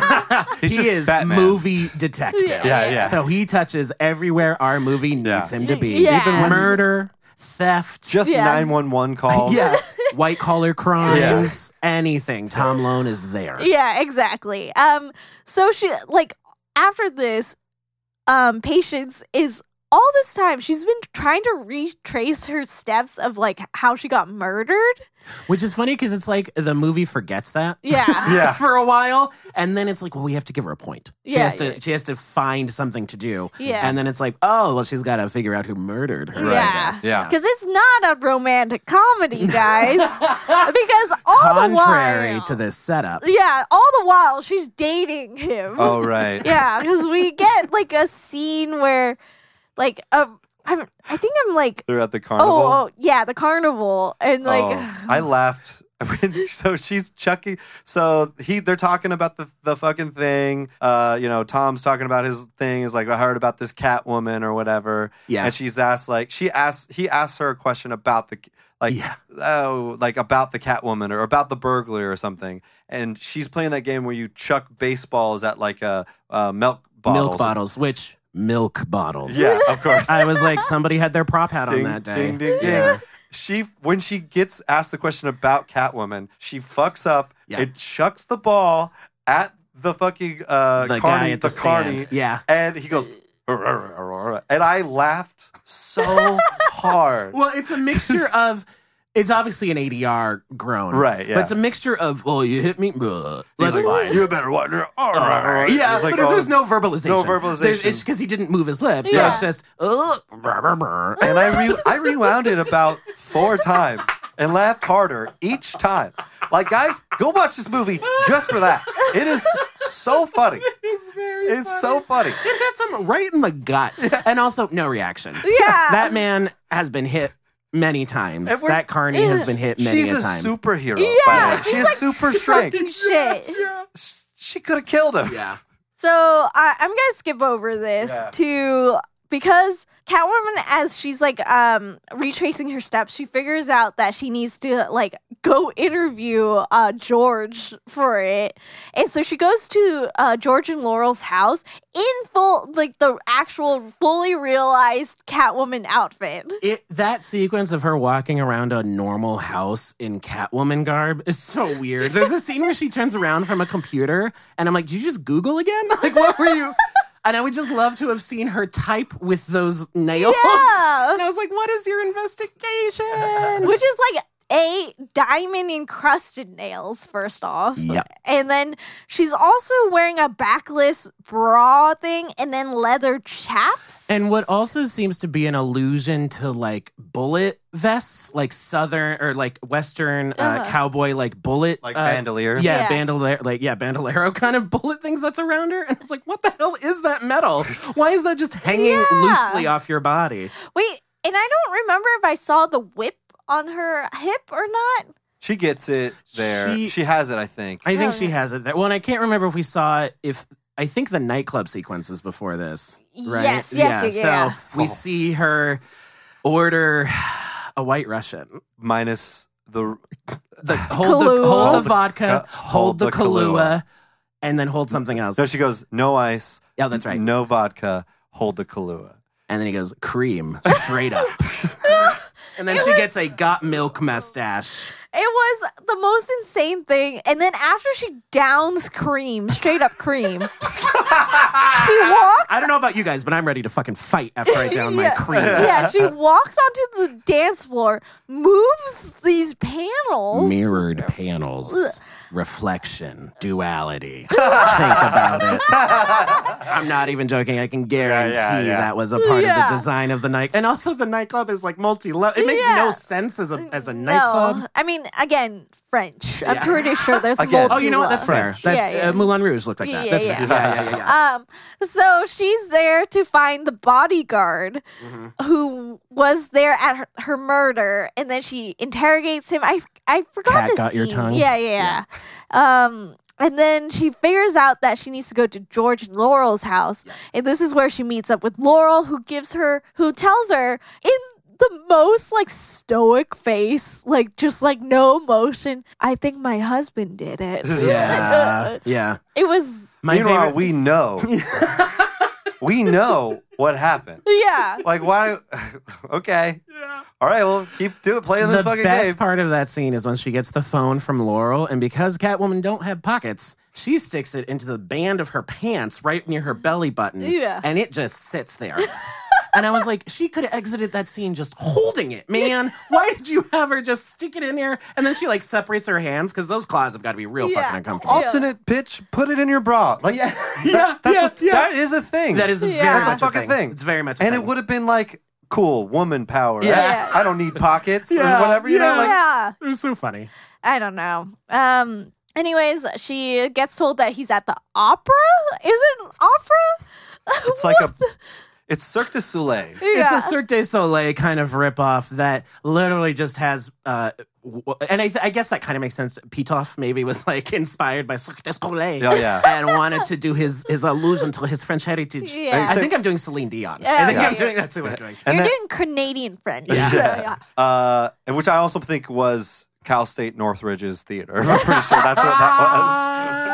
Speaker 3: he
Speaker 4: just
Speaker 3: is
Speaker 4: Batman.
Speaker 3: movie detective.
Speaker 2: Yeah.
Speaker 4: Yeah, yeah.
Speaker 3: So he touches everywhere our movie needs
Speaker 4: Yeah.
Speaker 3: him to be.
Speaker 2: Yeah. Even
Speaker 4: when-
Speaker 3: murder, theft,
Speaker 4: Just
Speaker 2: Yeah.
Speaker 4: nine one one calls.
Speaker 3: *laughs* yeah, white collar crimes,
Speaker 4: Yeah.
Speaker 3: anything. Tom Lone is there.
Speaker 2: *laughs* Yeah, exactly. Um, so she like after this, um, patience is all this time she's been trying to retrace her steps of like how she got
Speaker 3: *laughs*
Speaker 2: murdered.
Speaker 3: Which is funny because it's like the movie forgets that.
Speaker 2: Yeah.
Speaker 4: Yeah.
Speaker 3: *laughs* For a while, and then it's like, well, we have to give her a point. She
Speaker 2: Yeah,
Speaker 3: has to.
Speaker 2: yeah.
Speaker 3: She has to find something to do.
Speaker 2: Yeah.
Speaker 3: And then it's like, oh, well, she's got to figure out who murdered her. I
Speaker 2: Yeah.
Speaker 3: guess.
Speaker 4: Yeah.
Speaker 2: Because it's not a romantic comedy, guys.
Speaker 3: *laughs*
Speaker 2: because all the
Speaker 3: Contrary
Speaker 2: while,
Speaker 3: to this setup.
Speaker 2: yeah, all the while she's dating him.
Speaker 4: Oh right.
Speaker 2: *laughs* yeah, because we get like a scene where, like, um, I'm, I think I'm like,
Speaker 4: They're at the carnival.
Speaker 2: oh, oh, yeah, the carnival, and like, *sighs*
Speaker 4: Oh, I laughed. *laughs* when- so she's Chucky. So he, they're talking about the the fucking thing. Uh, you know, Tom's talking about his thing. Is like, I heard about this cat woman or whatever.
Speaker 3: Yeah.
Speaker 4: And she's asked like, she asks, he asks her a question about the, like,
Speaker 3: Yeah.
Speaker 4: oh, like about the cat woman or about the burglar or something. And she's playing that game where you chuck baseballs at like a, uh milk bottles.
Speaker 3: Milk bottles, which milk bottles.
Speaker 4: Yeah, of
Speaker 3: *laughs*
Speaker 4: course.
Speaker 3: I was like, somebody had their prop hat
Speaker 4: ding,
Speaker 3: on that day.
Speaker 4: Ding, ding, ding. She when she gets asked the question about Catwoman, she fucks up
Speaker 3: Yeah.
Speaker 4: and chucks the ball at the fucking uh,
Speaker 3: The
Speaker 4: carny,
Speaker 3: guy at the,
Speaker 4: the carny,
Speaker 3: stand. Yeah.
Speaker 4: and he goes, "Arr, arr, arr, arr," and I laughed
Speaker 3: *laughs*
Speaker 4: so hard.
Speaker 3: Well, it's a mixture
Speaker 4: *laughs*
Speaker 3: of. It's obviously an ADR groan,
Speaker 4: Right, yeah.
Speaker 3: But it's a mixture of, "Oh, you hit me, bruh.
Speaker 4: He's
Speaker 3: That's
Speaker 4: like,
Speaker 3: fine."
Speaker 4: You better watch her. Arr, arr, arr."
Speaker 3: yeah,
Speaker 4: It's like,
Speaker 3: but
Speaker 4: oh.
Speaker 3: there's no verbalization.
Speaker 4: no verbalization.
Speaker 3: There's- it's because he didn't move his lips.
Speaker 2: Yeah.
Speaker 3: So it's just, "Oh, brr, brr, brr."
Speaker 4: and I re- I rewound it about four times and laughed harder each time. Like guys, go watch this movie just for that. It is so funny.
Speaker 3: It's very.
Speaker 4: It's so funny.
Speaker 3: It hits him right in the
Speaker 4: *laughs*
Speaker 3: gut, and also no reaction.
Speaker 2: yeah,
Speaker 3: That man has been hit many times.
Speaker 4: And we're-
Speaker 3: That Carney has been hit many
Speaker 4: She's
Speaker 3: a
Speaker 4: a
Speaker 3: time.
Speaker 4: superhero.
Speaker 2: Yeah,
Speaker 4: by the way. she
Speaker 2: she's
Speaker 4: *laughs* has super strength.
Speaker 2: shit.
Speaker 4: She could have killed him.
Speaker 3: yeah.
Speaker 2: So I, I'm gonna skip over this
Speaker 4: Yeah.
Speaker 2: to because Catwoman, as she's like um retracing her steps, she figures out that she needs to like go interview uh George for it, and so she goes to uh George and Laurel's house in full like the actual fully realized Catwoman
Speaker 4: *laughs*
Speaker 2: outfit.
Speaker 3: It, that sequence of her walking around a normal house in Catwoman garb is
Speaker 2: *laughs*
Speaker 3: so weird. There's a scene where she turns around from a computer, and I'm like, "Did you just Google again? *laughs* Like, what were you?" And I would just love to have seen her type with those nails.
Speaker 2: Yeah.
Speaker 3: *laughs* And I was like, "What is your investigation?"
Speaker 2: which is like a diamond encrusted nails first off
Speaker 3: Yep.
Speaker 2: and then she's also wearing a backless bra thing and then leather chaps
Speaker 3: And what also seems to be an allusion to like bullet vests, like southern or like western uh,
Speaker 2: Uh-huh.
Speaker 3: cowboy, like bullet,
Speaker 4: like
Speaker 3: uh,
Speaker 4: bandolier.
Speaker 3: Yeah,
Speaker 2: Yeah.
Speaker 3: bandolero, like yeah, bandolero *laughs* kind of bullet things that's around her, and it's like, what the hell is that metal? Why is that just hanging
Speaker 2: Yeah.
Speaker 3: loosely off your body?
Speaker 2: wait and i don't remember if i saw the whip on her hip or not
Speaker 4: She gets it there.
Speaker 3: She-
Speaker 4: She, has it, I think.
Speaker 3: I think
Speaker 2: Oh,
Speaker 3: she
Speaker 2: yeah.
Speaker 3: has it. That well, and I can't remember if we saw it- if I think the nightclub sequence is before this, right?
Speaker 2: Yes, yes, yeah,
Speaker 3: So
Speaker 2: yeah.
Speaker 3: we
Speaker 4: Oh.
Speaker 3: see her order a White Russian.
Speaker 4: Minus the
Speaker 3: The, hold, the,
Speaker 2: Kahlua.
Speaker 3: hold the
Speaker 4: Hold the-
Speaker 3: vodka,
Speaker 4: uh,
Speaker 3: hold the
Speaker 4: hold the Kahlua.
Speaker 3: Kahlua, and then hold something else.
Speaker 4: no. She goes no ice.
Speaker 3: Oh, that's right.
Speaker 4: No vodka. Hold the Kahlua.
Speaker 3: And then he goes, cream, straight
Speaker 2: *laughs*
Speaker 3: up. and then she gets a got milk mustache.
Speaker 2: it was the most insane thing and then after she downs cream straight up
Speaker 3: *laughs*
Speaker 2: cream she walks
Speaker 3: I don't know about you guys, but I'm ready to fucking fight after I down my
Speaker 2: *laughs* Yeah.
Speaker 3: cream.
Speaker 2: yeah, she walks onto the dance floor, moves these panels.
Speaker 3: Mirrored
Speaker 2: *laughs*
Speaker 3: panels, reflection, duality. Think about it. I'm not even joking. I can guarantee
Speaker 4: Yeah, yeah, yeah.
Speaker 3: that was a part of
Speaker 2: Yeah.
Speaker 3: the design of the night. And also, the nightclub is like multi level. It makes
Speaker 2: Yeah.
Speaker 3: no sense as a, as a nightclub.
Speaker 2: No, I mean again, French. I'm
Speaker 3: Yeah.
Speaker 2: pretty sure
Speaker 3: *laughs*
Speaker 2: there's
Speaker 4: Again.
Speaker 2: multi.
Speaker 3: Oh, you know what? That's fair.
Speaker 4: French.
Speaker 3: That's
Speaker 2: Yeah, yeah.
Speaker 3: Uh, Moulin Rouge looked like that.
Speaker 2: Yeah,
Speaker 3: That's
Speaker 2: yeah.
Speaker 3: right. Yeah, yeah, yeah, yeah.
Speaker 2: Um, so she's there to find the bodyguard
Speaker 3: Mm-hmm.
Speaker 2: who was there at her, her murder, and then she interrogates him. I I forgot
Speaker 3: Cat
Speaker 2: this
Speaker 3: got your
Speaker 2: scene.
Speaker 3: tongue?
Speaker 2: Yeah, yeah, yeah. Um, and then she figures out that she needs to go to George and Laurel's house, and this is where she meets up with Laurel, who gives her, who tells her in the most like stoic face, like just like no emotion. I think my husband did
Speaker 3: *laughs*
Speaker 2: it. *laughs*
Speaker 3: Yeah. yeah.
Speaker 2: it was
Speaker 3: My
Speaker 4: Meanwhile,
Speaker 3: favorite.
Speaker 4: we know.
Speaker 3: *laughs*
Speaker 4: we know what happened.
Speaker 2: yeah.
Speaker 4: Like why? *laughs* okay. All right. Well, keep do it. Play this
Speaker 3: the
Speaker 4: fucking
Speaker 3: best
Speaker 4: game.
Speaker 3: part of that scene is when she gets the phone from Laurel, and because Catwoman don't have pockets, she sticks it into the band of her pants right near her belly button.
Speaker 2: Yeah.
Speaker 3: And it just sits there. and I was like, she could have exited that scene just holding it, man. Why did you have her just stick it in there? And then she like separates her hands because those claws have got to be real
Speaker 2: Yeah.
Speaker 3: fucking uncomfortable.
Speaker 2: Yeah.
Speaker 4: Alternate pitch. Put it in your bra. Like
Speaker 3: Yeah.
Speaker 4: that-
Speaker 3: *laughs* Yeah,
Speaker 4: *laughs* that's a-
Speaker 3: yeah, yeah.
Speaker 4: that is a thing.
Speaker 3: That is
Speaker 2: Yeah.
Speaker 3: very
Speaker 2: That's a
Speaker 3: much
Speaker 4: fucking thing.
Speaker 3: It's very much a
Speaker 4: And
Speaker 3: thing.
Speaker 4: it would have been like cool woman power.
Speaker 3: Yeah.
Speaker 4: I, I don't need pockets
Speaker 3: Yeah.
Speaker 4: or whatever. You know, like
Speaker 2: yeah.
Speaker 3: It was so funny.
Speaker 2: I don't know. Um. Anyways, she gets told that he's at the opera. Is it an opera?
Speaker 4: it's like a. It's Cirque
Speaker 3: *laughs*
Speaker 4: du Soleil.
Speaker 3: It's a Cirque du Soleil kind of ripoff that literally just has, uh, w- and I, th- I guess that kind of makes sense. Pitoff maybe was like inspired by Cirque du Soleil
Speaker 4: Oh, yeah.
Speaker 3: and wanted to do his, his allusion to his French heritage.
Speaker 2: Yeah.
Speaker 3: I think I'm doing Celine Dion.
Speaker 2: Yeah,
Speaker 3: I think
Speaker 2: okay.
Speaker 3: I'm doing that's who I'm doing.
Speaker 4: And
Speaker 2: You're
Speaker 4: then-
Speaker 2: doing Canadian French.
Speaker 3: Yeah.
Speaker 2: so, yeah.
Speaker 4: Uh, and which I also think was Cal State Northridge's theater. *laughs* I'm pretty sure that's what
Speaker 3: *laughs*
Speaker 4: that was.
Speaker 3: Ah,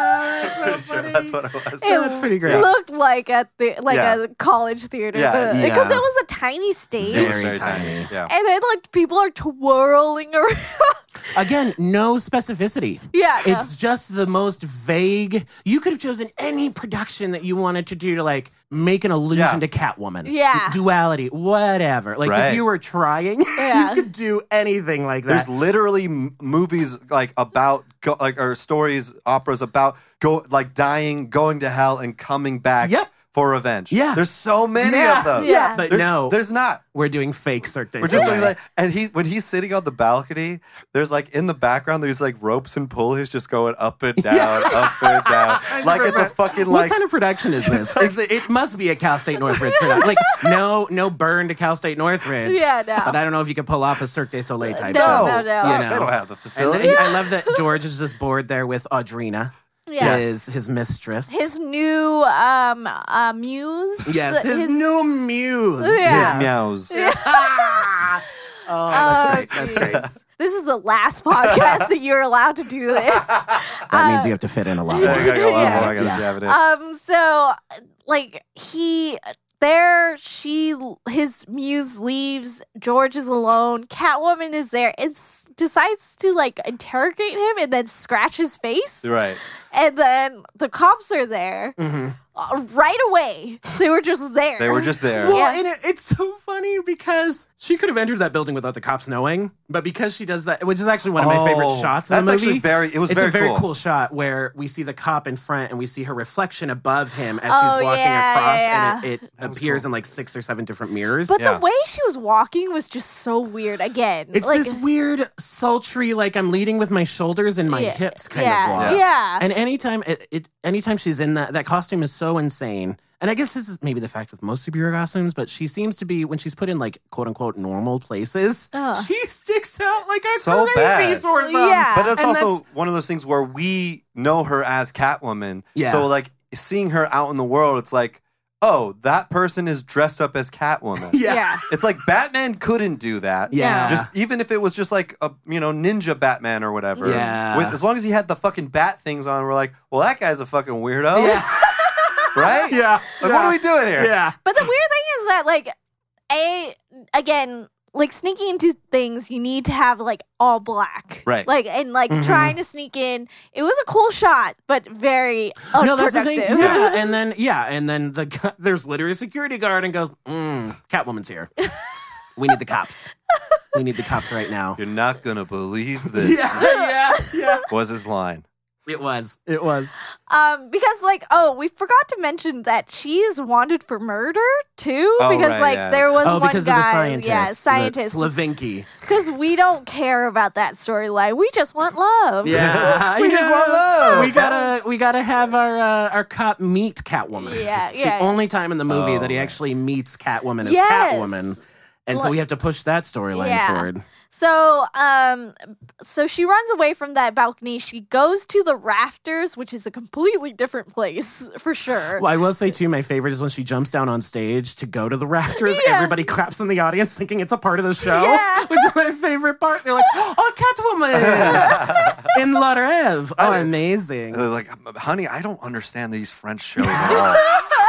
Speaker 4: Pretty
Speaker 3: that's so
Speaker 4: sure
Speaker 3: funny.
Speaker 4: that's what it was.
Speaker 2: It
Speaker 3: That's pretty great.
Speaker 2: It looked like a the, like
Speaker 4: Yeah.
Speaker 2: a college theater
Speaker 4: Yeah.
Speaker 2: because
Speaker 3: Yeah.
Speaker 2: it was a tiny stage.
Speaker 4: It was
Speaker 3: Very tiny.
Speaker 4: Yeah.
Speaker 2: And then like people are twirling around. *laughs*
Speaker 3: Again, no specificity.
Speaker 2: yeah, yeah.
Speaker 3: It's just the most vague. You could have chosen any production that you wanted to do to like make an allusion
Speaker 4: Yeah.
Speaker 3: to Catwoman,
Speaker 2: Yeah.
Speaker 3: duality, whatever. Like if
Speaker 4: Right.
Speaker 3: you were trying, *laughs*
Speaker 2: Yeah.
Speaker 3: you could do anything like that.
Speaker 4: There's literally m- movies like about go- like or stories, operas about go like dying, going to hell, and coming back
Speaker 3: Yep.
Speaker 4: for revenge.
Speaker 3: Yeah.
Speaker 4: there's so many
Speaker 3: yeah,
Speaker 4: of those.
Speaker 3: yeah,
Speaker 2: Yeah.
Speaker 3: but
Speaker 4: There's-
Speaker 3: no,
Speaker 4: there's not.
Speaker 3: we're doing fake Cirque du
Speaker 4: We're just
Speaker 3: Soleil.
Speaker 4: like, and he when he's sitting on the balcony, there's like in the background, there's like ropes and pulleys just going up
Speaker 3: *laughs*
Speaker 4: and down, up and down, like it's a fucking
Speaker 3: what
Speaker 4: like
Speaker 3: kind of production
Speaker 4: *laughs*
Speaker 3: is this? Is the, it must be a Cal State Northridge production. Like no, no burn to Cal State Northridge.
Speaker 2: Yeah, no.
Speaker 3: But I don't know if you could pull off a Cirque du Soleil type.
Speaker 2: No,
Speaker 3: show,
Speaker 2: no, no.
Speaker 3: *laughs* you
Speaker 4: They
Speaker 3: know.
Speaker 4: *laughs* don't have the
Speaker 3: And
Speaker 4: facility.
Speaker 3: then I love that George is just bored there with Audrina.
Speaker 2: Yes.
Speaker 3: is his mistress.
Speaker 2: His new um uh, muse.
Speaker 3: yes, his, new muse.
Speaker 2: Yeah.
Speaker 4: His meows.
Speaker 3: Ah! oh, that's great. That's great.
Speaker 2: jeez. uh, This is the last *laughs* podcast that you're allowed to do this.
Speaker 3: That means you have to fit in a lot
Speaker 4: Yeah, I
Speaker 3: more.
Speaker 4: gotta go a lot
Speaker 2: Yeah.
Speaker 4: more. I gotta
Speaker 3: Yeah.
Speaker 4: *laughs* jab it in.
Speaker 2: Um, so like he there, she his muse leaves, George is alone, Catwoman is there and s- decides to like interrogate him and then scratch his face.
Speaker 4: right.
Speaker 2: And then the cops are there
Speaker 3: Mhm.
Speaker 2: uh, right away. They were just there.
Speaker 4: They were just there.
Speaker 3: Well,
Speaker 2: Yeah.
Speaker 3: and it, it's so funny because she could have entered that building without the cops knowing, but because she does that, which is actually one of my favorite
Speaker 4: Oh,
Speaker 3: shots in
Speaker 4: That's
Speaker 3: the movie.
Speaker 4: actually very. It was
Speaker 3: it's
Speaker 4: very,
Speaker 3: a very cool.
Speaker 4: cool
Speaker 3: shot where we see the cop in front and we see her reflection above him as
Speaker 2: Oh,
Speaker 3: she's walking
Speaker 2: yeah,
Speaker 3: across,
Speaker 2: yeah,
Speaker 3: and it, it
Speaker 4: That was
Speaker 3: appears
Speaker 4: cool.
Speaker 3: in like six or seven different mirrors.
Speaker 2: but
Speaker 4: Yeah.
Speaker 2: the way she was walking was just so weird again.
Speaker 3: it's
Speaker 2: like
Speaker 3: this weird, sultry, like I'm leading with my shoulders and my
Speaker 2: Yeah.
Speaker 3: hips kind
Speaker 2: yeah,
Speaker 3: of walk.
Speaker 2: Yeah.
Speaker 3: And anytime it, it anytime she's in that that costume is so insane. And I guess this is maybe the fact with most superhero costumes, but she seems to be when she's put in like quote unquote normal places,
Speaker 2: Ugh.
Speaker 3: she sticks out like a
Speaker 4: So
Speaker 3: crazy
Speaker 4: bad.
Speaker 3: sore thumb.
Speaker 2: Yeah.
Speaker 4: But that's
Speaker 3: And
Speaker 4: also one of those things where we know her as Catwoman.
Speaker 3: Yeah.
Speaker 4: So like seeing her out in the world, it's like, oh, that person is dressed up as Catwoman.
Speaker 3: Yeah.
Speaker 2: yeah.
Speaker 4: It's like Batman couldn't do
Speaker 3: *laughs*
Speaker 4: that.
Speaker 3: Yeah.
Speaker 4: Just even if it was just like a you know ninja Batman or whatever.
Speaker 3: Yeah.
Speaker 4: With, as long as he had the fucking bat things on, we're like, well, that guy's a fucking weirdo,
Speaker 3: yeah. *laughs*
Speaker 4: right?
Speaker 3: Yeah.
Speaker 4: Like, what are we doing here?
Speaker 3: Yeah.
Speaker 2: But the weird thing is that like a again like sneaking into things you need to have like all black
Speaker 4: Right.
Speaker 2: like and like
Speaker 3: Mhm.
Speaker 2: trying to sneak in it was a cool shot but very
Speaker 3: No,
Speaker 2: unproductive
Speaker 3: that's the thing. Yeah. And then yeah, and then the *laughs* gu- there's literally a security guard and goes, mm,
Speaker 2: *laughs*
Speaker 3: "Catwoman's here. we need the cops. We need the cops right
Speaker 4: *laughs*
Speaker 3: now."
Speaker 4: You're not gonna believe this.
Speaker 3: *laughs* Yeah. Yeah. Yeah.
Speaker 4: Was his line.
Speaker 3: It was. It was.
Speaker 2: *laughs* um because like oh we forgot to mention that she is wanted for murder too
Speaker 4: Oh,
Speaker 2: because
Speaker 4: right,
Speaker 2: like
Speaker 4: yeah.
Speaker 2: there was
Speaker 3: oh,
Speaker 2: one
Speaker 3: because
Speaker 2: guy
Speaker 3: of the scientist.
Speaker 2: yeah
Speaker 3: the
Speaker 2: scientist
Speaker 3: Slavinky.
Speaker 2: because we don't care about that storyline we just want love
Speaker 3: *laughs* Yeah,
Speaker 4: We just want love.
Speaker 3: We gotta, we gotta have our uh, our cop meet Catwoman.
Speaker 2: Yeah,
Speaker 3: it's
Speaker 2: yeah.
Speaker 3: the only time in the movie
Speaker 4: Oh,
Speaker 3: that he
Speaker 4: right.
Speaker 3: actually meets Catwoman as
Speaker 2: Yes.
Speaker 3: Catwoman, and
Speaker 2: Like-
Speaker 3: so we have to push that storyline
Speaker 2: Yeah.
Speaker 3: forward.
Speaker 2: So, um, so she runs away from that balcony. She goes to the rafters, which is a completely different place for sure.
Speaker 3: Well, I will say too, my favorite is when she jumps down on stage to go to the rafters.
Speaker 2: Yeah.
Speaker 3: Everybody claps in the audience, thinking it's a part of the show,
Speaker 2: Yeah.
Speaker 3: *laughs* which is my favorite part. They're like, "Oh,
Speaker 2: *laughs*
Speaker 3: Catwoman in La Reve! Oh,
Speaker 4: I-
Speaker 3: amazing!"
Speaker 4: And they're like, "Um, honey, I don't understand these
Speaker 3: *laughs*
Speaker 4: French shows at all.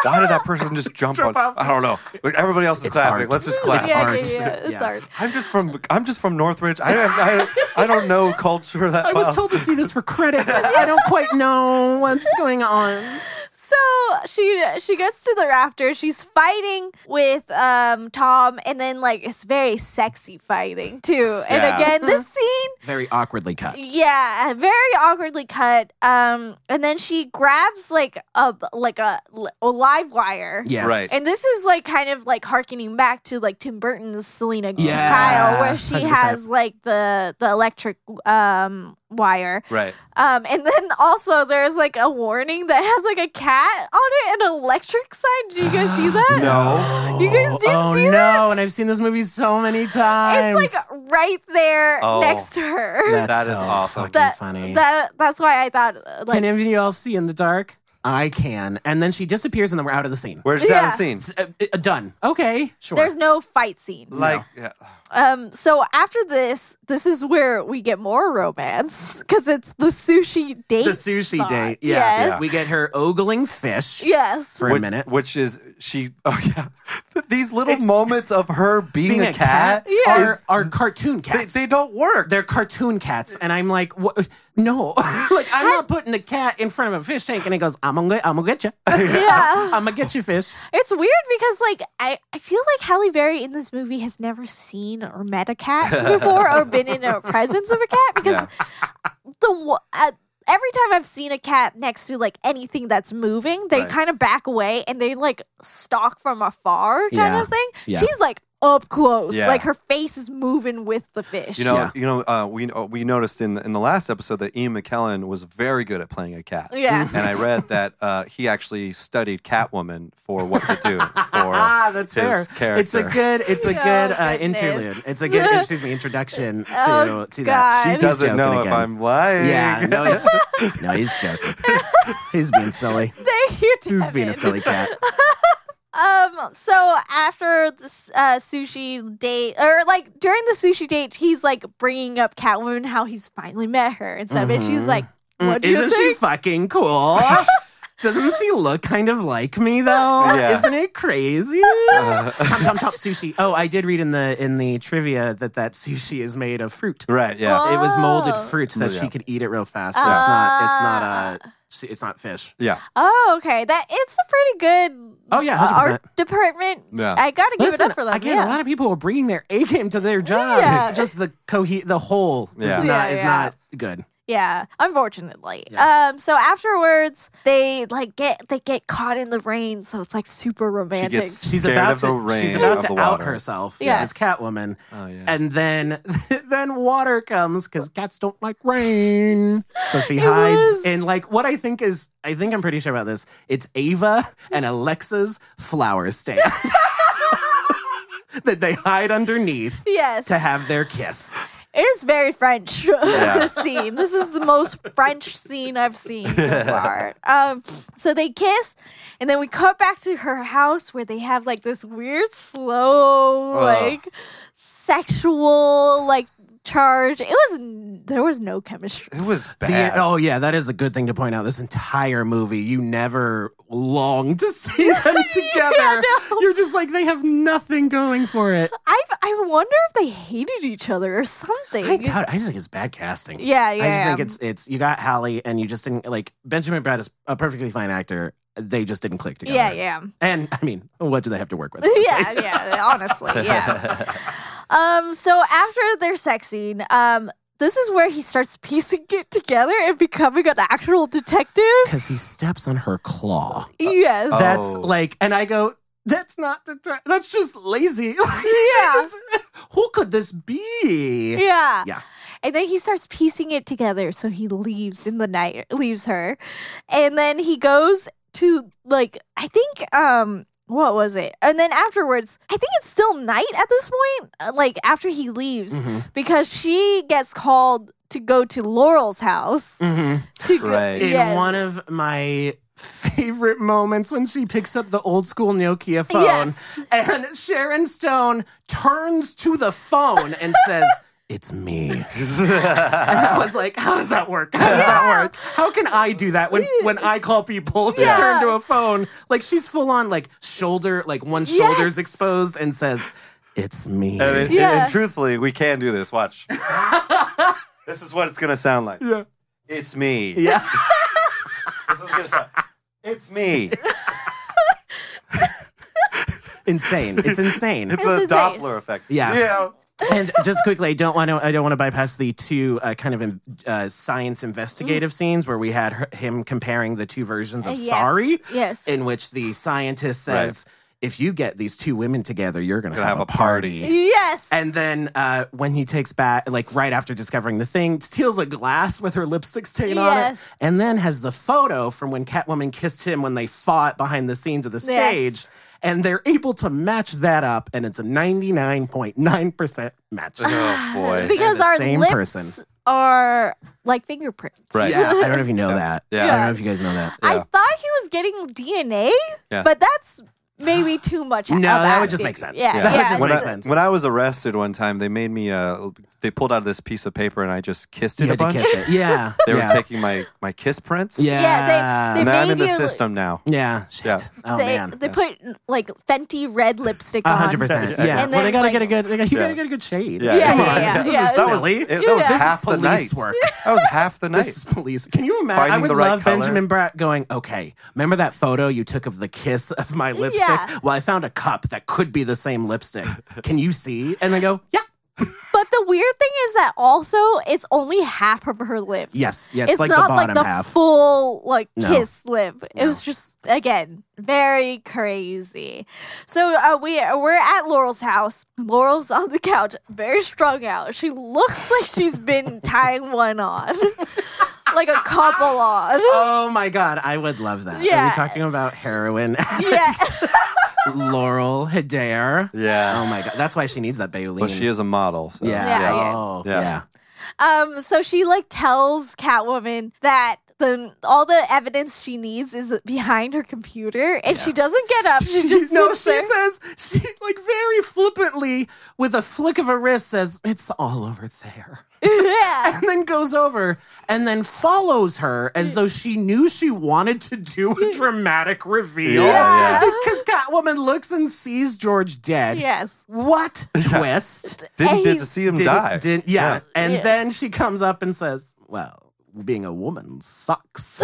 Speaker 4: Why did that person just jump,
Speaker 3: Jump
Speaker 4: on?
Speaker 3: off.
Speaker 4: I don't know. Like, everybody else is clapping.
Speaker 3: art.
Speaker 4: Let's just
Speaker 3: It's
Speaker 4: clap.
Speaker 2: yeah, yeah,
Speaker 3: art.
Speaker 2: yeah, it's
Speaker 3: Yeah.
Speaker 2: art.
Speaker 4: I'm just from I'm just from Northridge. I don't I, I don't know culture that
Speaker 3: I
Speaker 4: well.
Speaker 3: was told to see this
Speaker 2: *laughs*
Speaker 3: for credit. I don't quite know what's going on.
Speaker 2: So she she gets to the rafters. She's fighting with um Tom, and then like it's very sexy fighting too. And
Speaker 4: Yeah.
Speaker 2: again, this scene
Speaker 3: Very awkwardly cut.
Speaker 2: Yeah, very awkwardly cut. Um, and then she grabs like a like a, a live wire.
Speaker 3: Yes.
Speaker 4: Right.
Speaker 2: And this is like kind of like harkening back to like Tim Burton's Selena
Speaker 3: Yeah,
Speaker 2: Kyle, where she
Speaker 3: 100%.
Speaker 2: has like the the electric um wire.
Speaker 4: Right.
Speaker 2: Um, and then also there's like a warning that has like a cat on it, an electric sign. Do you guys
Speaker 3: *gasps*
Speaker 2: see that?
Speaker 4: No.
Speaker 2: You guys didn't
Speaker 3: oh,
Speaker 2: see
Speaker 3: no.
Speaker 2: that?
Speaker 3: And I've seen this movie so many times.
Speaker 2: It's like right there
Speaker 4: Oh.
Speaker 2: next to her.
Speaker 3: That's
Speaker 4: That is
Speaker 3: so
Speaker 4: awesome.
Speaker 3: fucking
Speaker 2: That-
Speaker 3: funny.
Speaker 2: That that's why I thought uh, like
Speaker 3: can any of you all see in the dark? I can. And then she disappears and then we're out of the scene.
Speaker 4: Where's
Speaker 2: Yeah.
Speaker 4: that scene?
Speaker 3: Uh, uh, done. Okay. Sure.
Speaker 2: There's no fight scene.
Speaker 4: Like yeah.
Speaker 2: Um, so after this, this is where we get more romance because it's the sushi date.
Speaker 3: the sushi
Speaker 2: spot.
Speaker 3: date.
Speaker 2: Yes.
Speaker 3: We get her ogling fish
Speaker 2: *laughs* Yes.
Speaker 3: for
Speaker 4: which,
Speaker 3: a minute.
Speaker 4: Which is she oh yeah. *laughs* These little
Speaker 3: It's-
Speaker 4: moments of her being,
Speaker 3: Being
Speaker 4: a, cat,
Speaker 2: Yeah.
Speaker 3: are, are cartoon
Speaker 4: they,
Speaker 3: cats.
Speaker 4: they don't work.
Speaker 3: They're cartoon cats, and I'm like, what? no, *laughs* like I'm not putting a cat in front of a fish tank, and it goes, I'm gonna, I'm gonna *laughs* get you,
Speaker 2: Yeah.
Speaker 3: I'm gonna get you, fish.
Speaker 2: It's weird because like I, I feel like Halle Berry in this movie has never seen or met a cat before or been in the presence of a cat because
Speaker 4: Yeah.
Speaker 2: the wa- uh, every time I've seen a cat next to like anything that's moving, they
Speaker 4: Right.
Speaker 2: kind of back away and they like stalk from afar kind
Speaker 3: Yeah.
Speaker 2: of thing.
Speaker 3: Yeah.
Speaker 2: She's like up close.
Speaker 4: Yeah.
Speaker 2: Like her face is moving with the fish. *laughs*
Speaker 4: You know,
Speaker 3: Yeah.
Speaker 4: you know, uh, we uh, we noticed in in the last episode that Ian McKellen was very good at playing a cat.
Speaker 2: Yes.
Speaker 4: and I read that uh, he actually studied Catwoman for what to
Speaker 3: *laughs*
Speaker 4: do
Speaker 3: Ah,
Speaker 4: for
Speaker 3: that's
Speaker 4: his
Speaker 3: fair.
Speaker 4: character.
Speaker 3: It's a good. It's
Speaker 2: *laughs*
Speaker 3: a
Speaker 2: Oh,
Speaker 3: good uh,
Speaker 2: goodness.
Speaker 3: interlude. It's a good. Excuse
Speaker 2: *laughs*
Speaker 3: me, introduction to
Speaker 2: Oh,
Speaker 3: to that.
Speaker 2: God.
Speaker 4: she
Speaker 2: He's
Speaker 4: doesn't
Speaker 3: joking
Speaker 4: know if
Speaker 3: again.
Speaker 4: I'm lying. *laughs*
Speaker 3: Yeah, no, he's, no, he's
Speaker 2: *laughs*
Speaker 3: joking. he's being silly.
Speaker 2: Thank you,
Speaker 3: He's being a
Speaker 2: Devin.
Speaker 3: silly cat.
Speaker 2: Um. So after this uh, sushi date, or like during the sushi date, he's like bringing up Catwoman how he's finally met her and stuff, and she's
Speaker 3: Mhm.
Speaker 2: like, "What do
Speaker 3: Isn't
Speaker 2: you think?"
Speaker 3: she fucking *laughs* cool? Doesn't she look kind of like me though?
Speaker 4: Yeah. Uh-huh.
Speaker 3: Isn't it crazy? Chomp chomp chomp sushi. Oh, I did read in the in the trivia that that sushi is made of fruit.
Speaker 4: right. Yeah.
Speaker 2: Well-
Speaker 3: It was molded
Speaker 2: Oh.
Speaker 3: fruit so that she
Speaker 4: Yeah.
Speaker 3: could eat it real fast. So it's not it's not
Speaker 2: Ah.
Speaker 3: uh she- it's not fish.
Speaker 4: yeah.
Speaker 2: oh, okay. That it's a pretty good.
Speaker 3: Oh, yeah,
Speaker 2: uh,
Speaker 3: 100%.
Speaker 2: art department.
Speaker 4: Yeah.
Speaker 2: I gotta give it
Speaker 3: Listen,
Speaker 2: up for them.
Speaker 3: again,
Speaker 2: yeah.
Speaker 3: a lot of people are bringing their *laughs* A game to their jobs.
Speaker 2: Yeah.
Speaker 3: Just the cohe the whole just
Speaker 4: Yeah.
Speaker 3: not,
Speaker 2: Yeah,
Speaker 3: is
Speaker 2: yeah.
Speaker 3: not good.
Speaker 2: Yeah, unfortunately. Um, so afterwards, they like get they get caught in the rain, so it's like super romantic.
Speaker 4: gets-
Speaker 3: She's
Speaker 4: Scared
Speaker 3: about
Speaker 4: of the
Speaker 3: to
Speaker 4: rain,
Speaker 3: she's about
Speaker 4: of
Speaker 3: to
Speaker 4: the
Speaker 3: out
Speaker 4: water.
Speaker 3: herself
Speaker 2: Yeah.
Speaker 3: as Catwoman.
Speaker 4: Oh yeah.
Speaker 3: And then *laughs* then water comes because cats don't like rain. So
Speaker 4: *laughs*
Speaker 3: she hides
Speaker 2: was-
Speaker 3: in like what I think is I think I'm pretty sure about this. It's Ava and Alexa's flower stand *laughs* that they hide underneath
Speaker 2: yes,
Speaker 3: to have their kiss.
Speaker 2: it is very French. *laughs*
Speaker 4: Yeah.
Speaker 2: this scene, this is the most French scene I've seen so
Speaker 3: *laughs*
Speaker 2: far. Um, so they kiss, and then we cut back to her house where they have like this weird slow
Speaker 4: Ugh.
Speaker 2: like sexual like charge. It was there was no chemistry. *laughs*
Speaker 4: it was
Speaker 3: The-
Speaker 4: bad.
Speaker 3: oh yeah, that is a good thing to point out. This entire movie, you never long to *laughs* see
Speaker 4: *laughs*
Speaker 3: them together.
Speaker 2: no.
Speaker 3: *laughs* You're just like they have nothing going for it.
Speaker 2: I I wonder if they hated each other or something.
Speaker 3: I doubt. it. I just think it's bad casting.
Speaker 2: Yeah, yeah.
Speaker 3: I just think
Speaker 2: yeah.
Speaker 3: it's it's you got Hallie and you just didn't like Benjamin Brad is a perfectly fine actor. They just didn't click together.
Speaker 2: yeah, yeah,
Speaker 3: And I mean, what do they have to work with?
Speaker 2: yeah, *laughs* yeah. Honestly, yeah. Um, so after their sex scene, um, this is where he starts piecing it together and becoming an actual detective.
Speaker 3: Because he steps on her claw.
Speaker 2: yes.
Speaker 4: Oh.
Speaker 3: That's like, and I go, that's not deter- that's just lazy. *laughs* Like, she
Speaker 2: Yeah.
Speaker 3: just- who could this be?
Speaker 2: yeah.
Speaker 3: Yeah.
Speaker 2: And then he starts piecing it together, so he leaves in the night, leaves her, and then he goes to like I think um what was it? And then afterwards, I think it's still night at this point. uh, Like after he leaves,
Speaker 3: Mhm.
Speaker 2: because she gets called to go to Laurel's house.
Speaker 3: Mhm.
Speaker 2: To go-
Speaker 4: *laughs* Right.
Speaker 3: In
Speaker 2: Yes.
Speaker 3: one of my favorite moments when she picks up the old school Nokia phone
Speaker 2: Yes.
Speaker 3: and Sharon Stone turns to the phone and says, It's me. And I was like, how does that work? How does that work? How can I do that when, when I call people to
Speaker 2: Yeah.
Speaker 3: turn to a phone? Like she's full on like shoulder, like one
Speaker 2: Yes.
Speaker 3: shoulder's exposed and says, It's me.
Speaker 4: *laughs* And, it-
Speaker 2: Yeah.
Speaker 4: and- and truthfully, we can do
Speaker 3: *laughs*
Speaker 4: this. Watch. this is what it's gonna sound like.
Speaker 3: Yeah.
Speaker 4: It's me.
Speaker 3: yeah. *laughs*
Speaker 4: This is gonna sound. It's me.
Speaker 3: insane. It's insane.
Speaker 4: It's, *laughs*
Speaker 2: It's
Speaker 4: a
Speaker 2: insane.
Speaker 4: Doppler effect.
Speaker 3: Yeah.
Speaker 4: Yeah.
Speaker 3: and just quickly, I don't want to. I don't want to bypass the two uh, kind of in, uh, science investigative scenes where we had her, him comparing the two versions of
Speaker 2: Yes.
Speaker 3: Sorry,
Speaker 2: Yes.
Speaker 3: in which the scientist says, "If you get these two women together, you're going to
Speaker 4: Gonna
Speaker 3: have, a party."
Speaker 2: yes.
Speaker 3: And then uh, when he takes back, like right after discovering the thing, steals a glass with her lipstick stain on it,
Speaker 2: Yes.
Speaker 3: and then has the photo from when Catwoman kissed him when they fought behind the scenes of
Speaker 2: Yes.
Speaker 3: the stage. And they're able to match that up, and it's a 99.9%
Speaker 4: *laughs*
Speaker 3: match.
Speaker 4: Oh boy.
Speaker 2: because
Speaker 3: the
Speaker 2: our
Speaker 3: same
Speaker 2: lips
Speaker 3: person.
Speaker 2: are like fingerprints.
Speaker 4: Right.
Speaker 3: Yeah, I don't know if you know that.
Speaker 4: Yeah.
Speaker 3: I don't know if you guys know that.
Speaker 2: I
Speaker 4: Yeah.
Speaker 2: thought he was getting DNA,
Speaker 4: Yeah.
Speaker 2: but that's maybe too much.
Speaker 3: No,
Speaker 2: of
Speaker 3: that would just
Speaker 2: asking.
Speaker 3: make sense.
Speaker 2: Yeah,
Speaker 3: Yeah.
Speaker 2: yeah.
Speaker 3: That would just
Speaker 4: when,
Speaker 3: make
Speaker 4: I,
Speaker 3: sense.
Speaker 4: when I was arrested one time, they made me. Uh, they pulled out this piece of paper and I just kissed it
Speaker 3: You
Speaker 4: a
Speaker 3: had to
Speaker 4: bunch.
Speaker 3: kiss it. Yeah.
Speaker 4: *laughs* They
Speaker 3: yeah.
Speaker 4: were taking my my kiss prints.
Speaker 3: Yeah.
Speaker 2: Yeah, they-
Speaker 4: And I'm in the
Speaker 2: Maybe-
Speaker 4: system now.
Speaker 3: yeah. Shit.
Speaker 4: Yeah.
Speaker 3: Oh,
Speaker 2: they
Speaker 3: man.
Speaker 2: they put like Fenty red lipstick
Speaker 3: A
Speaker 2: on.
Speaker 3: hundred percent.
Speaker 4: *laughs* Yeah.
Speaker 3: Yeah.
Speaker 2: And
Speaker 3: well,
Speaker 2: then,
Speaker 3: they gotta
Speaker 2: like-
Speaker 3: get a good. They gotta, you
Speaker 4: Yeah.
Speaker 3: gotta get a good shade.
Speaker 4: Yeah. Yeah,
Speaker 3: Come
Speaker 2: yeah,
Speaker 3: on.
Speaker 2: yeah.
Speaker 3: This
Speaker 2: Yeah,
Speaker 3: is
Speaker 4: That was
Speaker 3: silly.
Speaker 4: it, that was
Speaker 2: Yeah.
Speaker 4: half the
Speaker 3: Police
Speaker 4: night.
Speaker 3: work.
Speaker 4: That was half the night.
Speaker 3: This is police. Can you imagine? I
Speaker 4: Finding
Speaker 3: would
Speaker 4: the right
Speaker 3: love
Speaker 4: color.
Speaker 3: Benjamin Bratt going, okay, remember that photo you took of the kiss of my lipstick?
Speaker 2: Yeah.
Speaker 3: Well, I found a cup that could be the same lipstick. Can you see? And they go, yeah.
Speaker 2: But But the weird thing is that also it's only half of her lip.
Speaker 3: Yes, yeah,
Speaker 2: It's,
Speaker 3: it's, like
Speaker 2: not
Speaker 3: the
Speaker 2: like
Speaker 3: bottom
Speaker 2: the
Speaker 3: half.
Speaker 2: full like
Speaker 3: No.
Speaker 2: kiss lip. It
Speaker 3: No.
Speaker 2: was just again very crazy. So uh, we we're at Laurel's house. Laurel's on the couch, very strung out. She looks like she's
Speaker 3: *laughs*
Speaker 2: been tying one on, *laughs* like a couple on.
Speaker 3: oh my god, I would love that. Are
Speaker 2: Yeah.
Speaker 3: we talking about heroin? *laughs*
Speaker 2: Yeah,
Speaker 3: Laurel Adair.
Speaker 4: Yeah.
Speaker 3: Oh my god, that's why she needs that Bayoulin.
Speaker 4: well, she is a model. so-
Speaker 3: Yeah.
Speaker 2: Yeah, yeah.
Speaker 3: Oh,
Speaker 4: Yeah.
Speaker 3: yeah.
Speaker 2: Um, so she like tells Catwoman that the all the evidence she needs is behind her computer, and she doesn't get up.
Speaker 3: *laughs*
Speaker 2: She, just
Speaker 3: no,
Speaker 2: sits
Speaker 3: she
Speaker 2: there.
Speaker 3: says she like very flippantly with a flick of a wrist says it's all over there,
Speaker 2: *laughs* yeah.
Speaker 3: *laughs* and then goes over and then follows her as though she knew she wanted to do a dramatic reveal.
Speaker 2: yeah.
Speaker 4: Yeah,
Speaker 3: because Catwoman looks and sees George dead.
Speaker 2: Yes.
Speaker 4: *laughs*
Speaker 3: What twist?
Speaker 4: Didn't
Speaker 2: And
Speaker 4: get
Speaker 2: he
Speaker 4: to see him
Speaker 3: Didn't-
Speaker 4: die.
Speaker 3: didn't- yeah. And
Speaker 2: Yeah.
Speaker 3: then she comes up and says, Well, being a
Speaker 2: *laughs*
Speaker 3: woman sucks.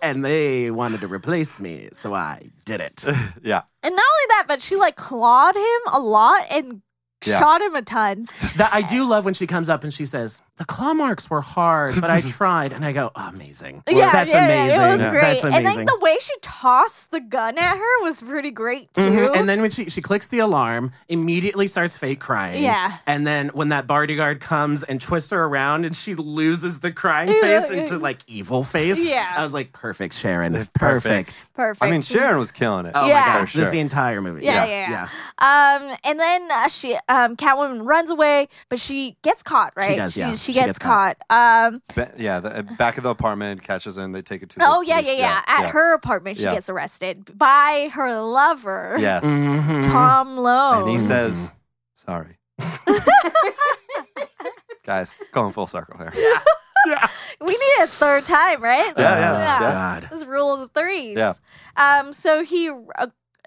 Speaker 3: *laughs* and they wanted to replace me, so I did
Speaker 4: *laughs*
Speaker 3: it.
Speaker 4: Yeah.
Speaker 2: And not only that, but she like clawed him a lot and
Speaker 4: Yeah.
Speaker 2: shot him a ton.
Speaker 3: that I do love when she comes up and she says, The claw marks were hard,
Speaker 4: *laughs*
Speaker 3: but I tried. And I go, Amazing.
Speaker 2: yeah,
Speaker 3: That's
Speaker 2: yeah, yeah,
Speaker 3: amazing.
Speaker 2: It was great.
Speaker 3: That's amazing.
Speaker 2: And then the way she tossed the gun at her was pretty great too.
Speaker 3: Mhm. And then when she she clicks the alarm, immediately starts fake crying.
Speaker 2: Yeah.
Speaker 3: And then when that bodyguard comes and twists her around, and she loses the crying
Speaker 2: Yeah,
Speaker 3: face
Speaker 2: yeah.
Speaker 3: into like evil face.
Speaker 2: Yeah.
Speaker 3: I was like, perfect, Sharon. Perfect.
Speaker 4: Perfect.
Speaker 2: Perfect.
Speaker 4: I mean, Sharon was killing it.
Speaker 3: Oh
Speaker 2: Yeah.
Speaker 3: my
Speaker 4: For
Speaker 3: gosh, this is the
Speaker 4: sure.
Speaker 3: entire movie.
Speaker 2: Yeah, yeah, yeah. Um, and then uh, she, um, Catwoman runs away, but she gets caught, right?
Speaker 3: does, yeah.
Speaker 2: She,
Speaker 3: She
Speaker 2: gets,
Speaker 3: gets
Speaker 2: caught.
Speaker 3: caught.
Speaker 2: Um,
Speaker 4: Ba- yeah. The, uh, back of the apartment catches her and they take it to the
Speaker 2: oh yeah, yeah,
Speaker 4: police.
Speaker 2: yeah, At her apartment, she
Speaker 4: Yeah.
Speaker 2: gets arrested by her lover,
Speaker 4: Yes.
Speaker 3: Mhm.
Speaker 4: Mm-hmm.
Speaker 2: Tom Lowe.
Speaker 4: And he says,
Speaker 3: Mm-hmm.
Speaker 4: sorry.
Speaker 3: *laughs*
Speaker 4: Guys, going full circle here. Yeah.
Speaker 2: we need a third time, right?
Speaker 4: Yeah,
Speaker 2: This-
Speaker 4: yeah, yeah.
Speaker 3: God.
Speaker 2: This is rules of threes.
Speaker 4: Yeah.
Speaker 2: Um, so he uh,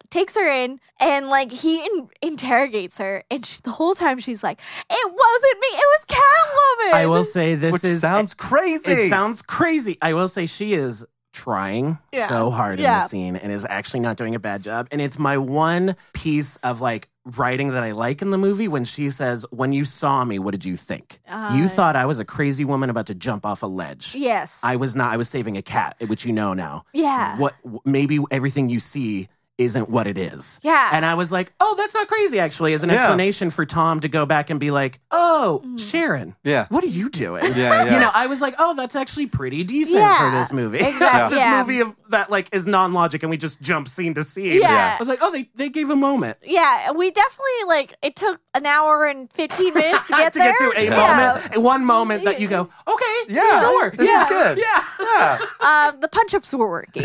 Speaker 2: takes her in and like he in- interrogates her, and she, the whole time she's like, "It wasn't me. It was Catwoman."
Speaker 3: I will say this
Speaker 4: Which
Speaker 3: is
Speaker 4: sounds crazy.
Speaker 3: It sounds crazy. I will say she is trying
Speaker 2: Yeah.
Speaker 3: so hard in
Speaker 2: Yeah.
Speaker 3: the scene and is actually not doing a bad job. And it's my one piece of like writing that I like in the movie when she says, When you saw me, what did you think?
Speaker 2: Uh,
Speaker 3: you thought I was a crazy woman about to jump off a ledge.
Speaker 2: Yes.
Speaker 3: I was not. I was saving a cat, which you know now.
Speaker 2: yeah.
Speaker 3: What maybe everything you see isn't what it is.
Speaker 2: Yeah.
Speaker 3: And I was like, oh, that's not crazy, actually, as an
Speaker 4: Yeah.
Speaker 3: explanation for Tom to go back and be like, oh,
Speaker 2: Mm.
Speaker 3: Sharon,
Speaker 4: yeah.
Speaker 3: what are you doing? *laughs*
Speaker 4: Yeah, yeah.
Speaker 3: You know, I was like, oh, that's actually pretty decent
Speaker 2: Yeah,
Speaker 3: for this movie. *laughs*
Speaker 2: exactly,
Speaker 3: this
Speaker 2: yeah.
Speaker 3: movie of, that like is non-logic and we just jump scene to scene.
Speaker 2: Yeah.
Speaker 3: I was like, oh, they, they gave a moment.
Speaker 2: Yeah, we definitely like it took an hour and fifteen minutes to get
Speaker 3: *laughs* to
Speaker 2: there.
Speaker 3: get to a
Speaker 2: Yeah.
Speaker 3: moment, one moment that you go, okay,
Speaker 4: Yeah,
Speaker 3: sure,
Speaker 4: this is
Speaker 3: yeah,
Speaker 4: good.
Speaker 3: yeah.
Speaker 4: Yeah.
Speaker 2: Um, the punch ups were working.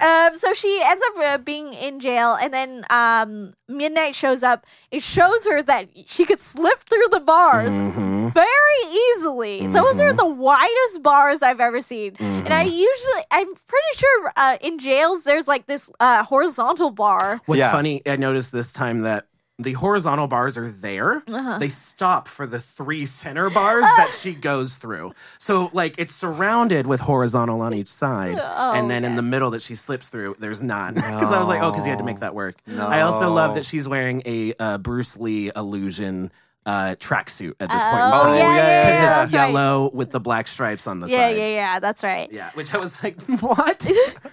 Speaker 2: um, so she ends up uh, being in jail, and then um, Midnight shows up. It shows her that she could slip through the bars Mm-hmm. very easily. Those are the widest bars I've ever seen, and I usually, I'm pretty sure uh, in jails there's like this uh, horizontal bar.
Speaker 3: What's
Speaker 4: Yeah.
Speaker 3: funny, I noticed this time that the horizontal bars are there.
Speaker 2: Uh-huh.
Speaker 3: They stop for the three center bars that she goes through. So, like, it's surrounded with horizontal on each side.
Speaker 2: Oh,
Speaker 3: and then in the middle that she slips through, there's none. *laughs* Because I was like, oh, because you had to make that work. I also love that she's wearing a uh, Bruce Lee illusion uh, tracksuit at this point. in
Speaker 2: Oh,
Speaker 3: time.
Speaker 2: yeah, yeah, yeah,
Speaker 3: 'Cause
Speaker 2: yeah,
Speaker 3: it's
Speaker 2: that's right.
Speaker 3: yellow with the black stripes on the
Speaker 2: Yeah,
Speaker 3: side.
Speaker 2: yeah, yeah. That's right.
Speaker 3: Yeah, which I was like, *laughs* what?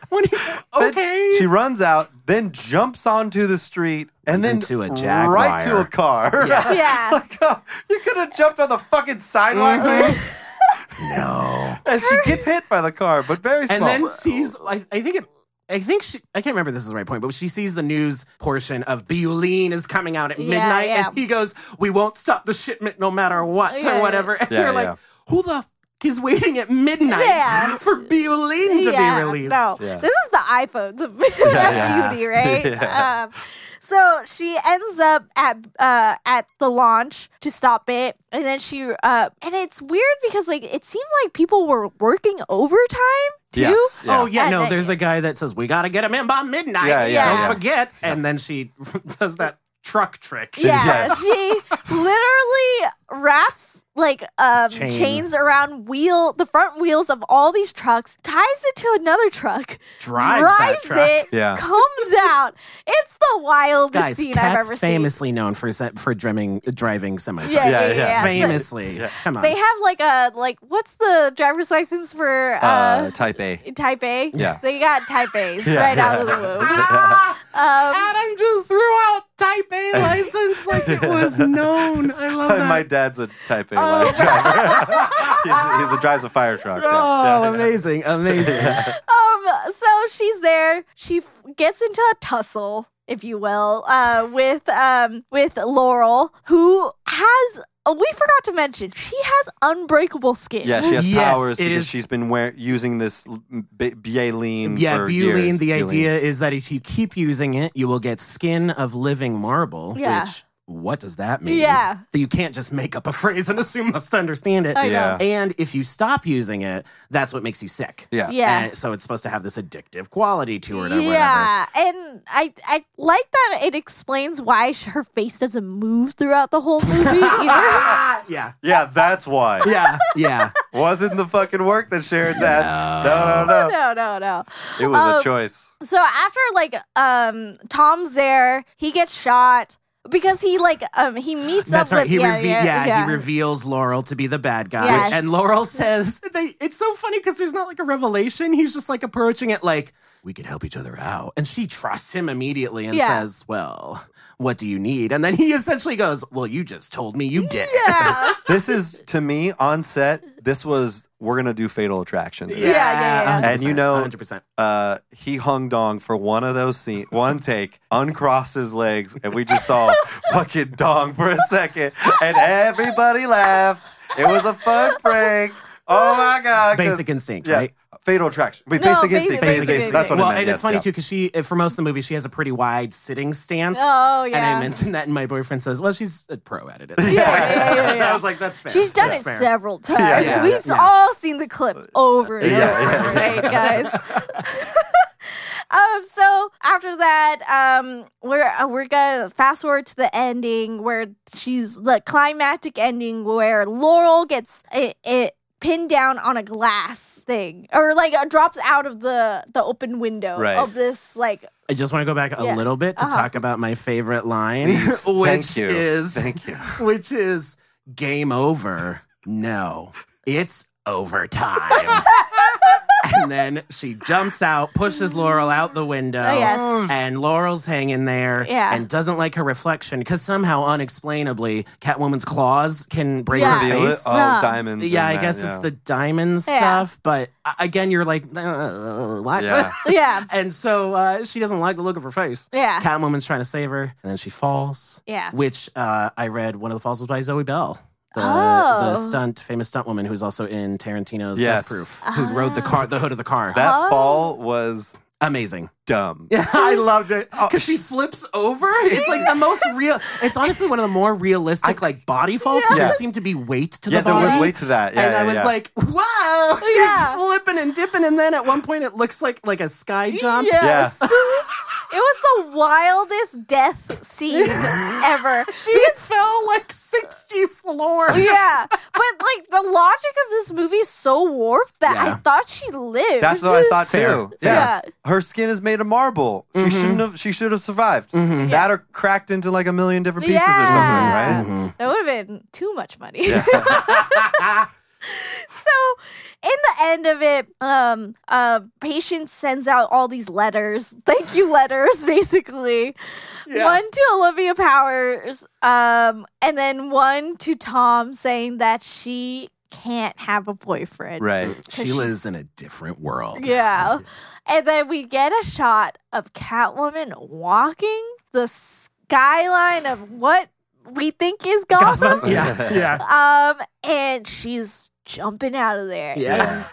Speaker 3: what are you, okay.
Speaker 4: She runs out, then jumps onto the street, and then
Speaker 3: Runs into a jaguar.
Speaker 4: right to a car. *laughs*
Speaker 3: Yeah.
Speaker 2: Yeah.
Speaker 4: like, oh, you could have jumped on the fucking sidewalk.
Speaker 3: Mm-hmm. no.
Speaker 4: and she gets hit by the car, but very small.
Speaker 3: and then sees I, I think it I think she I can't remember if this is the right point, but she sees the news portion of Beuline is coming out at
Speaker 2: Yeah,
Speaker 3: midnight
Speaker 2: yeah.
Speaker 3: and he goes, We won't stop the shipment no matter what
Speaker 2: Yeah, yeah.
Speaker 3: or whatever. And
Speaker 4: Yeah,
Speaker 3: you're
Speaker 4: yeah.
Speaker 3: like, Who the f- is waiting at midnight
Speaker 2: Yeah.
Speaker 3: for Beuline *laughs* to
Speaker 2: yeah,
Speaker 3: be released?
Speaker 2: No,
Speaker 4: Yeah.
Speaker 2: this is the iPhones of *laughs*
Speaker 4: Yeah.
Speaker 2: beauty, right?
Speaker 4: Yeah.
Speaker 2: Um, so she ends up at uh, at the launch to stop it, and then she uh, and it's weird because like it seemed like people were working overtime too.
Speaker 4: Yes, yeah.
Speaker 3: Oh yeah,
Speaker 2: And
Speaker 3: no.
Speaker 2: then-
Speaker 3: There's a guy that says we gotta get him in by midnight.
Speaker 4: Yeah,
Speaker 2: yeah,
Speaker 3: Don't
Speaker 2: yeah.
Speaker 3: forget. *laughs* And then she does that truck trick.
Speaker 2: Yeah,
Speaker 4: Yeah.
Speaker 2: she literally wraps like um,
Speaker 3: Chain.
Speaker 2: chains around wheel the front wheels of all these trucks, ties it to another truck,
Speaker 3: drives, that truck.
Speaker 2: it,
Speaker 4: Yeah.
Speaker 2: comes out. It's the wildest
Speaker 3: Guys,
Speaker 2: scene I've
Speaker 3: Cat's
Speaker 2: ever seen.
Speaker 3: famously known for se- for drimming, driving semi trucks.
Speaker 2: Yeah,
Speaker 4: yeah, Yeah, yeah. yeah.
Speaker 3: Famously, come on.
Speaker 4: *laughs*
Speaker 2: They have like a like what's the driver's license for uh,
Speaker 4: uh, type A.
Speaker 2: type A?
Speaker 4: Yeah.
Speaker 2: They got type A's
Speaker 4: Yeah,
Speaker 2: right out of the
Speaker 4: yeah. *laughs*
Speaker 2: womb.
Speaker 3: Ah,
Speaker 2: Um,
Speaker 3: Adam just threw out Type
Speaker 4: *laughs*
Speaker 3: A license like it was known. I love that.
Speaker 4: My dad's a type A
Speaker 3: Oh,
Speaker 4: line driver. *laughs* he's, he's a drives a fire truck. yeah.
Speaker 3: Oh,
Speaker 4: Yeah, yeah.
Speaker 3: amazing, amazing.
Speaker 4: *laughs*
Speaker 2: um, so she's there. She f- gets into a tussle, if you will, uh, with um, with Laurel, who has. Oh, we forgot to mention she has unbreakable skin.
Speaker 4: Yeah, she has
Speaker 3: Yes,
Speaker 4: powers
Speaker 3: it
Speaker 4: because
Speaker 3: is-
Speaker 4: she's been wear- using this l- b- Baleen.
Speaker 3: yeah,
Speaker 4: for
Speaker 3: Beuline,
Speaker 4: years.
Speaker 3: the
Speaker 4: Baleen.
Speaker 3: idea is that if you keep using it, you will get skin of living marble,
Speaker 2: Yeah.
Speaker 3: which what does that mean?
Speaker 2: Yeah.
Speaker 3: You can't just make up a phrase and assume us to understand it.
Speaker 2: I know.
Speaker 4: Yeah.
Speaker 3: And if you stop using it, that's what makes you sick.
Speaker 4: Yeah.
Speaker 2: Yeah.
Speaker 3: And so it's supposed to have this addictive quality to it or whatever.
Speaker 2: yeah, and I I like that it explains why sh- her face doesn't move throughout the whole movie either. *laughs*
Speaker 3: *laughs* Ah, yeah.
Speaker 4: Yeah, that's why.
Speaker 3: Yeah. Yeah.
Speaker 4: Wasn't the fucking work that Sharon's at. No, no, no.
Speaker 2: no, no, no.
Speaker 4: It was
Speaker 2: Um,
Speaker 4: a choice.
Speaker 2: So after like um Tom's there, he gets shot because he like um he meets
Speaker 3: That's
Speaker 2: up
Speaker 3: right.
Speaker 2: with
Speaker 3: He
Speaker 2: yeah,
Speaker 3: reve-
Speaker 2: yeah,
Speaker 3: yeah,
Speaker 2: yeah.
Speaker 3: he reveals Laurel to be the bad guy,
Speaker 2: Yes.
Speaker 3: and Laurel says they. It's so funny because there's not like a revelation. He's just like approaching it like we could help each other out, and she trusts him immediately and
Speaker 2: Yeah.
Speaker 3: says, "Well, what do you need?" And then he essentially goes, "Well, you just told me you did."
Speaker 2: *laughs* yeah.
Speaker 4: This is, to me, on set, this was, we're going to do Fatal Attraction.
Speaker 2: Yeah. yeah, yeah.
Speaker 4: And you know-
Speaker 3: 100. percent
Speaker 4: Uh, he hung dong for one of those scenes, one take, uncrossed his legs, and we just
Speaker 2: *laughs*
Speaker 4: saw fucking dong for a second, and everybody laughed. It was a fun prank. Oh my god! 'cause-
Speaker 3: Basic instinct,
Speaker 4: yeah,
Speaker 3: right?
Speaker 4: Fatal Attraction. Wait,
Speaker 2: No,
Speaker 4: Basic
Speaker 2: Basic- Basic
Speaker 4: Instinct. Basic,
Speaker 2: Instinct.
Speaker 4: Instinct. That's what
Speaker 3: well,
Speaker 4: I meant.
Speaker 3: and it's
Speaker 4: yes,
Speaker 3: funny
Speaker 4: yeah.
Speaker 3: too because she, for most of the movie, she has a pretty wide sitting stance.
Speaker 2: Oh,
Speaker 3: And
Speaker 2: yeah.
Speaker 3: I mentioned that, and my boyfriend says, "Well, she's a pro
Speaker 2: *laughs*
Speaker 3: at it."
Speaker 2: yeah, yeah, yeah,
Speaker 3: And *laughs* I
Speaker 2: yeah.
Speaker 3: was like, "That's fair."
Speaker 2: She's done
Speaker 3: That's
Speaker 2: it
Speaker 3: fair.
Speaker 2: several times.
Speaker 4: *laughs* yeah, Uh,
Speaker 2: We've
Speaker 3: yeah.
Speaker 2: all seen the clip over and
Speaker 4: Yeah, yeah,
Speaker 2: over, right,
Speaker 4: *laughs*
Speaker 2: guys? *laughs* um, so after that, um, we're uh, we're gonna fast forward to the ending where she's the climactic ending where Laurel gets it, it pinned down on a glass thing or like uh, drops out of the the open window
Speaker 4: Right.
Speaker 2: of this like
Speaker 3: I just want to go back a
Speaker 2: Yeah.
Speaker 3: little bit to
Speaker 2: Uh-huh.
Speaker 3: talk about my favorite line,
Speaker 4: Please,
Speaker 3: which
Speaker 4: *laughs* thank you.
Speaker 3: is
Speaker 4: *laughs* Thank you.
Speaker 3: which is game over. No, it's overtime. *laughs* and then she jumps out, pushes Laurel out the window,
Speaker 2: Oh, yes.
Speaker 3: and Laurel's hanging there
Speaker 2: Yeah.
Speaker 3: and doesn't like her reflection because somehow unexplainably Catwoman's claws can break
Speaker 2: Yeah.
Speaker 3: her
Speaker 4: Reveal it.
Speaker 3: face.
Speaker 4: Oh,
Speaker 2: Yeah.
Speaker 4: diamonds.
Speaker 3: Yeah, I
Speaker 4: and that,
Speaker 3: guess
Speaker 4: yeah.
Speaker 3: it's the diamond
Speaker 2: Yeah.
Speaker 3: stuff, but uh, again, you're like, uh, what?
Speaker 4: Yeah.
Speaker 2: yeah
Speaker 3: *laughs* And so uh, she doesn't like the look of her face.
Speaker 2: yeah
Speaker 3: Catwoman's trying to save her, and then she falls.
Speaker 2: yeah
Speaker 3: Which uh, I read one of the falls was by Zoe Bell, the,
Speaker 2: Oh.
Speaker 3: the stunt famous stunt woman who's also in Tarantino's
Speaker 4: Yes.
Speaker 3: Death Proof, who rode the car, the hood of the car.
Speaker 4: That
Speaker 2: Oh.
Speaker 4: fall was
Speaker 3: Amazing.
Speaker 4: dumb.
Speaker 3: I loved it because she flips over. It's like the most real. It's honestly one of the more realistic like body falls. 'cause
Speaker 4: Yeah.
Speaker 3: There seemed to be weight to
Speaker 4: Yeah,
Speaker 3: the
Speaker 4: there
Speaker 3: body.
Speaker 4: was weight to that. Yeah,
Speaker 3: and
Speaker 4: yeah,
Speaker 3: I was
Speaker 4: yeah.
Speaker 3: like, "Wow!" *laughs* She's
Speaker 2: Yeah.
Speaker 3: flipping and dipping, and then at one point it looks like like a sky jump.
Speaker 4: yeah.
Speaker 2: It was the wildest death scene
Speaker 4: *laughs*
Speaker 2: ever.
Speaker 3: She fell like sixty floors.
Speaker 2: Yeah, but like the logic of this movie is so warped that I
Speaker 3: Yeah.
Speaker 2: thought she lived.
Speaker 4: That's what I thought too.
Speaker 2: Yeah.
Speaker 4: Yeah. her skin is made of marble. She
Speaker 3: Mm-hmm.
Speaker 4: shouldn't have. She should have survived. That or cracked into like a million different pieces
Speaker 2: Yeah.
Speaker 4: or something, right? Mm-hmm.
Speaker 2: That would have been too much money.
Speaker 4: Yeah.
Speaker 2: *laughs*
Speaker 3: *laughs*
Speaker 2: so in the end of it, um, uh, patient sends out all these letters, thank you letters, *laughs* basically.
Speaker 3: Yeah.
Speaker 2: One to Olivia Powers, um, and then one to Tom, saying that she can't have a
Speaker 3: Mm-hmm.
Speaker 2: boyfriend.
Speaker 3: *laughs*
Speaker 4: right.
Speaker 3: She lives in a different world.
Speaker 2: Yeah. And then we get a shot of Catwoman walking the skyline of what we think is *laughs* Gotham.
Speaker 3: *laughs*
Speaker 4: Gotham.
Speaker 3: Yeah, yeah,
Speaker 2: Um, and she's jumping out of there
Speaker 3: yeah.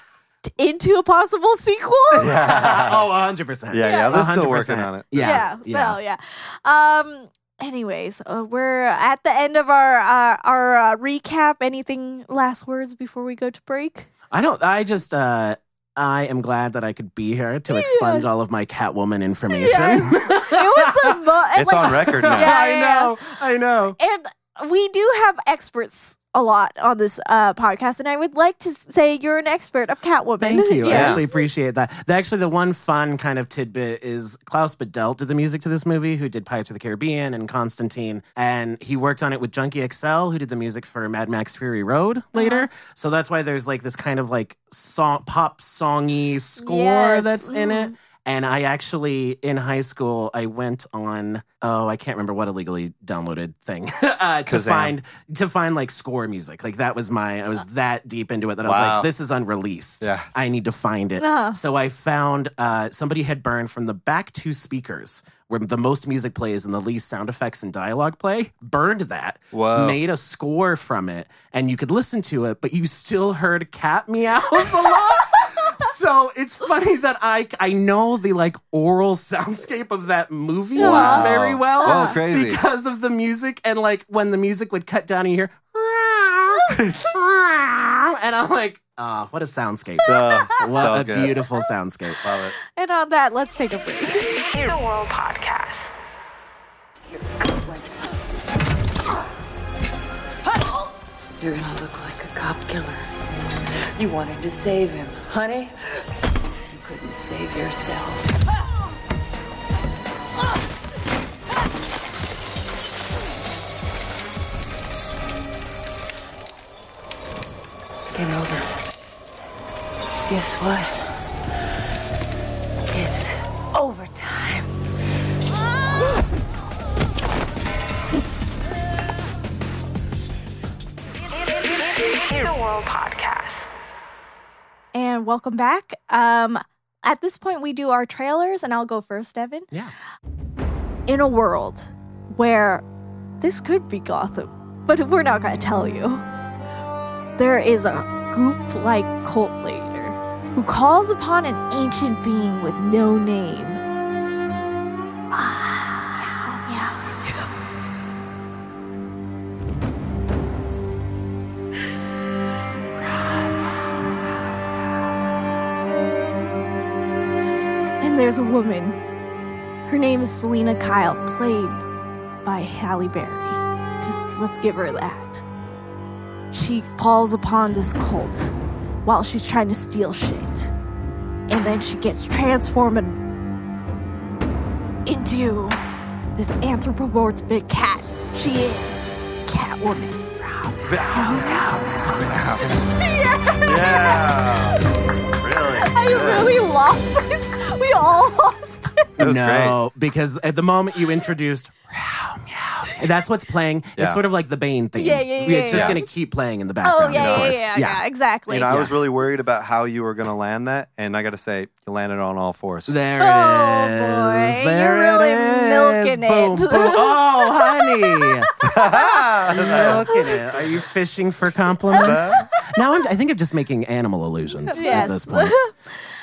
Speaker 2: and into a possible sequel. *laughs* Yeah.
Speaker 4: Yeah.
Speaker 3: *laughs* oh, 100 percent.
Speaker 4: *laughs* Yeah, yeah, they're still
Speaker 3: 100%.
Speaker 4: working on it.
Speaker 3: Yeah,
Speaker 2: Well, yeah. Um, anyways, uh, we're at the end of our uh, our uh, recap. Anything last words before we go to *laughs* break?
Speaker 3: I don't. I just. uh I am glad that I could be here to
Speaker 2: Yeah.
Speaker 3: expunge all of my Catwoman information. *laughs*
Speaker 2: It was the mo- *laughs* Oh
Speaker 4: It's
Speaker 2: like,
Speaker 4: on record now.
Speaker 2: Yeah,
Speaker 3: I
Speaker 2: yeah,
Speaker 3: know. I know.
Speaker 2: and we do have experts a lot on this uh, podcast, and I would like to say you're an expert of Catwoman.
Speaker 3: Thank you. I
Speaker 2: Yes.
Speaker 3: actually appreciate that. The- Actually, the one fun kind of tidbit is Klaus Badelt did the music to this movie, who did Pirates of the Caribbean and Constantine. And he worked on it with Junkie XL, who did the music for Mad Max Fury Road later. So that's why there's like this kind of like song, pop songy score
Speaker 2: Yes.
Speaker 3: that's in it. And I actually, in high school, I went on oh, I can't remember what illegally downloaded thing *laughs* uh, to
Speaker 4: Kazam.
Speaker 3: find to find like score music. Like that was my I was that deep into it that I was
Speaker 4: Wow.
Speaker 3: like, this is unreleased.
Speaker 4: Yeah.
Speaker 3: I need to find it.
Speaker 2: Uh-huh.
Speaker 3: So I found uh, somebody had burned from the back two speakers where the most music plays and the least sound effects and dialogue play, burned that,
Speaker 4: Whoa.
Speaker 3: made a score from it, and you could listen to it, but you still heard cat meows
Speaker 2: *laughs*
Speaker 3: a lot. So it's funny that I I know the like oral soundscape of that movie
Speaker 2: Wow.
Speaker 3: very well.
Speaker 4: Whoa, crazy.
Speaker 3: Because of the music and like when the music would cut down, you hear *laughs* and I'm like, ah, what a soundscape!
Speaker 4: Duh,
Speaker 3: What
Speaker 4: *laughs* so
Speaker 3: a
Speaker 4: good.
Speaker 3: beautiful soundscape!
Speaker 4: Love it.
Speaker 2: And on that, let's take a break.
Speaker 1: In the World Podcast.
Speaker 5: You're gonna look like a cop killer. You wanted to save him, honey. You couldn't save yourself. Get over. it. Guess what? It's overtime.
Speaker 1: In the World Podcast.
Speaker 2: And welcome back. Um, at this point, we do our trailers, and I'll go first, Evan.
Speaker 3: Yeah,
Speaker 2: In a world where this could be Gotham, but we're not going to tell you, there is a goop like cult leader who calls upon an ancient being with no name. Ah, meow, meow. And there's a woman. Her name is Selena Kyle, played by Halle Berry. Because let's give her that. She falls upon this cult while she's trying to steal shit. And then she gets transformed into this anthropomorphic cat. She is Catwoman. *laughs* *laughs*
Speaker 4: Yeah. Really?
Speaker 2: I really lost this. We all lost it.
Speaker 4: That was
Speaker 3: no, because at the moment you introduced. "Meow, meow," That's what's playing.
Speaker 4: Yeah.
Speaker 3: It's sort of like the Bane theme.
Speaker 2: Yeah, yeah, yeah,
Speaker 3: It's just
Speaker 4: yeah.
Speaker 3: gonna keep playing in the
Speaker 2: Oh,
Speaker 3: background.
Speaker 2: yeah,
Speaker 3: of
Speaker 2: yeah, yeah,
Speaker 3: course.
Speaker 2: yeah, exactly.
Speaker 4: You know, I was really worried about how you were going to land that, and I got to say, you landed on all fours.
Speaker 3: There
Speaker 2: Oh,
Speaker 3: it is.
Speaker 2: boy.
Speaker 3: There
Speaker 2: You're really
Speaker 3: it is.
Speaker 2: milking it. *laughs*
Speaker 3: Boom, boom. Oh, honey. milking it. Are you fishing for compliments? now I'm, I think I'm just making animal illusions
Speaker 2: Yes.
Speaker 3: at
Speaker 2: *laughs*
Speaker 3: this point.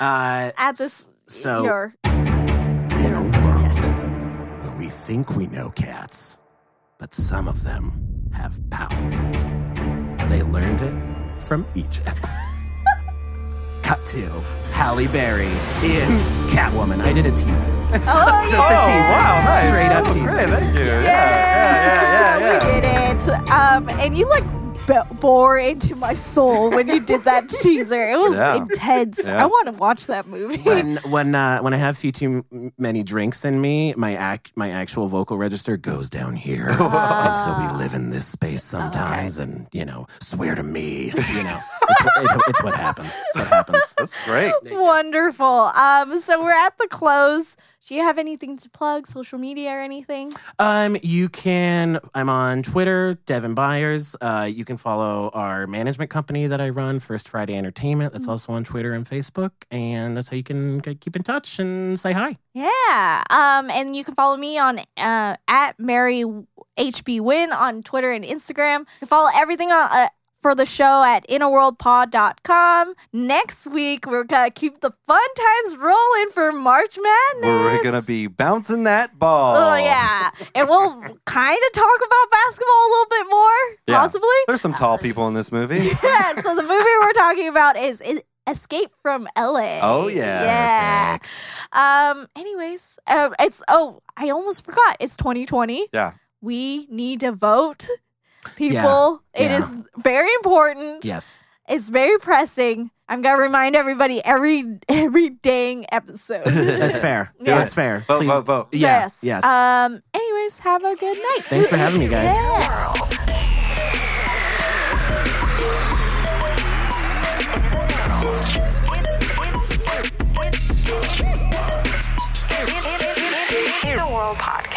Speaker 3: Uh,
Speaker 2: At this,
Speaker 3: so
Speaker 2: your-
Speaker 3: in a world where we think we know cats, but some of them have powers. They learned it from Egypt. Cut to Halle Berry in Catwoman. I did a teaser.
Speaker 2: Oh,
Speaker 3: Just
Speaker 4: Oh,
Speaker 3: a teaser.
Speaker 4: wow. Nice.
Speaker 3: Straight up
Speaker 4: Oh,
Speaker 3: teaser.
Speaker 4: Great. Thank you. Yeah.
Speaker 2: Yeah,
Speaker 4: Yeah. Yeah. Yeah. yeah.
Speaker 2: we did it. Um, and you like b- bore into my soul when you did
Speaker 4: *laughs*
Speaker 2: that teaser. It was
Speaker 4: Yeah.
Speaker 2: intense.
Speaker 4: Yeah.
Speaker 2: I want to watch that movie.
Speaker 3: when when uh, when I have few too m- many drinks in me, my act my actual vocal register goes down here, and so we live in this space sometimes, and you know, swear to me, you know, it's, what, it- it's what happens. It's what happens.
Speaker 4: That's great.
Speaker 2: Wonderful. Um, so we're at the close. Do you have anything to plug, social media or anything?
Speaker 3: Um, you can. I'm on Twitter, Devin Byers. Uh, you can follow our management company that I run, First Friday Entertainment. That's also on Twitter and Facebook, and that's how you can g- keep in touch and say hi.
Speaker 2: Yeah. Um, and you can follow me on uh, at Mary HB Win on Twitter and Instagram. You can follow everything on, uh, for the show at innerworldpod.com. Next week, we're going to keep the fun times rolling for March Madness.
Speaker 4: We're going to be bouncing that ball.
Speaker 2: Oh, yeah. and we'll kind of talk about basketball a little bit more,
Speaker 4: Yeah.
Speaker 2: possibly.
Speaker 4: *laughs* There's some tall people in this
Speaker 2: *laughs*
Speaker 4: movie.
Speaker 2: Yeah, so the movie we're talking about is, is Escape from LA.
Speaker 4: Oh, yeah.
Speaker 2: Yeah. Um anyways, uh, it's oh, I almost forgot. It's 2020.
Speaker 4: Yeah.
Speaker 2: We need to vote. people. It
Speaker 3: Yeah.
Speaker 2: is very important.
Speaker 3: Yes.
Speaker 2: It's very pressing. I'm gonna remind everybody every every dang
Speaker 3: *laughs*
Speaker 2: episode.
Speaker 3: That's fair.
Speaker 2: Yeah.
Speaker 3: That's fair.
Speaker 4: Vote,
Speaker 3: Please.
Speaker 4: vote, vote.
Speaker 3: Yeah,
Speaker 2: yes.
Speaker 3: yes. Uh,
Speaker 2: Um. Anyways, have a good night.
Speaker 3: Thanks for having me, guys.
Speaker 2: Yeah.
Speaker 1: World. In the world podcast.